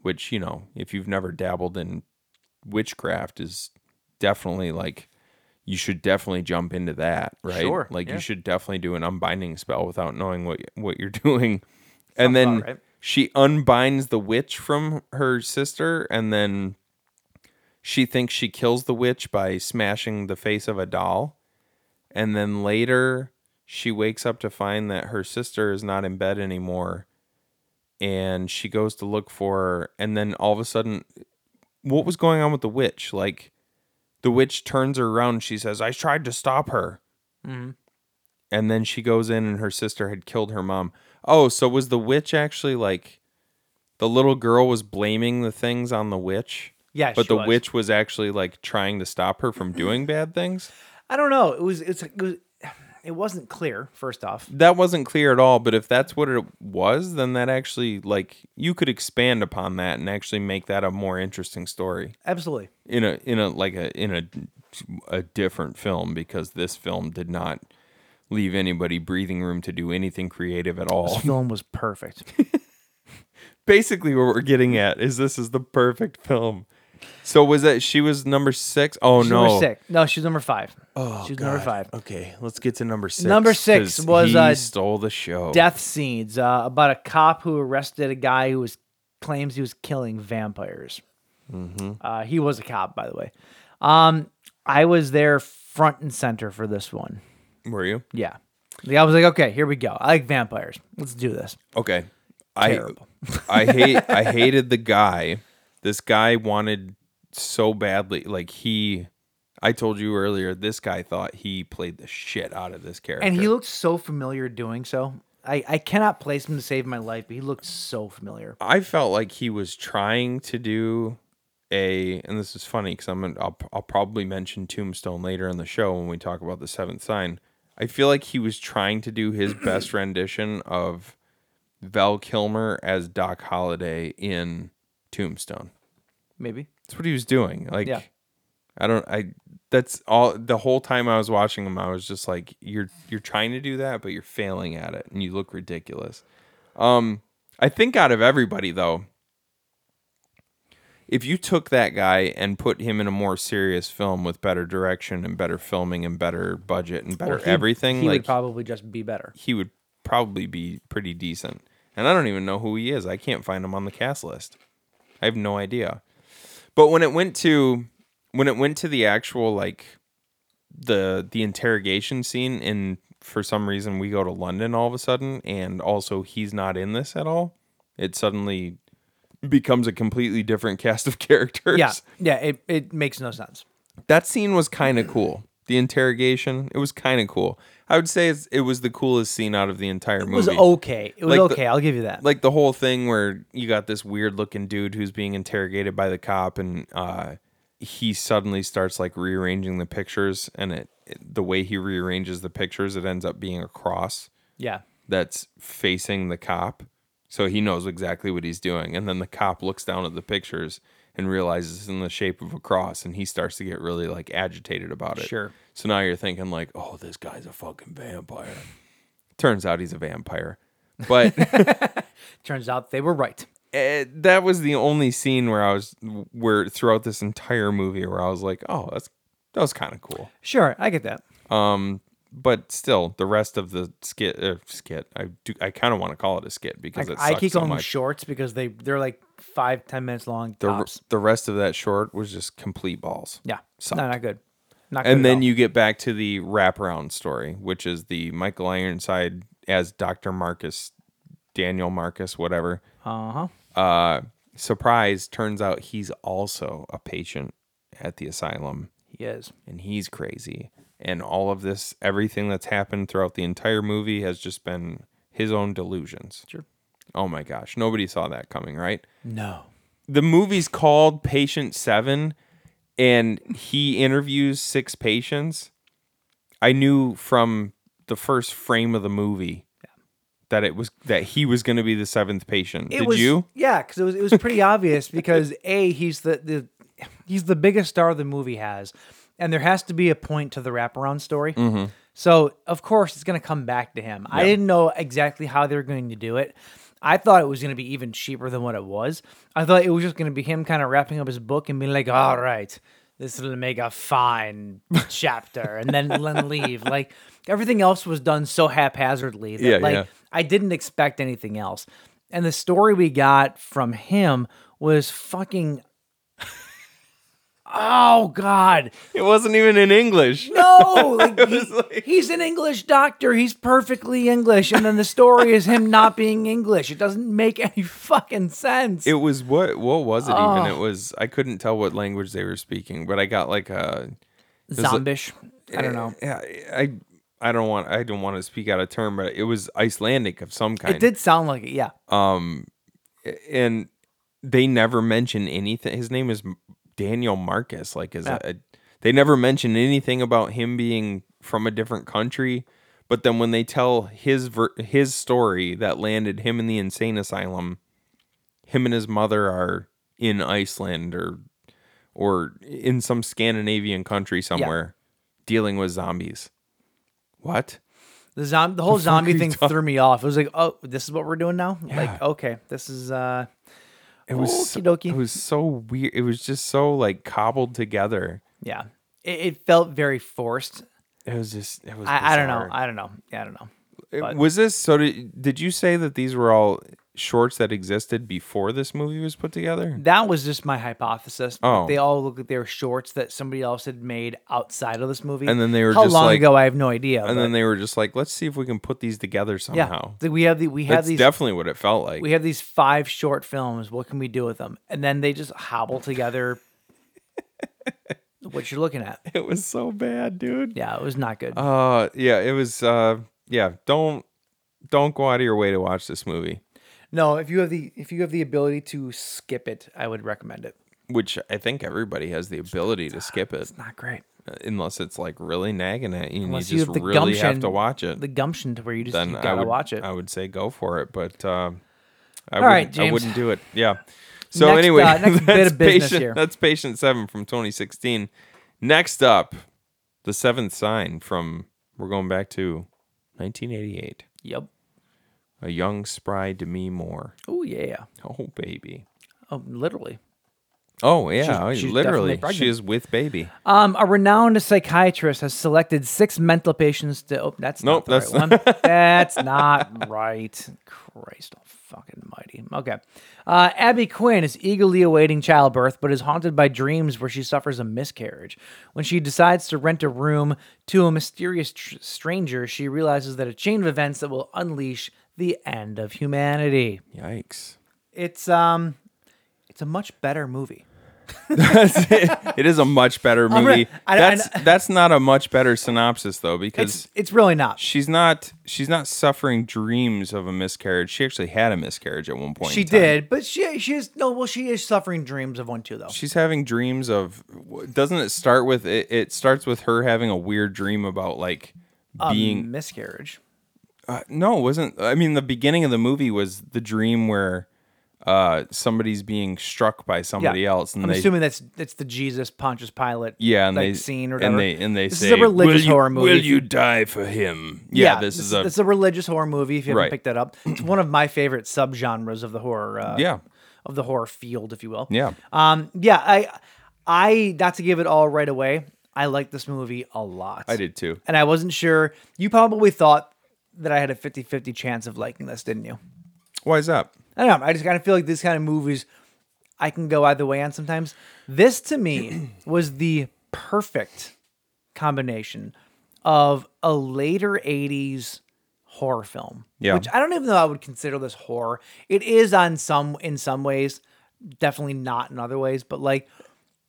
B: which you know if you've never dabbled in witchcraft is definitely like you should definitely jump into that right
N: Sure,
B: like
N: yeah.
B: you should definitely do an unbinding spell without knowing what what you're doing and then
N: right.
B: she unbinds the witch from her sister and then she thinks she kills the witch by smashing the face of a doll and then later she wakes up to find that her sister is not in bed anymore and she goes to look for her and then all of a sudden what was going on with the witch like the witch turns her around and she says i tried to stop her
C: Mhm.
B: and then she goes in and her sister had killed her mom oh so was the witch actually like the little girl was blaming the things on the witch
C: Yeah,
B: but
C: she
B: the
C: was.
B: witch was actually like trying to stop her from doing bad things
C: I don't know. It was it's it was it wasn't clear. First off,
B: that wasn't clear at all but if that's what it was then that actually like you could expand upon that and actually make that a more interesting story
C: absolutely.
B: in a in a like a in a a different film because this film did not leave anybody breathing room to do anything creative at all
C: This film was perfect.
B: Oh, basically what we're getting at is this is the perfect film so was that she was number six? Oh
C: She's
B: no
C: number six. No, she's number five.
B: Oh,
C: she's number
B: God.
C: five.
B: Okay, let's get to number six.
C: Number six
B: 'cause
C: was
B: he
C: uh,
B: stole the show.
C: Death scenes uh, about a cop who arrested a guy who was claims he was killing vampires.
B: Mhm.
C: Uh, he was a cop, by the way. Um, I was there front and center for this one.
B: Were you?
C: Yeah, Like, I was like, okay, here we go. I like vampires. Let's do this.
B: Okay. I
C: Terrible.
B: I hate I hated the guy. This guy wanted so badly like he I told you earlier this guy thought he played the shit out of this character.
C: And he looked so familiar doing so. I, I cannot place him to save my life, but he looked so familiar.
B: I felt like he was trying to do a, and this is funny because I'm gonna, I'll, I'll probably mention Tombstone later in the show when we talk about the Seventh Sign. I feel like he was trying to do his best rendition of Val Kilmer as Doc Holliday in Tombstone.
C: Maybe.
B: That's what he was doing. Like,
C: Yeah.
B: I don't, I. That's all. The whole time I was watching him, I was just like, "You're you're trying to do that, but you're failing at it, and you look ridiculous." Um, I think out of everybody though, if you took that guy and put him in a more serious film with better direction and better filming and better budget and better
C: Well, he-
B: everything,
C: He
B: like
C: would probably just be better.
B: he would probably be pretty decent. And I don't even know who he is. I can't find him on the cast list. I have no idea. But when it went to when it went to the actual like the the interrogation scene and for some reason we go to London all of a sudden and also he's not in this at all. It suddenly becomes a completely different cast of characters.
C: Yeah. Yeah. It, it makes no sense.
B: That scene was kind of cool. The interrogation, it was kind of cool. I would say it's, it was the coolest scene out of the entire
C: It
B: movie.
C: was okay. It was
B: Like the-
C: okay. I'll give you that.
B: Like the whole thing where you got this weird looking dude who's being interrogated by the cop, and uh, he suddenly starts like rearranging the pictures, and it, it- the way he rearranges the pictures, it ends up being a cross.
C: Yeah.
B: That's facing the cop, so he knows exactly what he's doing. And then the cop looks down at the pictures and realizes it's in the shape of a cross, and he starts to get really like agitated about it.
C: Sure.
B: So now you're thinking like, oh, this guy's a fucking vampire. Turns out he's a vampire. But
C: Turns out they were right.
B: eh, that was the only scene where I was where throughout this entire movie where I was like, oh, that's that was kind of cool.
C: Sure. I get that.
B: Um, but still, the rest of the skit uh, skit, I do I kind of want to call it a skit because
C: I,
B: it
C: I
B: sucks
C: keep
B: so
C: calling them
B: much.
C: shorts because they, they're like five, ten minutes long.
B: the r-
C: tops.
B: the rest of that short was just complete balls.
C: Yeah.
B: Sucked.
C: No, not good. Not good.
B: and then
C: you
B: you get back to the wraparound story, which is the Michael Ironside as Dr. Marcus, Daniel Marcus, whatever.
C: Uh-huh.
B: Uh, surprise, turns out he's also a patient at the asylum.
C: He is.
B: And he's crazy. And all of this, everything that's happened throughout the entire movie has just been his own delusions.
C: Sure.
B: Oh my gosh. Nobody saw that coming, right?
C: No.
B: the movie's called Patient Seven, and he interviews six patients. I knew from the first frame of the movie that it was that he was going to be the seventh patient.
C: It
B: Did
C: was,
B: you?
C: Yeah, because it was it was pretty obvious because a he's the, the he's the biggest star the movie has, and there has to be a point to the wraparound story.
B: Mhm.
C: So of course it's going to come back to him. I
B: Yeah.
C: didn't know exactly how they were going to do it. I thought it was going to be even cheaper than what it was. I thought it was just going to be him kind of wrapping up his book and being like, "All right, this will make a fine chapter," and then then leave. Like everything else was done so haphazardly that
B: Yeah,
C: like
B: yeah.
C: I didn't expect anything else. And the story we got from him was fucking Oh God.
B: It wasn't even in English.
C: No, like, he- he's an English doctor. He's perfectly English, and then the story is him not being English. It doesn't make any fucking sense.
B: It was what? What was it even?
C: Oh.
B: It was I couldn't tell what language they were speaking, but I got like a Eh, it was like-
C: Zombish. I don't know.
B: Yeah, I I don't want I don't want to speak out of term, but it was Icelandic of some kind.
C: It did sound like it, yeah.
B: Um, and they never mention anything. His name is M- Daniel Marcus. Like, is
C: Yeah.
B: a, they never mention anything about him being from a different country But then when they tell his ver- his story that landed him in the insane asylum, him and his mother are in Iceland or or in some Scandinavian country somewhere dealing with zombies. What?
C: The zom- the whole
B: fuck
C: zombie
B: are you
C: thing
B: talking-
C: threw me off. It was like, oh, this is what we're doing now. Like, okay, this is. uh
B: It was so- it was so weird. It was just so like cobbled together.
C: Yeah, it, it felt very forced.
B: It was just. It was.
C: I, I don't know.
B: bizarre.
C: I don't know. Yeah, I don't know.
B: It-
C: But-
B: was this so? Did, did you say that these were all shorts that existed before this movie was put together?
C: That was just my hypothesis. but
B: Oh.
C: They all look like they were shorts that somebody else had made outside of this movie.
B: And then they were
C: how
B: just
C: long
B: like-
C: ago? I have no idea.
B: And then they were just like, let's see if we can put these together somehow.
C: Yeah, we have the we have
B: That's
C: these
B: definitely what it felt like.
C: we have these five short films. What can we do with them? And then they just hobble together. what you're looking at?
B: It was so bad, dude.
C: Yeah, it was not good.
B: uh, yeah, it was. Uh, yeah, don't don't go out of your way to watch this movie,
C: no, if you have the if you have the ability to skip it, I would recommend it.
B: which I think everybody has the ability to skip it. It's
C: not great.
B: Unless it's like really nagging at you, and
C: Unless
B: you just really have to watch it.
C: The gumption to where you just
B: then
C: you
B: I
C: gotta
B: would
C: watch it.
B: I would say go for it, but uh, I,
C: All
B: wouldn't,
C: right,
B: I
C: James.
B: wouldn't do it. Yeah. So
C: Next,
B: anyway,
C: uh, next bit
B: that's
C: of business
B: patient,
C: here.
B: That's patient seven from 2016. Next up, the seventh sign from we're going back to 1988.
C: Yep.
B: A young spry Demi Moore.
C: Oh yeah.
B: Oh baby.
C: Oh, literally.
B: Oh
C: She's-
B: yeah.
C: she's definitely
B: literally,
C: pregnant.
B: she is with baby.
C: Um, a renowned psychiatrist has selected six mental patients to. Oh, that's
B: Nope,
C: not
B: that's
C: the right one. that's not right. Christ, oh, fucking mighty. Okay. Uh, Abby Quinn is eagerly awaiting childbirth, but is haunted by dreams where she suffers a miscarriage. When she decides to rent a room to a mysterious tr- stranger, she realizes that a chain of events that will unleash the end of humanity.
B: Yikes.
C: It's um, it's a much better movie.
B: It is a much better
C: I'm re-
B: movie.
C: I- I-
B: that's that's not a much better synopsis though, because
C: It's really not.
B: She's not. She's not suffering dreams of a miscarriage. She actually had a miscarriage at one point.
C: She
B: in time.
C: did, but she she is no. Well, she is suffering dreams of one too, though.
B: She's having dreams of. Doesn't it start with it? It starts with her having a weird dream about like
C: A
B: being.
C: miscarriage.
B: Uh, no, it wasn't. I mean, the beginning of the movie was the dream where uh somebody's being struck by somebody else, and
C: I'm
B: they.
C: assuming that's that's the Jesus Pontius Pilate.
B: yeah, and
C: like,
B: they
C: scene or
B: and
C: whatever.
B: they and they
C: this
B: say,
C: is a religious
B: will you,
C: horror movie.
B: Will
C: if
B: you die for him? Yeah, this, is a
C: it's a religious horror movie. If you haven't
B: Right.
C: picked that up, it's one of my favorite subgenres of the horror. Uh,
B: Yeah.
C: of the horror field, if you will.
B: Yeah.
C: um, yeah. I, I not to give it all right away. I liked this movie a lot.
B: I did too.
C: and I wasn't sure. You probably thought that I had a 50-50 chance of liking this, didn't you?
B: Why is that?
C: I don't know. I just kind of feel like these kind of movies, I can go either way on sometimes. This to me was the perfect combination of a later 80s horror film.
B: Yeah.
C: Which I don't even know I would consider this horror. It is on some in some ways, definitely not in other ways, but like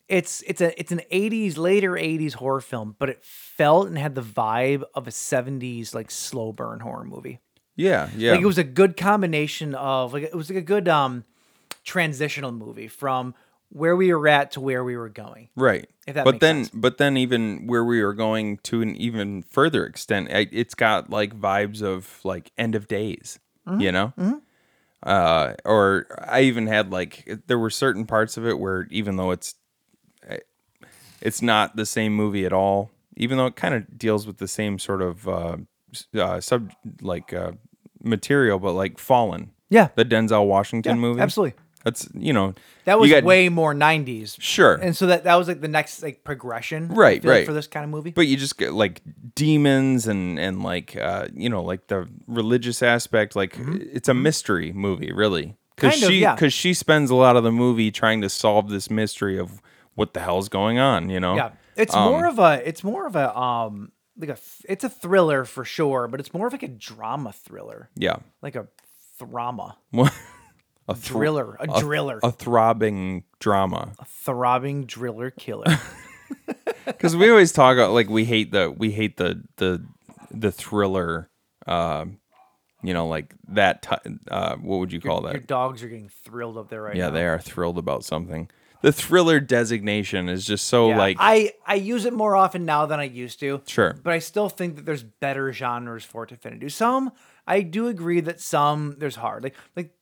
C: it's it's a it's an 80s later 80s horror film, but it felt and had the vibe of a 70s like slow burn horror movie.
B: Yeah, yeah.
C: Like it was a good combination of like it was like a good um transitional movie from where we were at to where we were going.
B: right
C: If that
B: but
C: makes
B: then
C: sense.
B: but then even where we are going to an even further extent it, it's got like vibes of like end of days
C: Mm-hmm.
B: you
M: Mhm,
B: know
M: mhm.
B: uh or i even had like it- there were certain parts of it where even though it's eh, it's not the same movie at all even though it kind of deals with the same sort of uh, s- uh sub like uh material but like fallen
C: Yeah.
B: the denzel washington
C: Yeah,
B: movie
C: absolutely.
B: that's you know
C: That
B: you
C: was
B: got-
C: way more 90s.
B: Sure.
C: And so that that was like the next like progression I
B: right
C: feel like,
B: right
C: for this kind of movie.
B: but you just get like demons and and like uh you know like the religious aspect like it's a mystery movie really because
C: Mm-hmm. Kind of,
B: she
C: yeah.
B: because she spends a lot of the movie trying to solve this mystery of what the hell's going on you know
C: Yeah. It's
B: Um,
C: more of a it's more of a um like a th- it's a thriller for sure, but it's more of like a drama thriller.
B: yeah
C: Like a thrama.
B: a thr-
C: Driller, a driller.
B: a throbbing drama
C: Throbbing driller killer.
B: because we always talk about like we hate the we hate the the the thriller uh you know like that t- uh what would you call that
C: Your dogs are getting thrilled up there right
B: yeah,
C: now.
B: they are thrilled about something. the thriller designation is just so like
C: I I use it more often now than I used to.
B: Sure.
C: but I still think that there's better genres for it to fit into. Some I do agree that some there's hard like like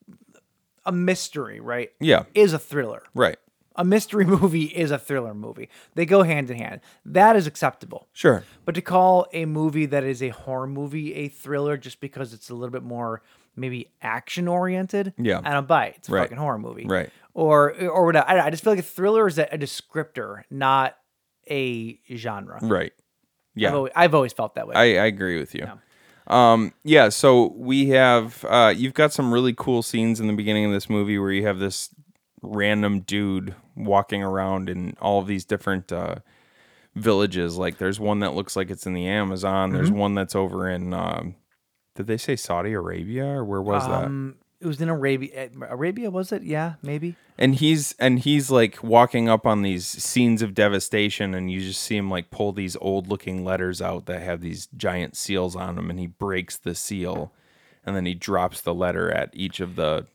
C: a mystery right
B: Yeah.
C: is a thriller
B: right.
C: a mystery movie is a thriller movie they go hand in hand that is acceptable
B: Sure.
C: but to call a movie that is a horror movie a thriller just because it's a little bit more maybe action oriented
B: Yeah.
C: I don't buy it it's a
B: Right.
C: fucking horror movie
B: Right.
C: or or whatever I, I just feel like a thriller is a, a descriptor not a genre
B: Right.
C: I've
B: Mm, Yeah.
C: always, I've always felt that way
B: I, I agree with you. Um, yeah, so we have uh, you've got some really cool scenes in the beginning of this movie where you have this random dude walking around in all of these different uh, villages. Like there's one that looks like it's in the Amazon. There's
C: Mhm.
B: one that's over in um, did they say Saudi Arabia or where was that?
C: that? Um, It was in Arabia. eh, Arabia was it? Yeah, maybe.
B: and he's and he's like walking up on these scenes of devastation and you just see him like pull these old looking letters out that have these giant seals on them and he breaks the seal and then he drops the letter at each of the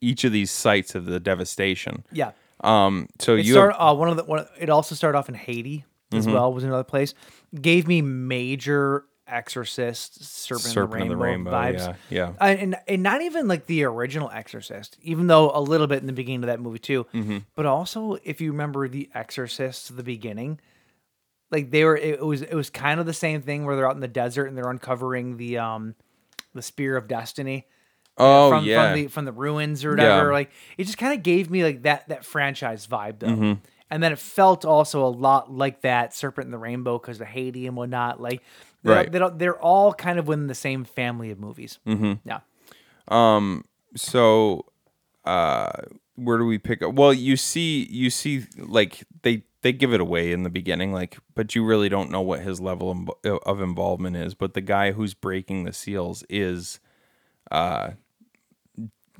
B: each of these sites of the devastation
C: Yeah.
B: um so
C: it
B: you
C: started,
B: have-
C: uh, one of the one. It also started off in Haiti as
B: Mhm.
C: well. Was another place. Gave me major Exorcist, Serpent,
B: Serpent
C: of
B: of
C: the
B: the
C: Rainbow,
B: Rainbow,
C: vibes. Uh,
B: yeah, yeah.
C: And, and and not even like the original Exorcist, even though a little bit in the beginning of that movie too.
B: Mhm.
C: But also, if you remember the Exorcist, the beginning, like they were, it was it was kind of the same thing where they're out in the desert and they're uncovering the um the Spear of Destiny. you know,
B: Oh,
C: from,
B: yeah.
C: from the from the ruins or
B: Yeah.
C: whatever. Like it just kind of gave me like that that franchise vibe though.
B: Mhm.
C: And then it felt also a lot like that Serpent in the Rainbow because of Haiti and whatnot. Like they're,
B: Right.
C: they're, they're all kind of within the same family of movies.
B: Mhm.
C: Yeah.
B: Um. So, uh, where do we pick up? Well, you see, you see, like they they give it away in the beginning, like, but you really don't know what his level inv- uh, of involvement is. But the guy who's breaking the seals is, uh,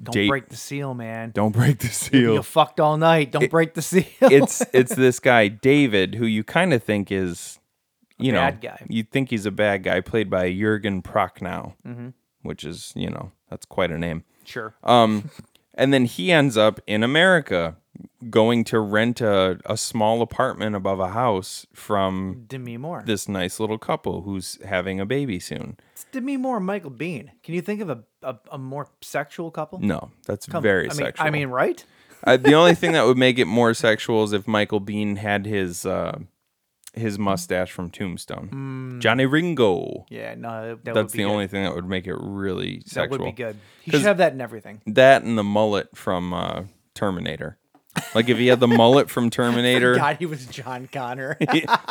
C: Don't
B: date-
C: break the seal, man.
B: Don't break the
C: You- You
B: seal.
C: fucked all night. Don't break the seal.
B: it's it's this guy David who you kind of think is, you know,
C: bad guy.
B: You think he's a bad guy, played by Jurgen Prochnow,
C: Mhm.
B: which is you know that's quite a name.
C: Sure.
B: Um, and then he ends up in America, going to rent a, a small apartment above a house from
C: Demi Moore.
B: this nice little couple who's having a baby soon.
C: It's Demi Moore and Michael Bean. Can you think of a, a, a more sexual couple?
B: No, that's
C: Come-
B: very
C: I mean,
B: sexual.
C: I mean, right?
B: Uh, the only thing that would make it more sexual is if Michael Bean had his uh, his mustache from Tombstone,
C: Mm.
B: Johnny Ringo.
C: Yeah, no, that would
B: that's
C: be
B: the
C: good.
B: only thing that would make it really
C: That
B: sexual.
C: would be good. He should
B: 'Cause-
C: have that in everything.
B: That and the mullet from uh, Terminator. Like if he had the mullet from Terminator,
C: God, he was John Connor.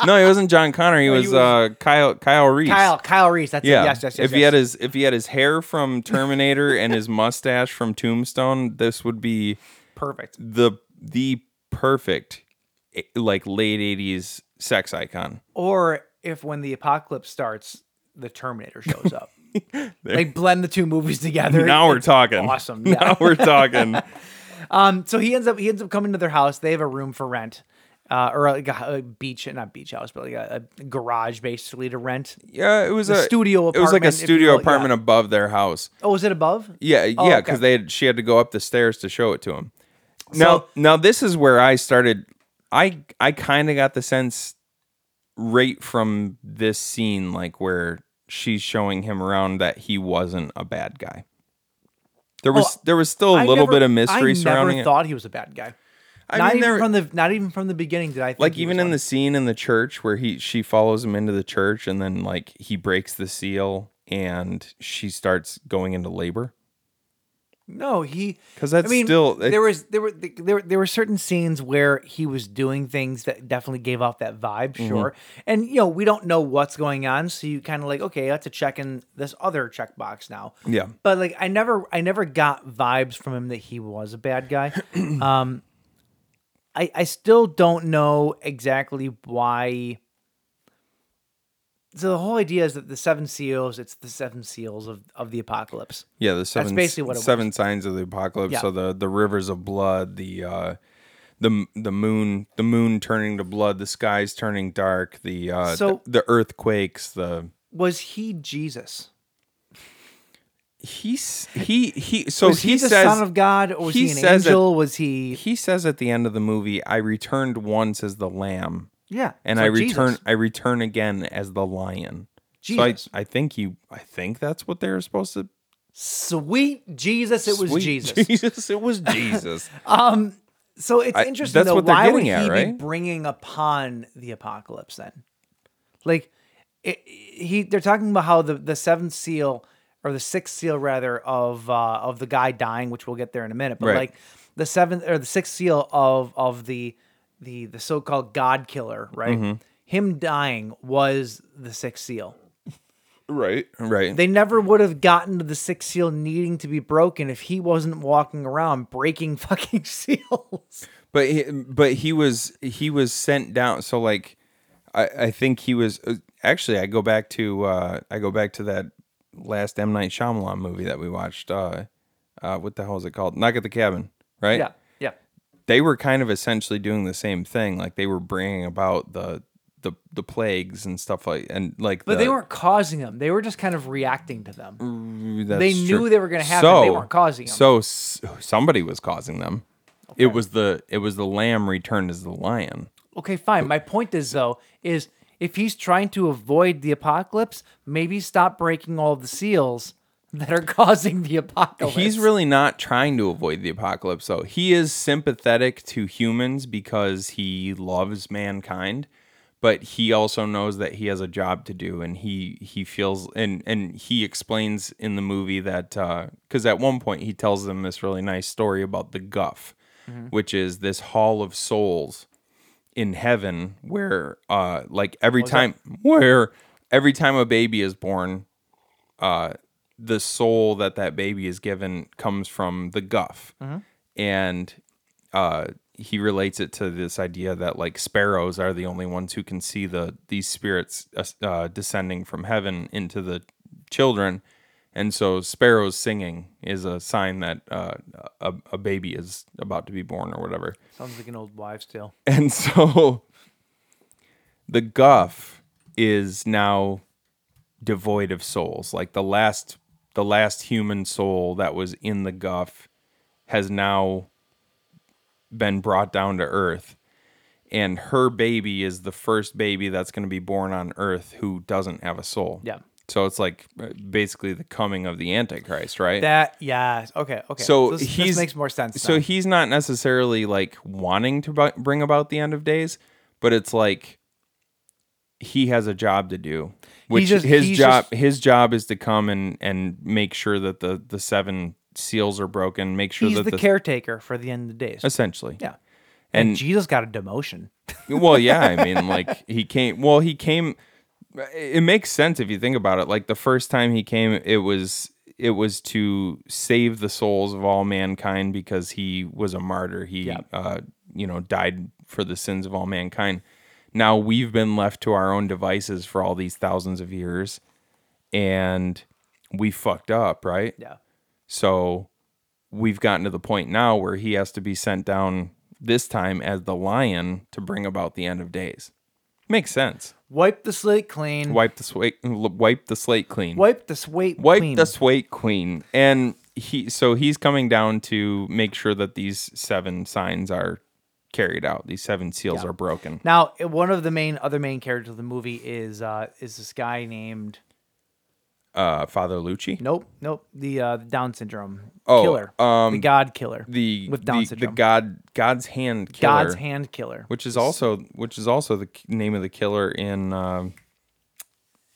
B: no, he wasn't John Connor. He
C: No, he
B: was,
C: was-
B: uh, Kyle Kyle Reese.
C: Kyle, Kyle Reese. That's it. Yes, yes, yes.
B: If he had
C: yes.
B: his if he had his hair from Terminator and his mustache from Tombstone, this would be
C: Perfect.
B: The the perfect eh, like late eighties sex icon.
C: or if when the apocalypse starts, the Terminator shows up. like blend the two movies together.
B: Now we're
C: It's
B: talking.
C: Awesome.
B: Now
C: Yeah.
B: we're talking.
C: um, so he ends up he ends up coming to their house. They have a room for rent. Uh, or like a, a beach, not beach house, but like a, a garage basically to rent.
B: Yeah, it was
C: a
B: a
C: studio. apartment.
B: It was like a
C: if you
B: studio
C: will, yeah.
B: apartment above their house.
C: Oh, is it above?
B: Yeah,
C: Oh,
B: yeah,
C: okay.
B: because they had, she had to go up the stairs to show it to him. Now, now this is where I started. I I kind of got the sense right from this scene, like where she's showing him around that he wasn't a bad guy. There was there was still a
C: I
B: little
C: never-
B: bit of mystery
C: I
B: surrounding
C: never
B: it.
C: thought he was a bad guy.
B: I
C: not
B: mean,
C: even
B: there-
C: from the not even from the beginning did I think
B: like
C: he
B: even
C: was
B: in the scene in the church where he she follows him into the church and then like he breaks the seal and she starts going into labor.
C: No, he
B: 'Cause that's
C: I mean,
B: still-
C: there was there were there there were certain scenes where he was doing things that definitely gave off that vibe,
B: Mhm.
C: sure. And you know we don't know what's going on, so you kind of like okay, that's a check in this other checkbox now.
B: Yeah.
C: But like I never I never got vibes from him that he was a bad guy. um I I still don't know exactly why so the whole idea is that the seven seals, it's the seven seals of, of the apocalypse.
B: Yeah, the seven
C: That's basically what it
B: seven signs of the apocalypse.
C: Yeah.
B: So the the rivers of blood, the uh, the the moon, the moon turning to blood, the skies turning dark, the uh,
C: So-
B: the, the earthquakes, the
C: was. Was he Jesus?
B: he He's he he. So
C: Was he the
B: says,
C: son of God, or was he an
B: says at-
C: angel? Was he?
B: He says at the end of the movie, "I returned once as the lamb."
C: Yeah,
B: and
C: it's
B: I
C: like
B: return.
C: Jesus.
B: I return again as the lion. So I,
C: Jesus.
B: I think he. I think that's what they were supposed to.
C: Sweet Jesus, it was
B: Sweet
C: Jesus.
B: Jesus, it was Jesus.
C: um, so it's
B: I-
C: interesting
B: that's
C: though.
B: what they're
C: why would
B: getting at,
C: he be
B: right?
C: bringing upon the apocalypse then? Like, it, he they're talking about how the the seventh seal or the sixth seal rather of uh, of the guy dying, which we'll get there in a minute. But
B: Right.
C: like the seventh or the sixth seal of of the the the so called God killer, right?
B: Mhm.
C: Him dying was the sixth seal.
B: Right. Right.
C: They never would have gotten to the sixth seal needing to be broken if he wasn't walking around breaking fucking seals.
B: But he, but he was he was sent down. So like, I I think he was uh, actually. I go back to uh I go back to that last M Night Shyamalan movie that we watched. Uh, uh, what the hell is it called? Knock at the Cabin, right?
C: Yeah, yeah.
B: They were kind of essentially doing the same thing. Like they were bringing about the the the plagues and stuff like and like.
C: But
B: the,
C: they weren't causing them. They were just kind of reacting to
B: Mm.
C: them.
B: That's
C: They knew
B: true.
C: they were gonna happen, they weren't causing 'em.
B: So s- somebody was causing them. It was the it was the lamb returned as the lion.
C: Okay, fine. My point is though is if he's trying to avoid the apocalypse, maybe stop breaking all the seals that are causing the apocalypse.
B: He's really not trying to avoid the apocalypse, though. He is sympathetic to humans because he loves mankind, but he also knows that he has a job to do, and he he feels and and he explains in the movie that because at one point he tells them this really nice story about the guff,
N: Mhm.
B: which is this hall of souls in heaven where uh like every
N: What was
B: time where every time a baby is born uh the soul that that baby is given comes from the guff
N: Mhm.
B: and uh he relates it to this idea that like sparrows are the only ones who can see the these spirits uh, uh, descending from heaven into the children and so sparrows singing is a sign that uh, a, a baby is about to be born or whatever
C: Sounds like an old wives' tale.
B: and so the guff is now devoid of souls. Like the last the last human soul that was in the guff has now been brought down to earth. And her baby is the first baby that's going to be born on earth who doesn't have a soul.
C: Yeah.
B: So it's like uh, basically the coming of the antichrist, right?
C: That yeah. Okay. Okay.
B: So
C: this,
B: he's
C: this makes more sense.
B: So
C: now.
B: he's not necessarily like wanting to bu- bring about the end of days, but it's like he has a job to do. Which
C: just-
B: his
C: he's
B: job
C: just-
B: his job is to come and and make sure that the the seven seals are broken. Make sure
C: he's
B: that
C: the caretaker for the end of the days.
B: essentially
C: Yeah. And,
B: And-
C: Jesus got a demotion.
B: well, yeah, I mean, like he came. Well, he came. It makes sense if you think about it. Like the first time he came, it was it was to save the souls of all mankind because he was a martyr. He, uh, you know, died for the sins of all mankind. Now we've been left to our own devices for all these thousands of years, and we fucked up, right?
C: Yeah.
B: So we've gotten to the point now where he has to be sent down this time as the lion to bring about the end of days. Makes sense.
C: Wipe the slate clean.
B: Wipe the slate, wipe the slate clean.
C: Wipe the slate
B: Wipe
C: clean.
B: the slate clean. And he, so he's coming down to make sure that these seven signs are carried out. These seven seals
C: Yeah.
B: are broken.
C: Now, i- one of the main other main characters of the movie is uh is this guy named
B: Uh, Father Lucci.
C: Nope, nope, the uh Down syndrome
B: Oh,
C: killer.
B: um,
C: the God killer.
B: The
C: with Down
B: the,
C: syndrome.
B: the God God's hand killer.
C: God's hand killer.
B: which is also which is also the k- name of the killer in. Uh,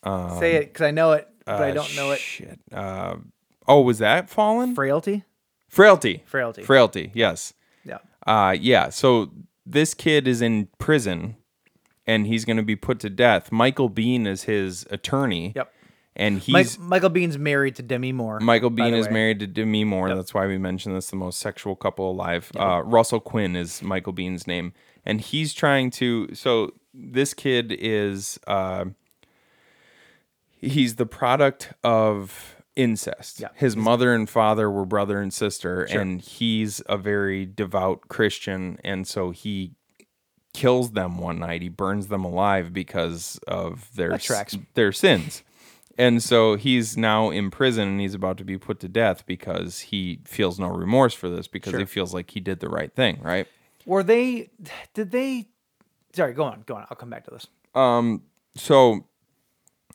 B: um,
C: Say it cuz I know it, but I
B: uh,
C: don't know it.
B: Shit. Uh, oh, was that Fallen?
C: Frailty?
B: Frailty.
C: Frailty.
B: Frailty, yes.
C: Yeah.
B: Uh, yeah. So this kid is in prison and he's going to be put to death. Michael Bean is his attorney.
C: Yep.
B: And
C: Mike-
B: he's.
C: Michael Bean's married to Demi Moore.
B: Michael
C: by
B: Bean
C: the
B: is
C: way.
B: married to Demi Moore. That's why we mentioned this the most sexual couple alive. Uh, Russell Quinn is Michael Bean's name. And he's trying to. So this kid is. Uh, he's the product of incest.
N: Yeah.
B: His mother and father were brother and sister,
N: Sure.
B: and he's a very devout Christian. And so he kills them one night. He burns them alive because of their
N: That tracks.
B: their sins. And so he's now in prison and he's about to be put to death because he feels no remorse for this because
C: Sure.
B: he feels like he did the right thing, right?
C: Were they? Did they? Sorry, go on, go on. I'll come back to this.
B: Um so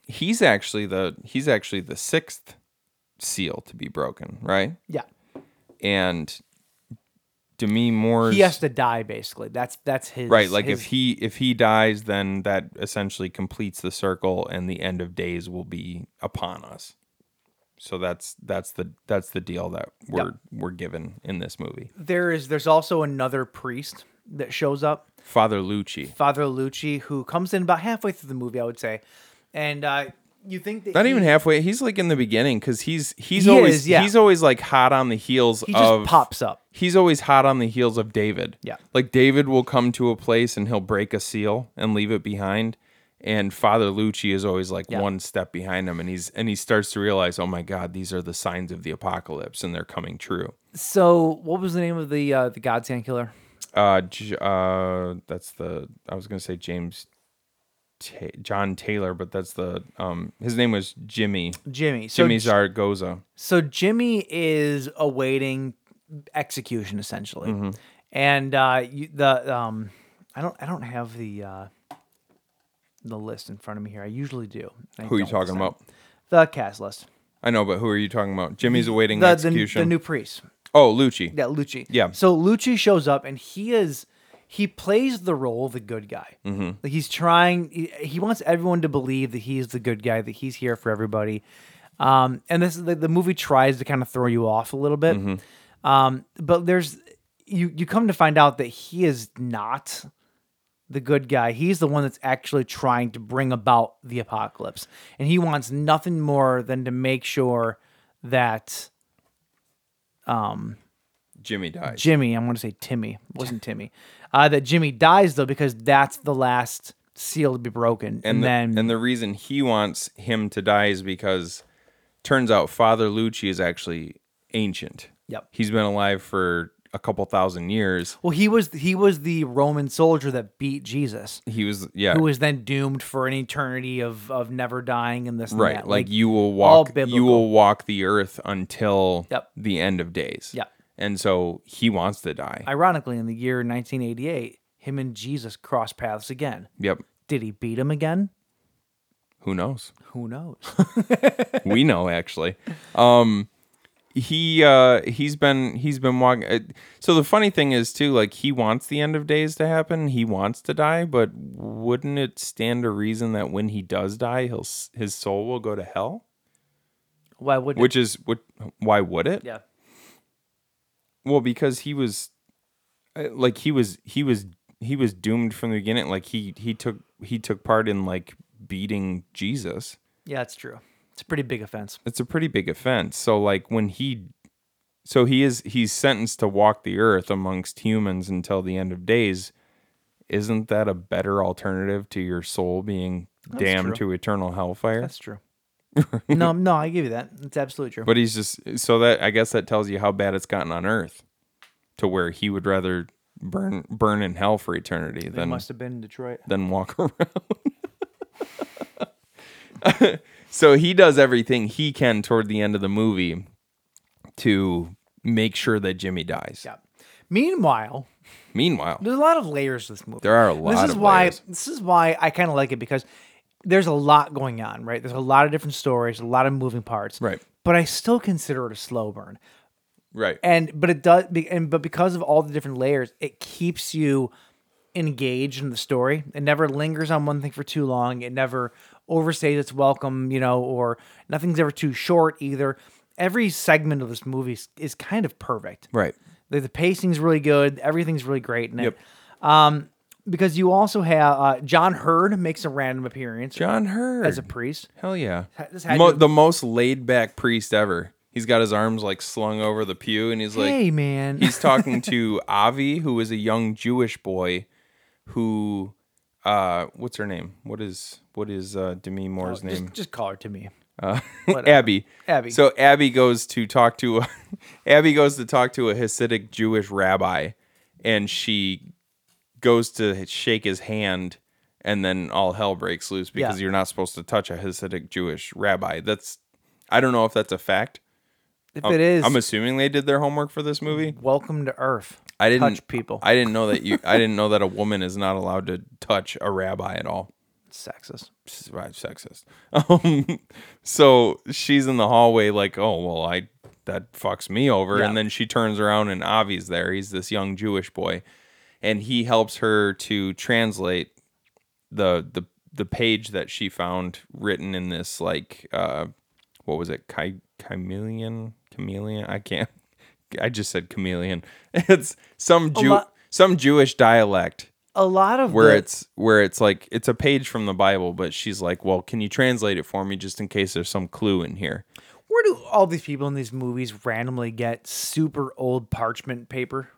B: he's actually the he's actually the sixth seal to be broken, right?
C: Yeah.
B: And Demi Moore's
C: He has to die basically. That's that's his
B: right like
C: his-
B: if he if he dies then that essentially completes the circle and the end of days will be upon us so that's that's the that's the deal that we're we're given in this movie
C: there is there's also another priest that shows up
B: father lucci
C: Father Lucci, who comes in about halfway through the movie, I would say, and uh, you think that
B: not
C: he-
B: even halfway he's like in the beginning because he's he's
C: He
B: always
C: is, yeah.
B: he's always like hot on the heels
C: He just
B: of
C: pops up.
B: he's always hot on the heels of david
C: Yeah.
B: like david will come to a place and he'll break a seal and leave it behind and father lucci is always like
C: Yeah.
B: one step behind him and he's and he starts to realize oh my god these are the signs of the apocalypse and they're coming true
C: So what was the name of the uh, the God's Hand Killer?
B: uh J- uh that's the i was gonna say james Ta john taylor but that's the um his name was jimmy
C: Jimmy. So
B: jimmy
C: J-
B: zargoza
C: So Jimmy is awaiting execution essentially,
B: Mhm.
C: and uh, you, the um, I don't I don't have the uh, the list in front of me here. I usually do. I
B: Who are you
C: don't this
B: talking
C: time.
B: about?
C: The cast list.
B: I know, but who are you talking about? Jimmy's awaiting
C: the, the-
B: execution.
C: The, new priest.
B: Oh, Lucci.
C: Yeah, Lucci.
B: Yeah.
C: So Lucci shows up and he is he plays the role of the good guy.
B: Mhm.
C: Like he's trying he, he wants everyone to believe that he's the good guy, that he's here for everybody. Um and this is the, the movie tries to kind of throw you off a little bit.
B: Mhm.
C: Um but there's you you come to find out that he is not the good guy. He's the one that's actually trying to bring about the apocalypse. And he wants nothing more than to make sure that um
B: Jimmy dies.
C: Jimmy, I'm going to say Timmy, it wasn't Timmy. Uh, that Jimmy dies though because that's the last seal to be broken. And,
B: and the,
C: then
B: and the reason he wants him to die is because turns out Father Lucci is actually ancient.
C: Yep.
B: He's been alive for a couple thousand years.
C: well, he was he was the Roman soldier that beat Jesus,
B: He was yeah.
C: who was then doomed for an eternity of of never dying and this and
B: right.
C: that.
B: Like, you will
C: all
B: walk you will walk the earth until
C: Yep.
B: the end of days.
C: Yep.
B: And so he wants to die.
C: Ironically, in the year 1988, him and Jesus crossed paths again.
B: Yep.
C: Did he beat him again?
B: Who knows?
C: Who knows?
B: we know actually. Um, he uh, he's been he's been walking. uh, So the funny thing is too, like he wants the end of days to happen. He wants to die, but wouldn't it stand to reason that when he does die, he'll s- his soul will go to hell?
C: Why would
B: Which is what? Why would it?
C: Yeah.
B: Well, because he was, uh, like he was he was he was doomed from the beginning. Like he he took he took part in like beating Jesus.
C: yeah, it's true. It's a pretty big offense.
B: it's a pretty big offense. So like when he so he is he's sentenced to walk the earth amongst humans until the end of days, isn't that a better alternative to your soul being
C: That's
B: damned
C: true.
B: to eternal hellfire?
C: That's true. no, no, I give you that. It's absolutely true.
B: But he's just so that I guess that tells you how bad it's gotten on earth to where he would rather burn burn in hell for eternity
C: They
B: than
C: must have been in Detroit.
B: than walk around. so he does everything he can toward the end of the movie to make sure that Jimmy dies.
C: Yeah. Meanwhile,
B: Meanwhile,
C: there's a lot of layers to this movie.
B: there are a
C: And
B: lot
C: this is
B: of
C: why
B: layers.
C: this is why I kind of like it because there's a lot going on, right? There's a lot of different stories, a lot of moving parts,
B: Right.
C: But I still consider it a slow burn,
B: Right.
C: and but it does, be- and but because of all the different layers, it keeps you engaged in the story. It never lingers on one thing for too long. It never overstays its welcome, you know, or nothing's ever too short either. Every segment of this movie is, is kind of perfect.
B: Right.
C: The, the pacing's really good. Everything's really great in it.
B: Yep.
C: Um, because you also have uh, John Hurd makes a random appearance.
B: John Hurd
C: as a priest.
B: Hell yeah.
C: Ha- this had
B: Mo-
C: to-
B: the most laid back priest ever. He's got his arms like slung over the pew and he's like
C: Hey, man.
B: he's talking to Avi, who is a young Jewish boy who uh what's her name? What is what is uh Demi Moore's
C: Oh,
B: name?
C: Just, just call her to me.
B: Uh,
C: Whatever.
B: Abby.
C: Abby.
B: So Abby goes to talk to a, Abby goes to talk to a Hasidic Jewish rabbi, and she goes to shake his hand, and then all hell breaks loose because
C: Yeah.
B: you're not supposed to touch a Hasidic Jewish rabbi. That's I don't know if that's a fact.
C: If
B: I'm-
C: it is-
B: I'm assuming they did their homework for this movie.
C: Welcome to Earth.
B: I didn't
C: touch people.
B: I didn't know that you. I didn't know that a woman is not allowed to touch a rabbi at all.
C: Sexist.
B: Sexist. Um, so she's in the hallway, like, oh well, I that fucks me over,
C: Yeah.
B: and then she turns around and Avi's there. He's this young Jewish boy, and he helps her to translate the the the page that she found written in this like uh what was it Chi- chameleon chameleon I can't I just said chameleon it's some
C: A
B: Jew
C: lot-
B: some Jewish dialect
C: A lot of
B: where
C: the-
B: it's where it's like it's a page from the Bible but she's like well can you translate it for me just in case there's some clue in here
C: Where do all these people in these movies randomly get super old parchment paper?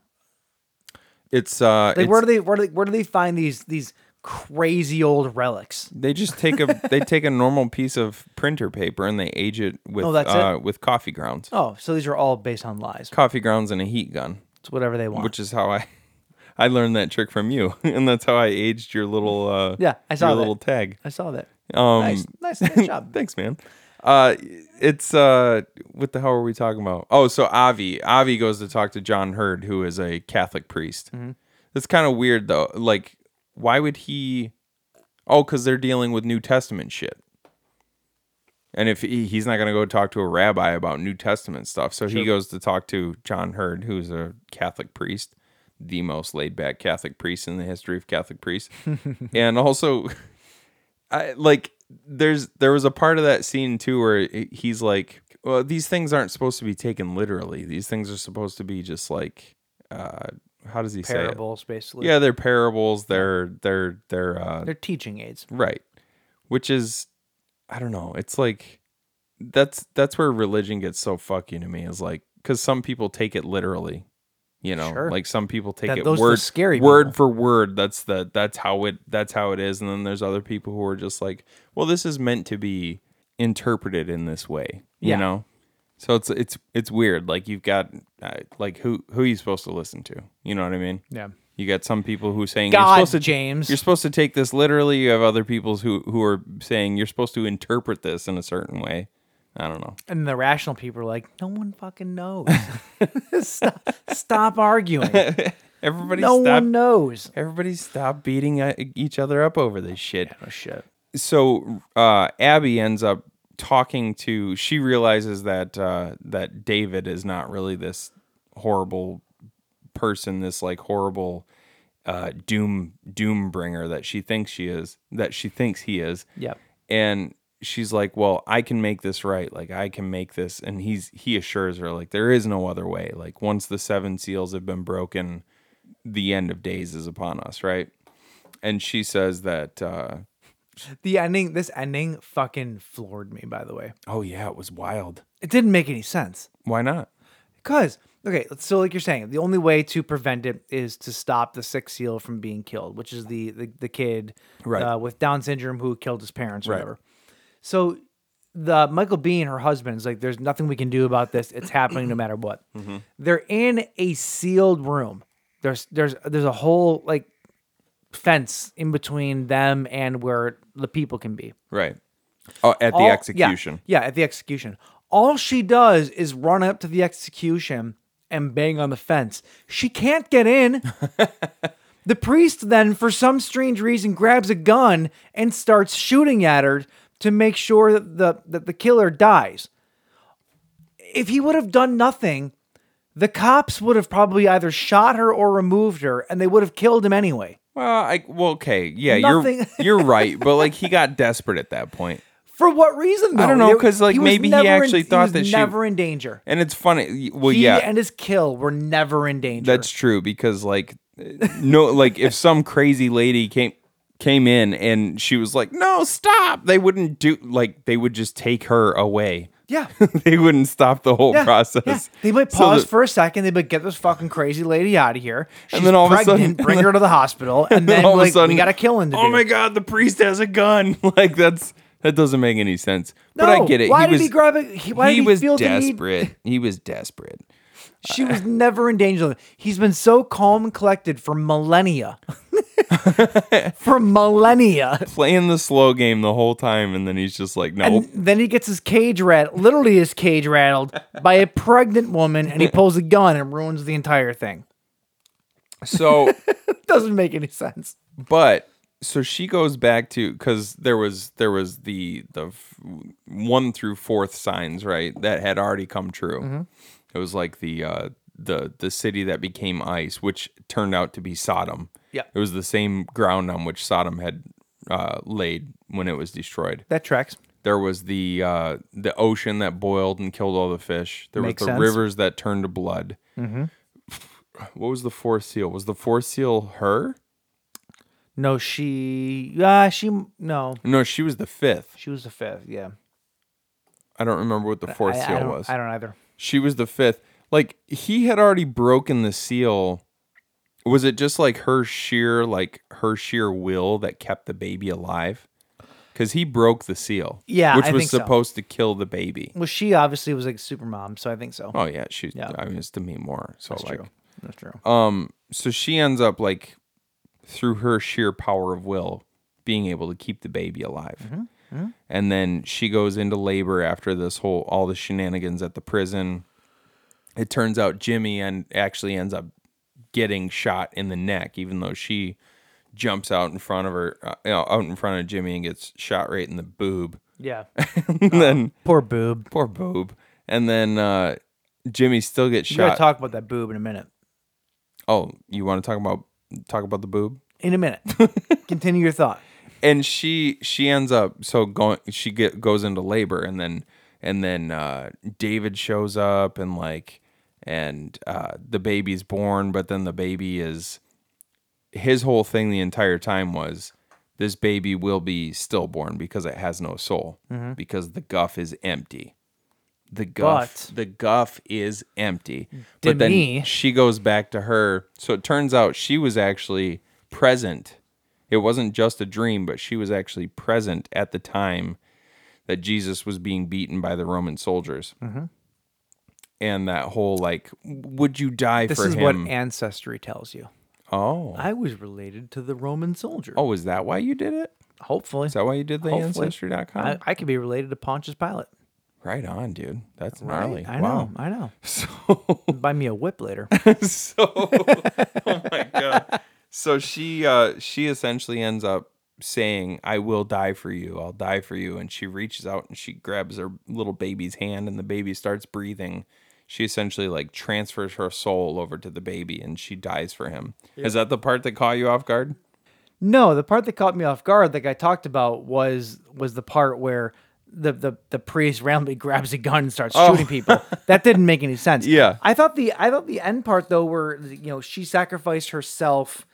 B: it's uh
C: Like
B: it's-
C: where do they where do they, where do they find these these crazy old relics?
B: They just take a they take a normal piece of printer paper and they age it with
C: Oh, that's it?
B: uh, with coffee grounds
C: Oh, so these are all based on lies.
B: coffee grounds and a heat gun
C: It's whatever they want.
B: Which is how I I learned that trick from you, and that's how I aged your little uh,
C: Yeah, I saw
B: your
C: that.
B: little tag.
C: I saw that.
B: Um,
C: nice, nice, nice job.
B: Thanks, man. Uh, it's uh, what the hell were we talking about? Oh, so Avi Avi goes to talk to John Hurd, who is a Catholic priest.
C: Mhm.
B: That's kind of weird though. Like, why would he? Oh, because they're dealing with New Testament shit. And if he, he's not going to go talk to a rabbi about New Testament stuff, so he
C: Sure.
B: goes to talk to John Hurd, who's a Catholic priest, the most laid back Catholic priest in the history of Catholic priests. and also, I like there's there was a part of that scene too where he- he's like, well, these things aren't supposed to be taken literally. These things are supposed to be just like, uh, how does he say it?
C: Parables, basically.
B: Yeah, they're parables. They're they're they're uh,
C: They're teaching aids.
B: Right. Which is I don't know. It's like that's that's where religion gets so fucky to me is like cuz some people take it literally. You know,
C: Sure.
B: like some people take
C: That-
B: it
C: those are the
B: word
C: scary
B: word for word. That's the that's how it that's how it is and then there's other people who are just like, well this is meant to be interpreted in this way, you
C: Yeah.
B: know? So it's it's it's weird. Like you've got uh, like who who are you supposed to listen to? You know what I mean?
C: Yeah.
B: You got some people who saying
C: God,
B: you're supposed to
C: James.
B: You're supposed to take this literally. You have other people's who who are saying you're supposed to interpret this in a certain way. I don't know.
C: And the rational people are like, no one fucking knows. stop, stop arguing.
B: Everybody,
C: no
B: stop,
C: one knows.
B: Everybody, stop beating uh, each other up over this Oh, shit.
C: no shit.
B: So uh, Abby ends up talking to. She realizes that uh, that David is not really this horrible person, this like horrible uh, doom doom bringer that she thinks she is, that she thinks he is.
C: Yep.
B: And she's like, "Well, I can make this right. Like I can make this." And he's he assures her like there is no other way. Like once the seven seals have been broken, the end of days is upon us, right? And she says that uh
C: The ending, this ending fucking floored me, by the way.
B: Oh, yeah, it was wild.
C: It didn't make any sense.
B: Why not?
C: Because, okay, so like you're saying, the only way to prevent it is to stop the sixth seal from being killed, which is the the, the kid
B: Right.
C: uh, with Down syndrome who killed his parents or
B: Right.
C: whatever. So the Michael Bean, her husband, is like, there's nothing we can do about this. It's happening no matter what.
B: Mhm.
C: They're in a sealed room. There's there's there's a whole like fence in between them and where the people can be.
B: Right. Oh, at the
C: All- yeah,
B: execution.
C: Yeah, at the execution. All she does is run up to the execution and bang on the fence. She can't get in. the priest then, for some strange reason, grabs a gun and starts shooting at her to make sure that the, that the killer dies. If he would have done nothing, the cops would have probably either shot her or removed her, and they would have killed him anyway.
B: Well, I well, okay, yeah,
C: Nothing.
B: you're you're right, but like he got desperate at that point.
C: For what reason? Though?
B: I don't know,
C: There-
B: 'cause, like,
C: was
B: maybe he
C: never
B: actually thought
C: was
B: that she-
C: never in danger.
B: And it's funny. Well,
C: he
B: yeah,
C: and his kill were never in danger.
B: That's true because like uh, no like if some crazy lady came came in and she was like, "No, stop." They wouldn't do like they would just take her away.
C: Yeah.
B: they wouldn't stop the whole
C: Yeah,
B: process.
C: They might
B: So
C: pause
B: the-
C: for a second. They might get this fucking crazy lady out of here. She's
B: And then all of a
C: pregnant,
B: sudden-
C: bring her to the hospital, and then,
B: all of a
C: like,
B: sudden,
C: we got a killing to
B: Oh
C: do.
B: my god, the priest has a gun. Like that's that doesn't make any sense.
C: No,
B: but I get it.
C: Why
B: he
C: did
B: was,
C: he grab it? He, why did he
B: was
C: feel the need?
B: desperate. He was desperate.
C: She was never in danger. He's been so calm and collected for millennia. for millennia.
B: Playing the slow game the whole time, and then he's just like, nope.
C: And then he gets his cage rattled, literally his cage rattled by a pregnant woman, and he pulls a gun and ruins the entire thing.
B: so
C: Doesn't make any sense.
B: but so she goes back to because there was there was the the f- one through fourth signs right that had already come true
C: Mm-hmm.
M: Mhm.
B: it was like the uh the the city that became ice which turned out to be sodom
C: Yeah.
B: it was the same ground on which sodom had uh laid when it was destroyed
C: That tracks.
B: there was the uh the ocean that boiled and killed all the fish there
C: Makes
B: was the
C: sense.
B: rivers that turned to blood
C: Mhm.
B: what was the fourth seal was the fourth seal her
C: No, she. Uh, she. No.
B: no she was the fifth
C: She was the fifth. Yeah.
B: I don't remember what the fourth
C: I- I
B: seal
C: don't-
B: was.
C: I don't either.
B: She was the fifth. Like he had already broken the seal. Was it just like her sheer like her sheer will that kept the baby alive? Because he broke the seal.
C: Yeah,
B: which
C: I
B: was
C: think so.
B: supposed to kill the baby.
C: Well, she obviously was like super mom, so I think so.
B: Oh yeah, she's.
C: Yeah.
B: I mean, it's to me more. So
C: That's
B: like,
C: true. That's true.
B: Um, so she ends up like through her sheer power of will being able to keep the baby alive.
C: Mm-hmm.
M: Mhm, mhm.
B: And then she goes into labor after this whole all the shenanigans at the prison. It turns out Jimmy and actually ends up getting shot in the neck even though she jumps out in front of her uh, you know, out in front of Jimmy and gets shot right in the boob.
C: Yeah.
B: and then
C: poor boob.
B: Poor boob. And then uh Jimmy still gets
C: We gotta
B: shot.
C: talk about that boob in a minute.
B: Oh, you want to talk about talk about the boob?
C: In a minute. Continue your thought.
B: And she she ends up so going she get goes into labor and then and then uh David shows up and like and uh the baby's born but then the baby is his whole thing the entire time was this baby will be stillborn because it has no soul
M: Mhm.
B: because the guff is empty. The guff the guff is empty. but then
M: Demi-
B: she goes back to her. So it turns out she was actually present. It wasn't just a dream, but she was actually present at the time that Jesus was being beaten by the Roman soldiers.
C: Mhm.
B: And that whole like, would you die
C: This
B: for
C: is
B: him?
C: what ancestry tells you.
B: oh,
C: I was related to the Roman soldier.
B: oh, is that why you did it?
C: Hopefully,
B: is that why you did the
C: Hopefully.
B: ancestry.com?
C: I, I could be related to Pontius Pilate.
B: right on, dude. That's
C: Right?
B: gnarly.
C: I
B: wow.
C: know. I know. buy me a whip later.
B: so, oh my god. So she uh she essentially ends up saying, "I will die for you. I'll die for you." And she reaches out and she grabs her little baby's hand and the baby starts breathing. She essentially like transfers her soul over to the baby and she dies for him.
C: Yeah.
B: Is that the part that caught you off guard?
C: No, the part that caught me off guard, like I talked about, was was the part where the the, the priest randomly grabs a gun and starts
B: Oh.
C: shooting people. That didn't make any sense.
B: Yeah.
C: I thought the I thought the end part though, where you know she sacrificed herself,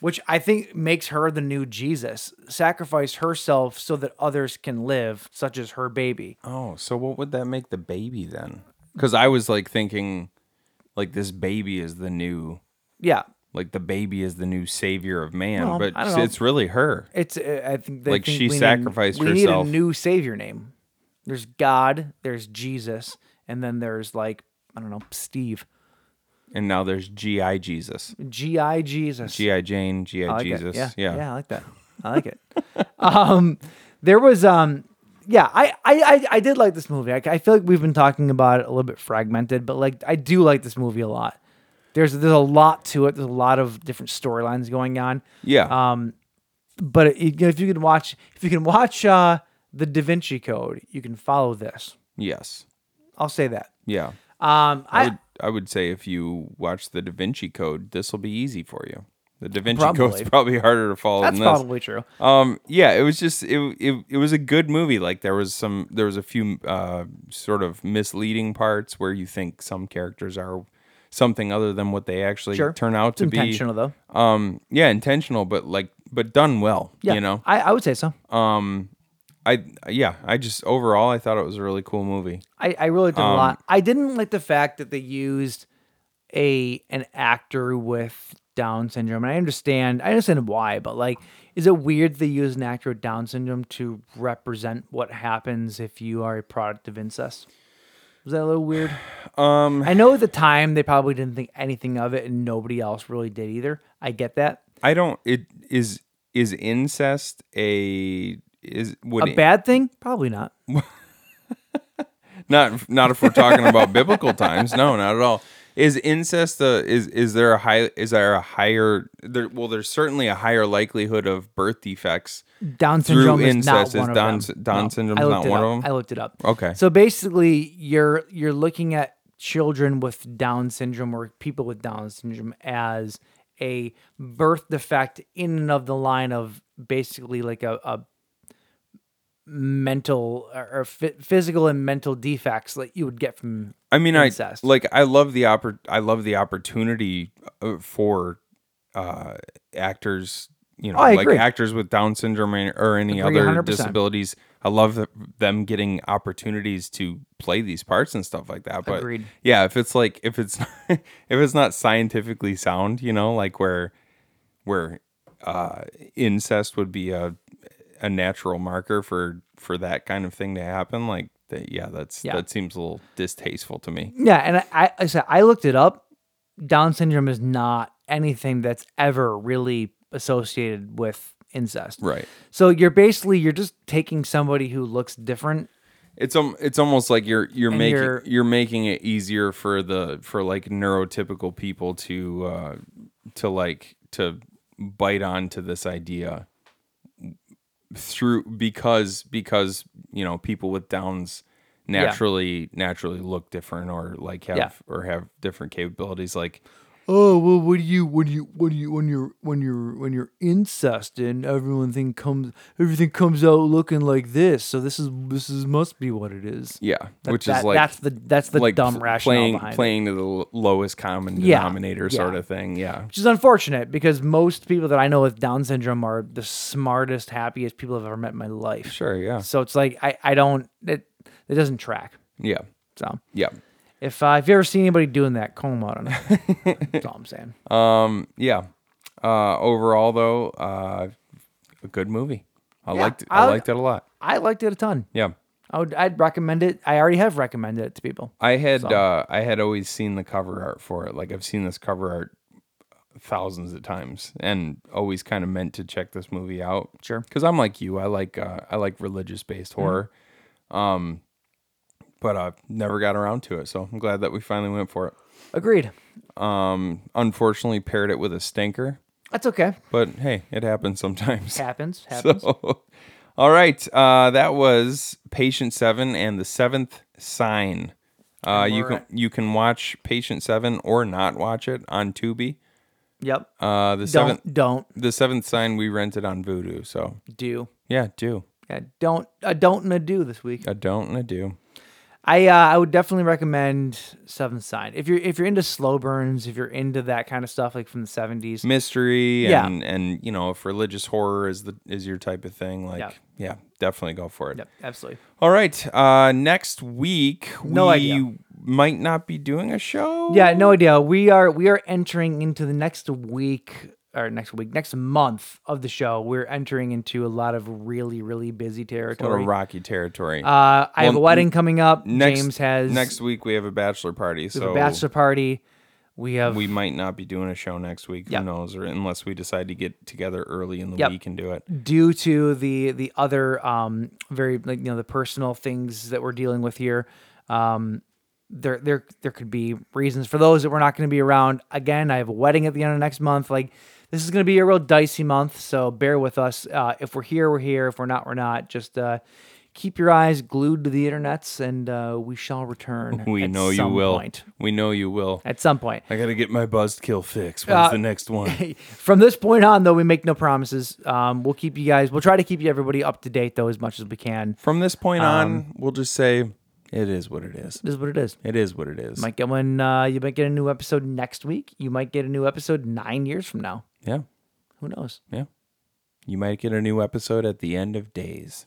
C: which I think makes her the new Jesus, sacrificed herself so that others can live, such as her baby.
B: Oh, so what would that make the baby then? Cuz I was like thinking like this baby is the new
C: Yeah.
B: like the baby is the new savior of man,
C: Well,
B: but
C: I don't know.
B: it's really her.
C: It's uh, I think they
B: Like,
C: think
B: she
C: we need-
B: sacrificed
C: we
B: herself.
C: need a new savior name. There's God. There's Jesus, and then there's like I don't know Steve.
B: And now there's GI Jesus.
C: GI Jesus.
B: GI Jane, GI
C: I like it.
B: Jesus.
C: Yeah.
B: Yeah.
C: I like that. I like it. um, there was um, yeah, I I I, I did like this movie. I, I feel like we've been talking about it a little bit fragmented, but like I do like this movie a lot. There's there's a lot to it. There's a lot of different storylines going on.
B: Yeah.
C: Um, but it, you know, if you can watch if you can watch uh the Da Vinci Code, you can follow this.
B: Yes.
C: I'll say that.
B: Yeah. I,
C: Um, I-
B: would I would say if you watch the Da Vinci Code, this will be easy for you. The Da Vinci
C: Probably.
B: Code's probably harder to follow
C: That's
B: than this.
C: probably true.
B: Um yeah, it was just it, it it was a good movie. Like there was some there was a few uh sort of misleading parts where you think some characters are something other than what they actually
C: Sure.
B: turn out
C: It's
B: to be.
C: intentional, though.
B: Um yeah, intentional but like but done well,
C: Yeah,
B: you know.
C: I, I would say so.
B: Um, I yeah, I just overall I thought it was a really cool movie.
C: I, I really did a
B: Um,
C: lot. I didn't like the fact that they used a an actor with Down syndrome. And I understand I understand why, but like is it weird they use an actor with Down syndrome to represent what happens if you are a product of incest? Was that a little weird?
B: Um
C: I know at the time they probably didn't think anything of it and nobody else really did either. I get that.
B: I don't it is is incest a is would
C: a bad thing? Probably not.
B: not not if we're talking about biblical times. No, not at all. Is incest the is is there a high is there a higher there well there's certainly a higher likelihood of birth defects
C: Down
B: through
C: syndrome is not
B: incest.
C: one of
B: Down
C: them.
B: sy- Down
C: No,
B: syndrome
C: I
B: is
C: looked
B: not
C: it
B: one
C: up.
B: of them.
C: I looked it up.
B: Okay.
C: So basically, you're you're looking at children with Down syndrome or people with Down syndrome as a birth defect in and of the line of basically like a, a mental or or phy- physical and mental defects that you would get from
B: I mean,
C: incest.
B: I like I love the oppor- I love the opportunity uh, for uh, actors, you know,
C: Oh, I
B: like
C: agree.
B: actors with Down syndrome or, or any
C: Agree
B: other
C: 100%.
B: disabilities. I love th- them getting opportunities to play these parts and stuff like that. But
C: Agreed.
B: yeah, if it's like if it's if it's not scientifically sound, you know, like where where uh, incest would be a a natural marker for for that kind of thing to happen, like that, yeah, that's
C: Yeah.
B: that seems a little distasteful to me.
C: Yeah, and I, I, I said I looked it up. Down syndrome is not anything that's ever really associated with incest.
B: Right.
C: So you're basically you're just taking somebody who looks different.
B: It's um, it's almost like you're you're
C: And
B: making
C: you're-
B: you're, making it easier for the for like neurotypical people to uh to like to bite onto this idea through because because you know people with downs
C: Yeah.
B: naturally naturally look different or like have
C: Yeah.
B: or have different capabilities like
C: Oh well, what do you when you when you when you're when you're when you're incest and everyone thing comes everything comes out looking like this. So this is this is must be what it is.
B: yeah
C: That-
B: which is
C: that-
B: like
C: that's the that's the
B: like
C: dumb
B: pl-
C: rationale
B: playing
C: behind it.
B: playing to the l- lowest common
C: Yeah,
B: denominator
C: yeah.
B: sort of thing yeah
C: which is unfortunate because most people that I know with Down syndrome are the smartest, happiest people I've ever met in my life.
B: Sure, yeah.
C: So it's like I, I don't it it doesn't track.
B: yeah
C: So
B: yeah
C: if uh, if you ever see anybody doing that, call them out on it. That's all I'm saying.
B: Um, yeah. Uh, overall though, uh, a good movie. I
C: Yeah,
B: liked it. I,
C: I-
B: liked it a lot.
C: I liked it a ton.
B: Yeah.
C: I would I'd recommend it. I already have recommended it to people.
B: I had
C: So-
B: uh, I had always seen the cover art for it. Like I've seen this cover art thousands of times, and always kind of meant to check this movie out.
C: Sure, Mm-hmm.
B: because I'm like you. I like uh, I like religious based horror, um, but I never got around to it. So I'm glad that we finally went for it.
C: Agreed.
B: Um, unfortunately, paired it with a stinker.
C: That's okay.
B: But hey, it happens sometimes.
C: Happens, happens.
B: So, all right. Uh, that was Patient Seven and the Seventh Sign. Uh, you can
C: Alright.
B: you can watch Patient Seven or not watch it on Tubi.
C: Yep.
B: Uh, the
C: Don't-
B: seventh
C: don't.
B: the seventh sign we rented on Voodoo. So
C: Do.
B: yeah, do
C: Yeah, don't a don't and a do this week.
B: a don't and a do.
C: I uh, I would definitely recommend Seventh Sign if you're if you're into slow burns, if you're into that kind of stuff like from the seventies.
B: mystery
C: Yeah.
B: and and you know if religious horror is the is your type of thing like
C: Yeah.
B: yeah definitely go for it
C: Yep, absolutely.
B: all right uh next week
C: No
B: we
C: idea.
B: might not be doing a show
C: Yeah, no idea. We are we are entering into the next week or next week, next month of the show. We're entering into a lot of really really busy
B: It's a little
C: territory.
B: rocky territory
C: Uh, I have a wedding coming up. James has
B: next week we have a bachelor party
C: we
B: so
C: have a bachelor party. We have
B: we might not be doing a show next week who knows or unless we decide to get together early in the
C: Yep. Mm,
B: week and do it
C: due to the the other um very like you know the personal things that we're dealing with here um there there there could be reasons for those that we're not going to be around again i have a wedding at the end of next month like this is going to be a real dicey month so bear with us uh if we're here we're here if we're not we're not just uh keep your eyes glued to the internets and uh we shall return
B: we
C: at
B: know you
C: some
B: will
C: point.
B: we know you will
C: at some point
B: i gotta get my buzz kill fix when's
C: Uh,
B: the next one
C: From this point on, though, we make no promises. Um, we'll keep you guys. We'll try to keep you everybody up to date, though, as much as we can.
B: From this point
C: Um,
B: on, we'll just say it is what it is.
C: It is what it is.
B: It is what it is.
C: might get one. Uh, you might get a new episode next week. You might get a new episode nine years from now.
B: Yeah.
C: Who knows?
B: Yeah. You might get a new episode at the end of days.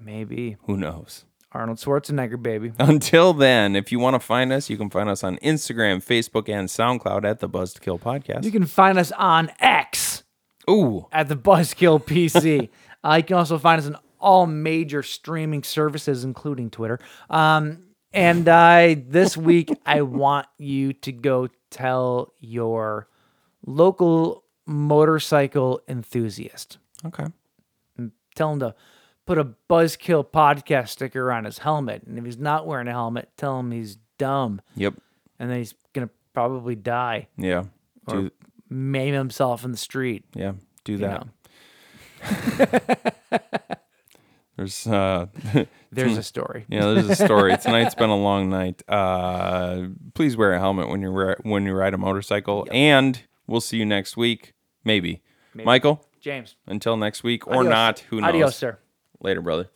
C: Maybe.
B: Who knows?
C: Arnold Schwarzenegger, baby.
B: Until then, if you want to find us, you can find us on Instagram, Facebook, and SoundCloud at the Buzz to Kill Podcast.
C: You can find us on X.
B: Ooh.
C: At the Buzzkill PC. uh, you can also find us on all major streaming services, including Twitter. Um, and uh, this week, I want you to go tell your local motorcycle enthusiast.
B: Okay.
C: And tell him to put a Buzzkill podcast sticker on his helmet. And if he's not wearing a helmet, tell him he's dumb.
B: Yep.
C: And then he's going to probably die.
B: Yeah.
C: Or
B: Do-
C: maim himself in the street.
B: Yeah. Do
C: You
B: that.
C: know.
B: There's uh
C: There's a story.
B: Yeah, there's a story. Tonight's been a long night. Uh please wear a helmet when you are when you ride a motorcycle and we'll see you next week maybe.
C: Maybe.
B: Michael?
C: James.
B: Until next week or
C: Adios.
B: not, who knows.
C: Adios, sir.
B: Later, brother.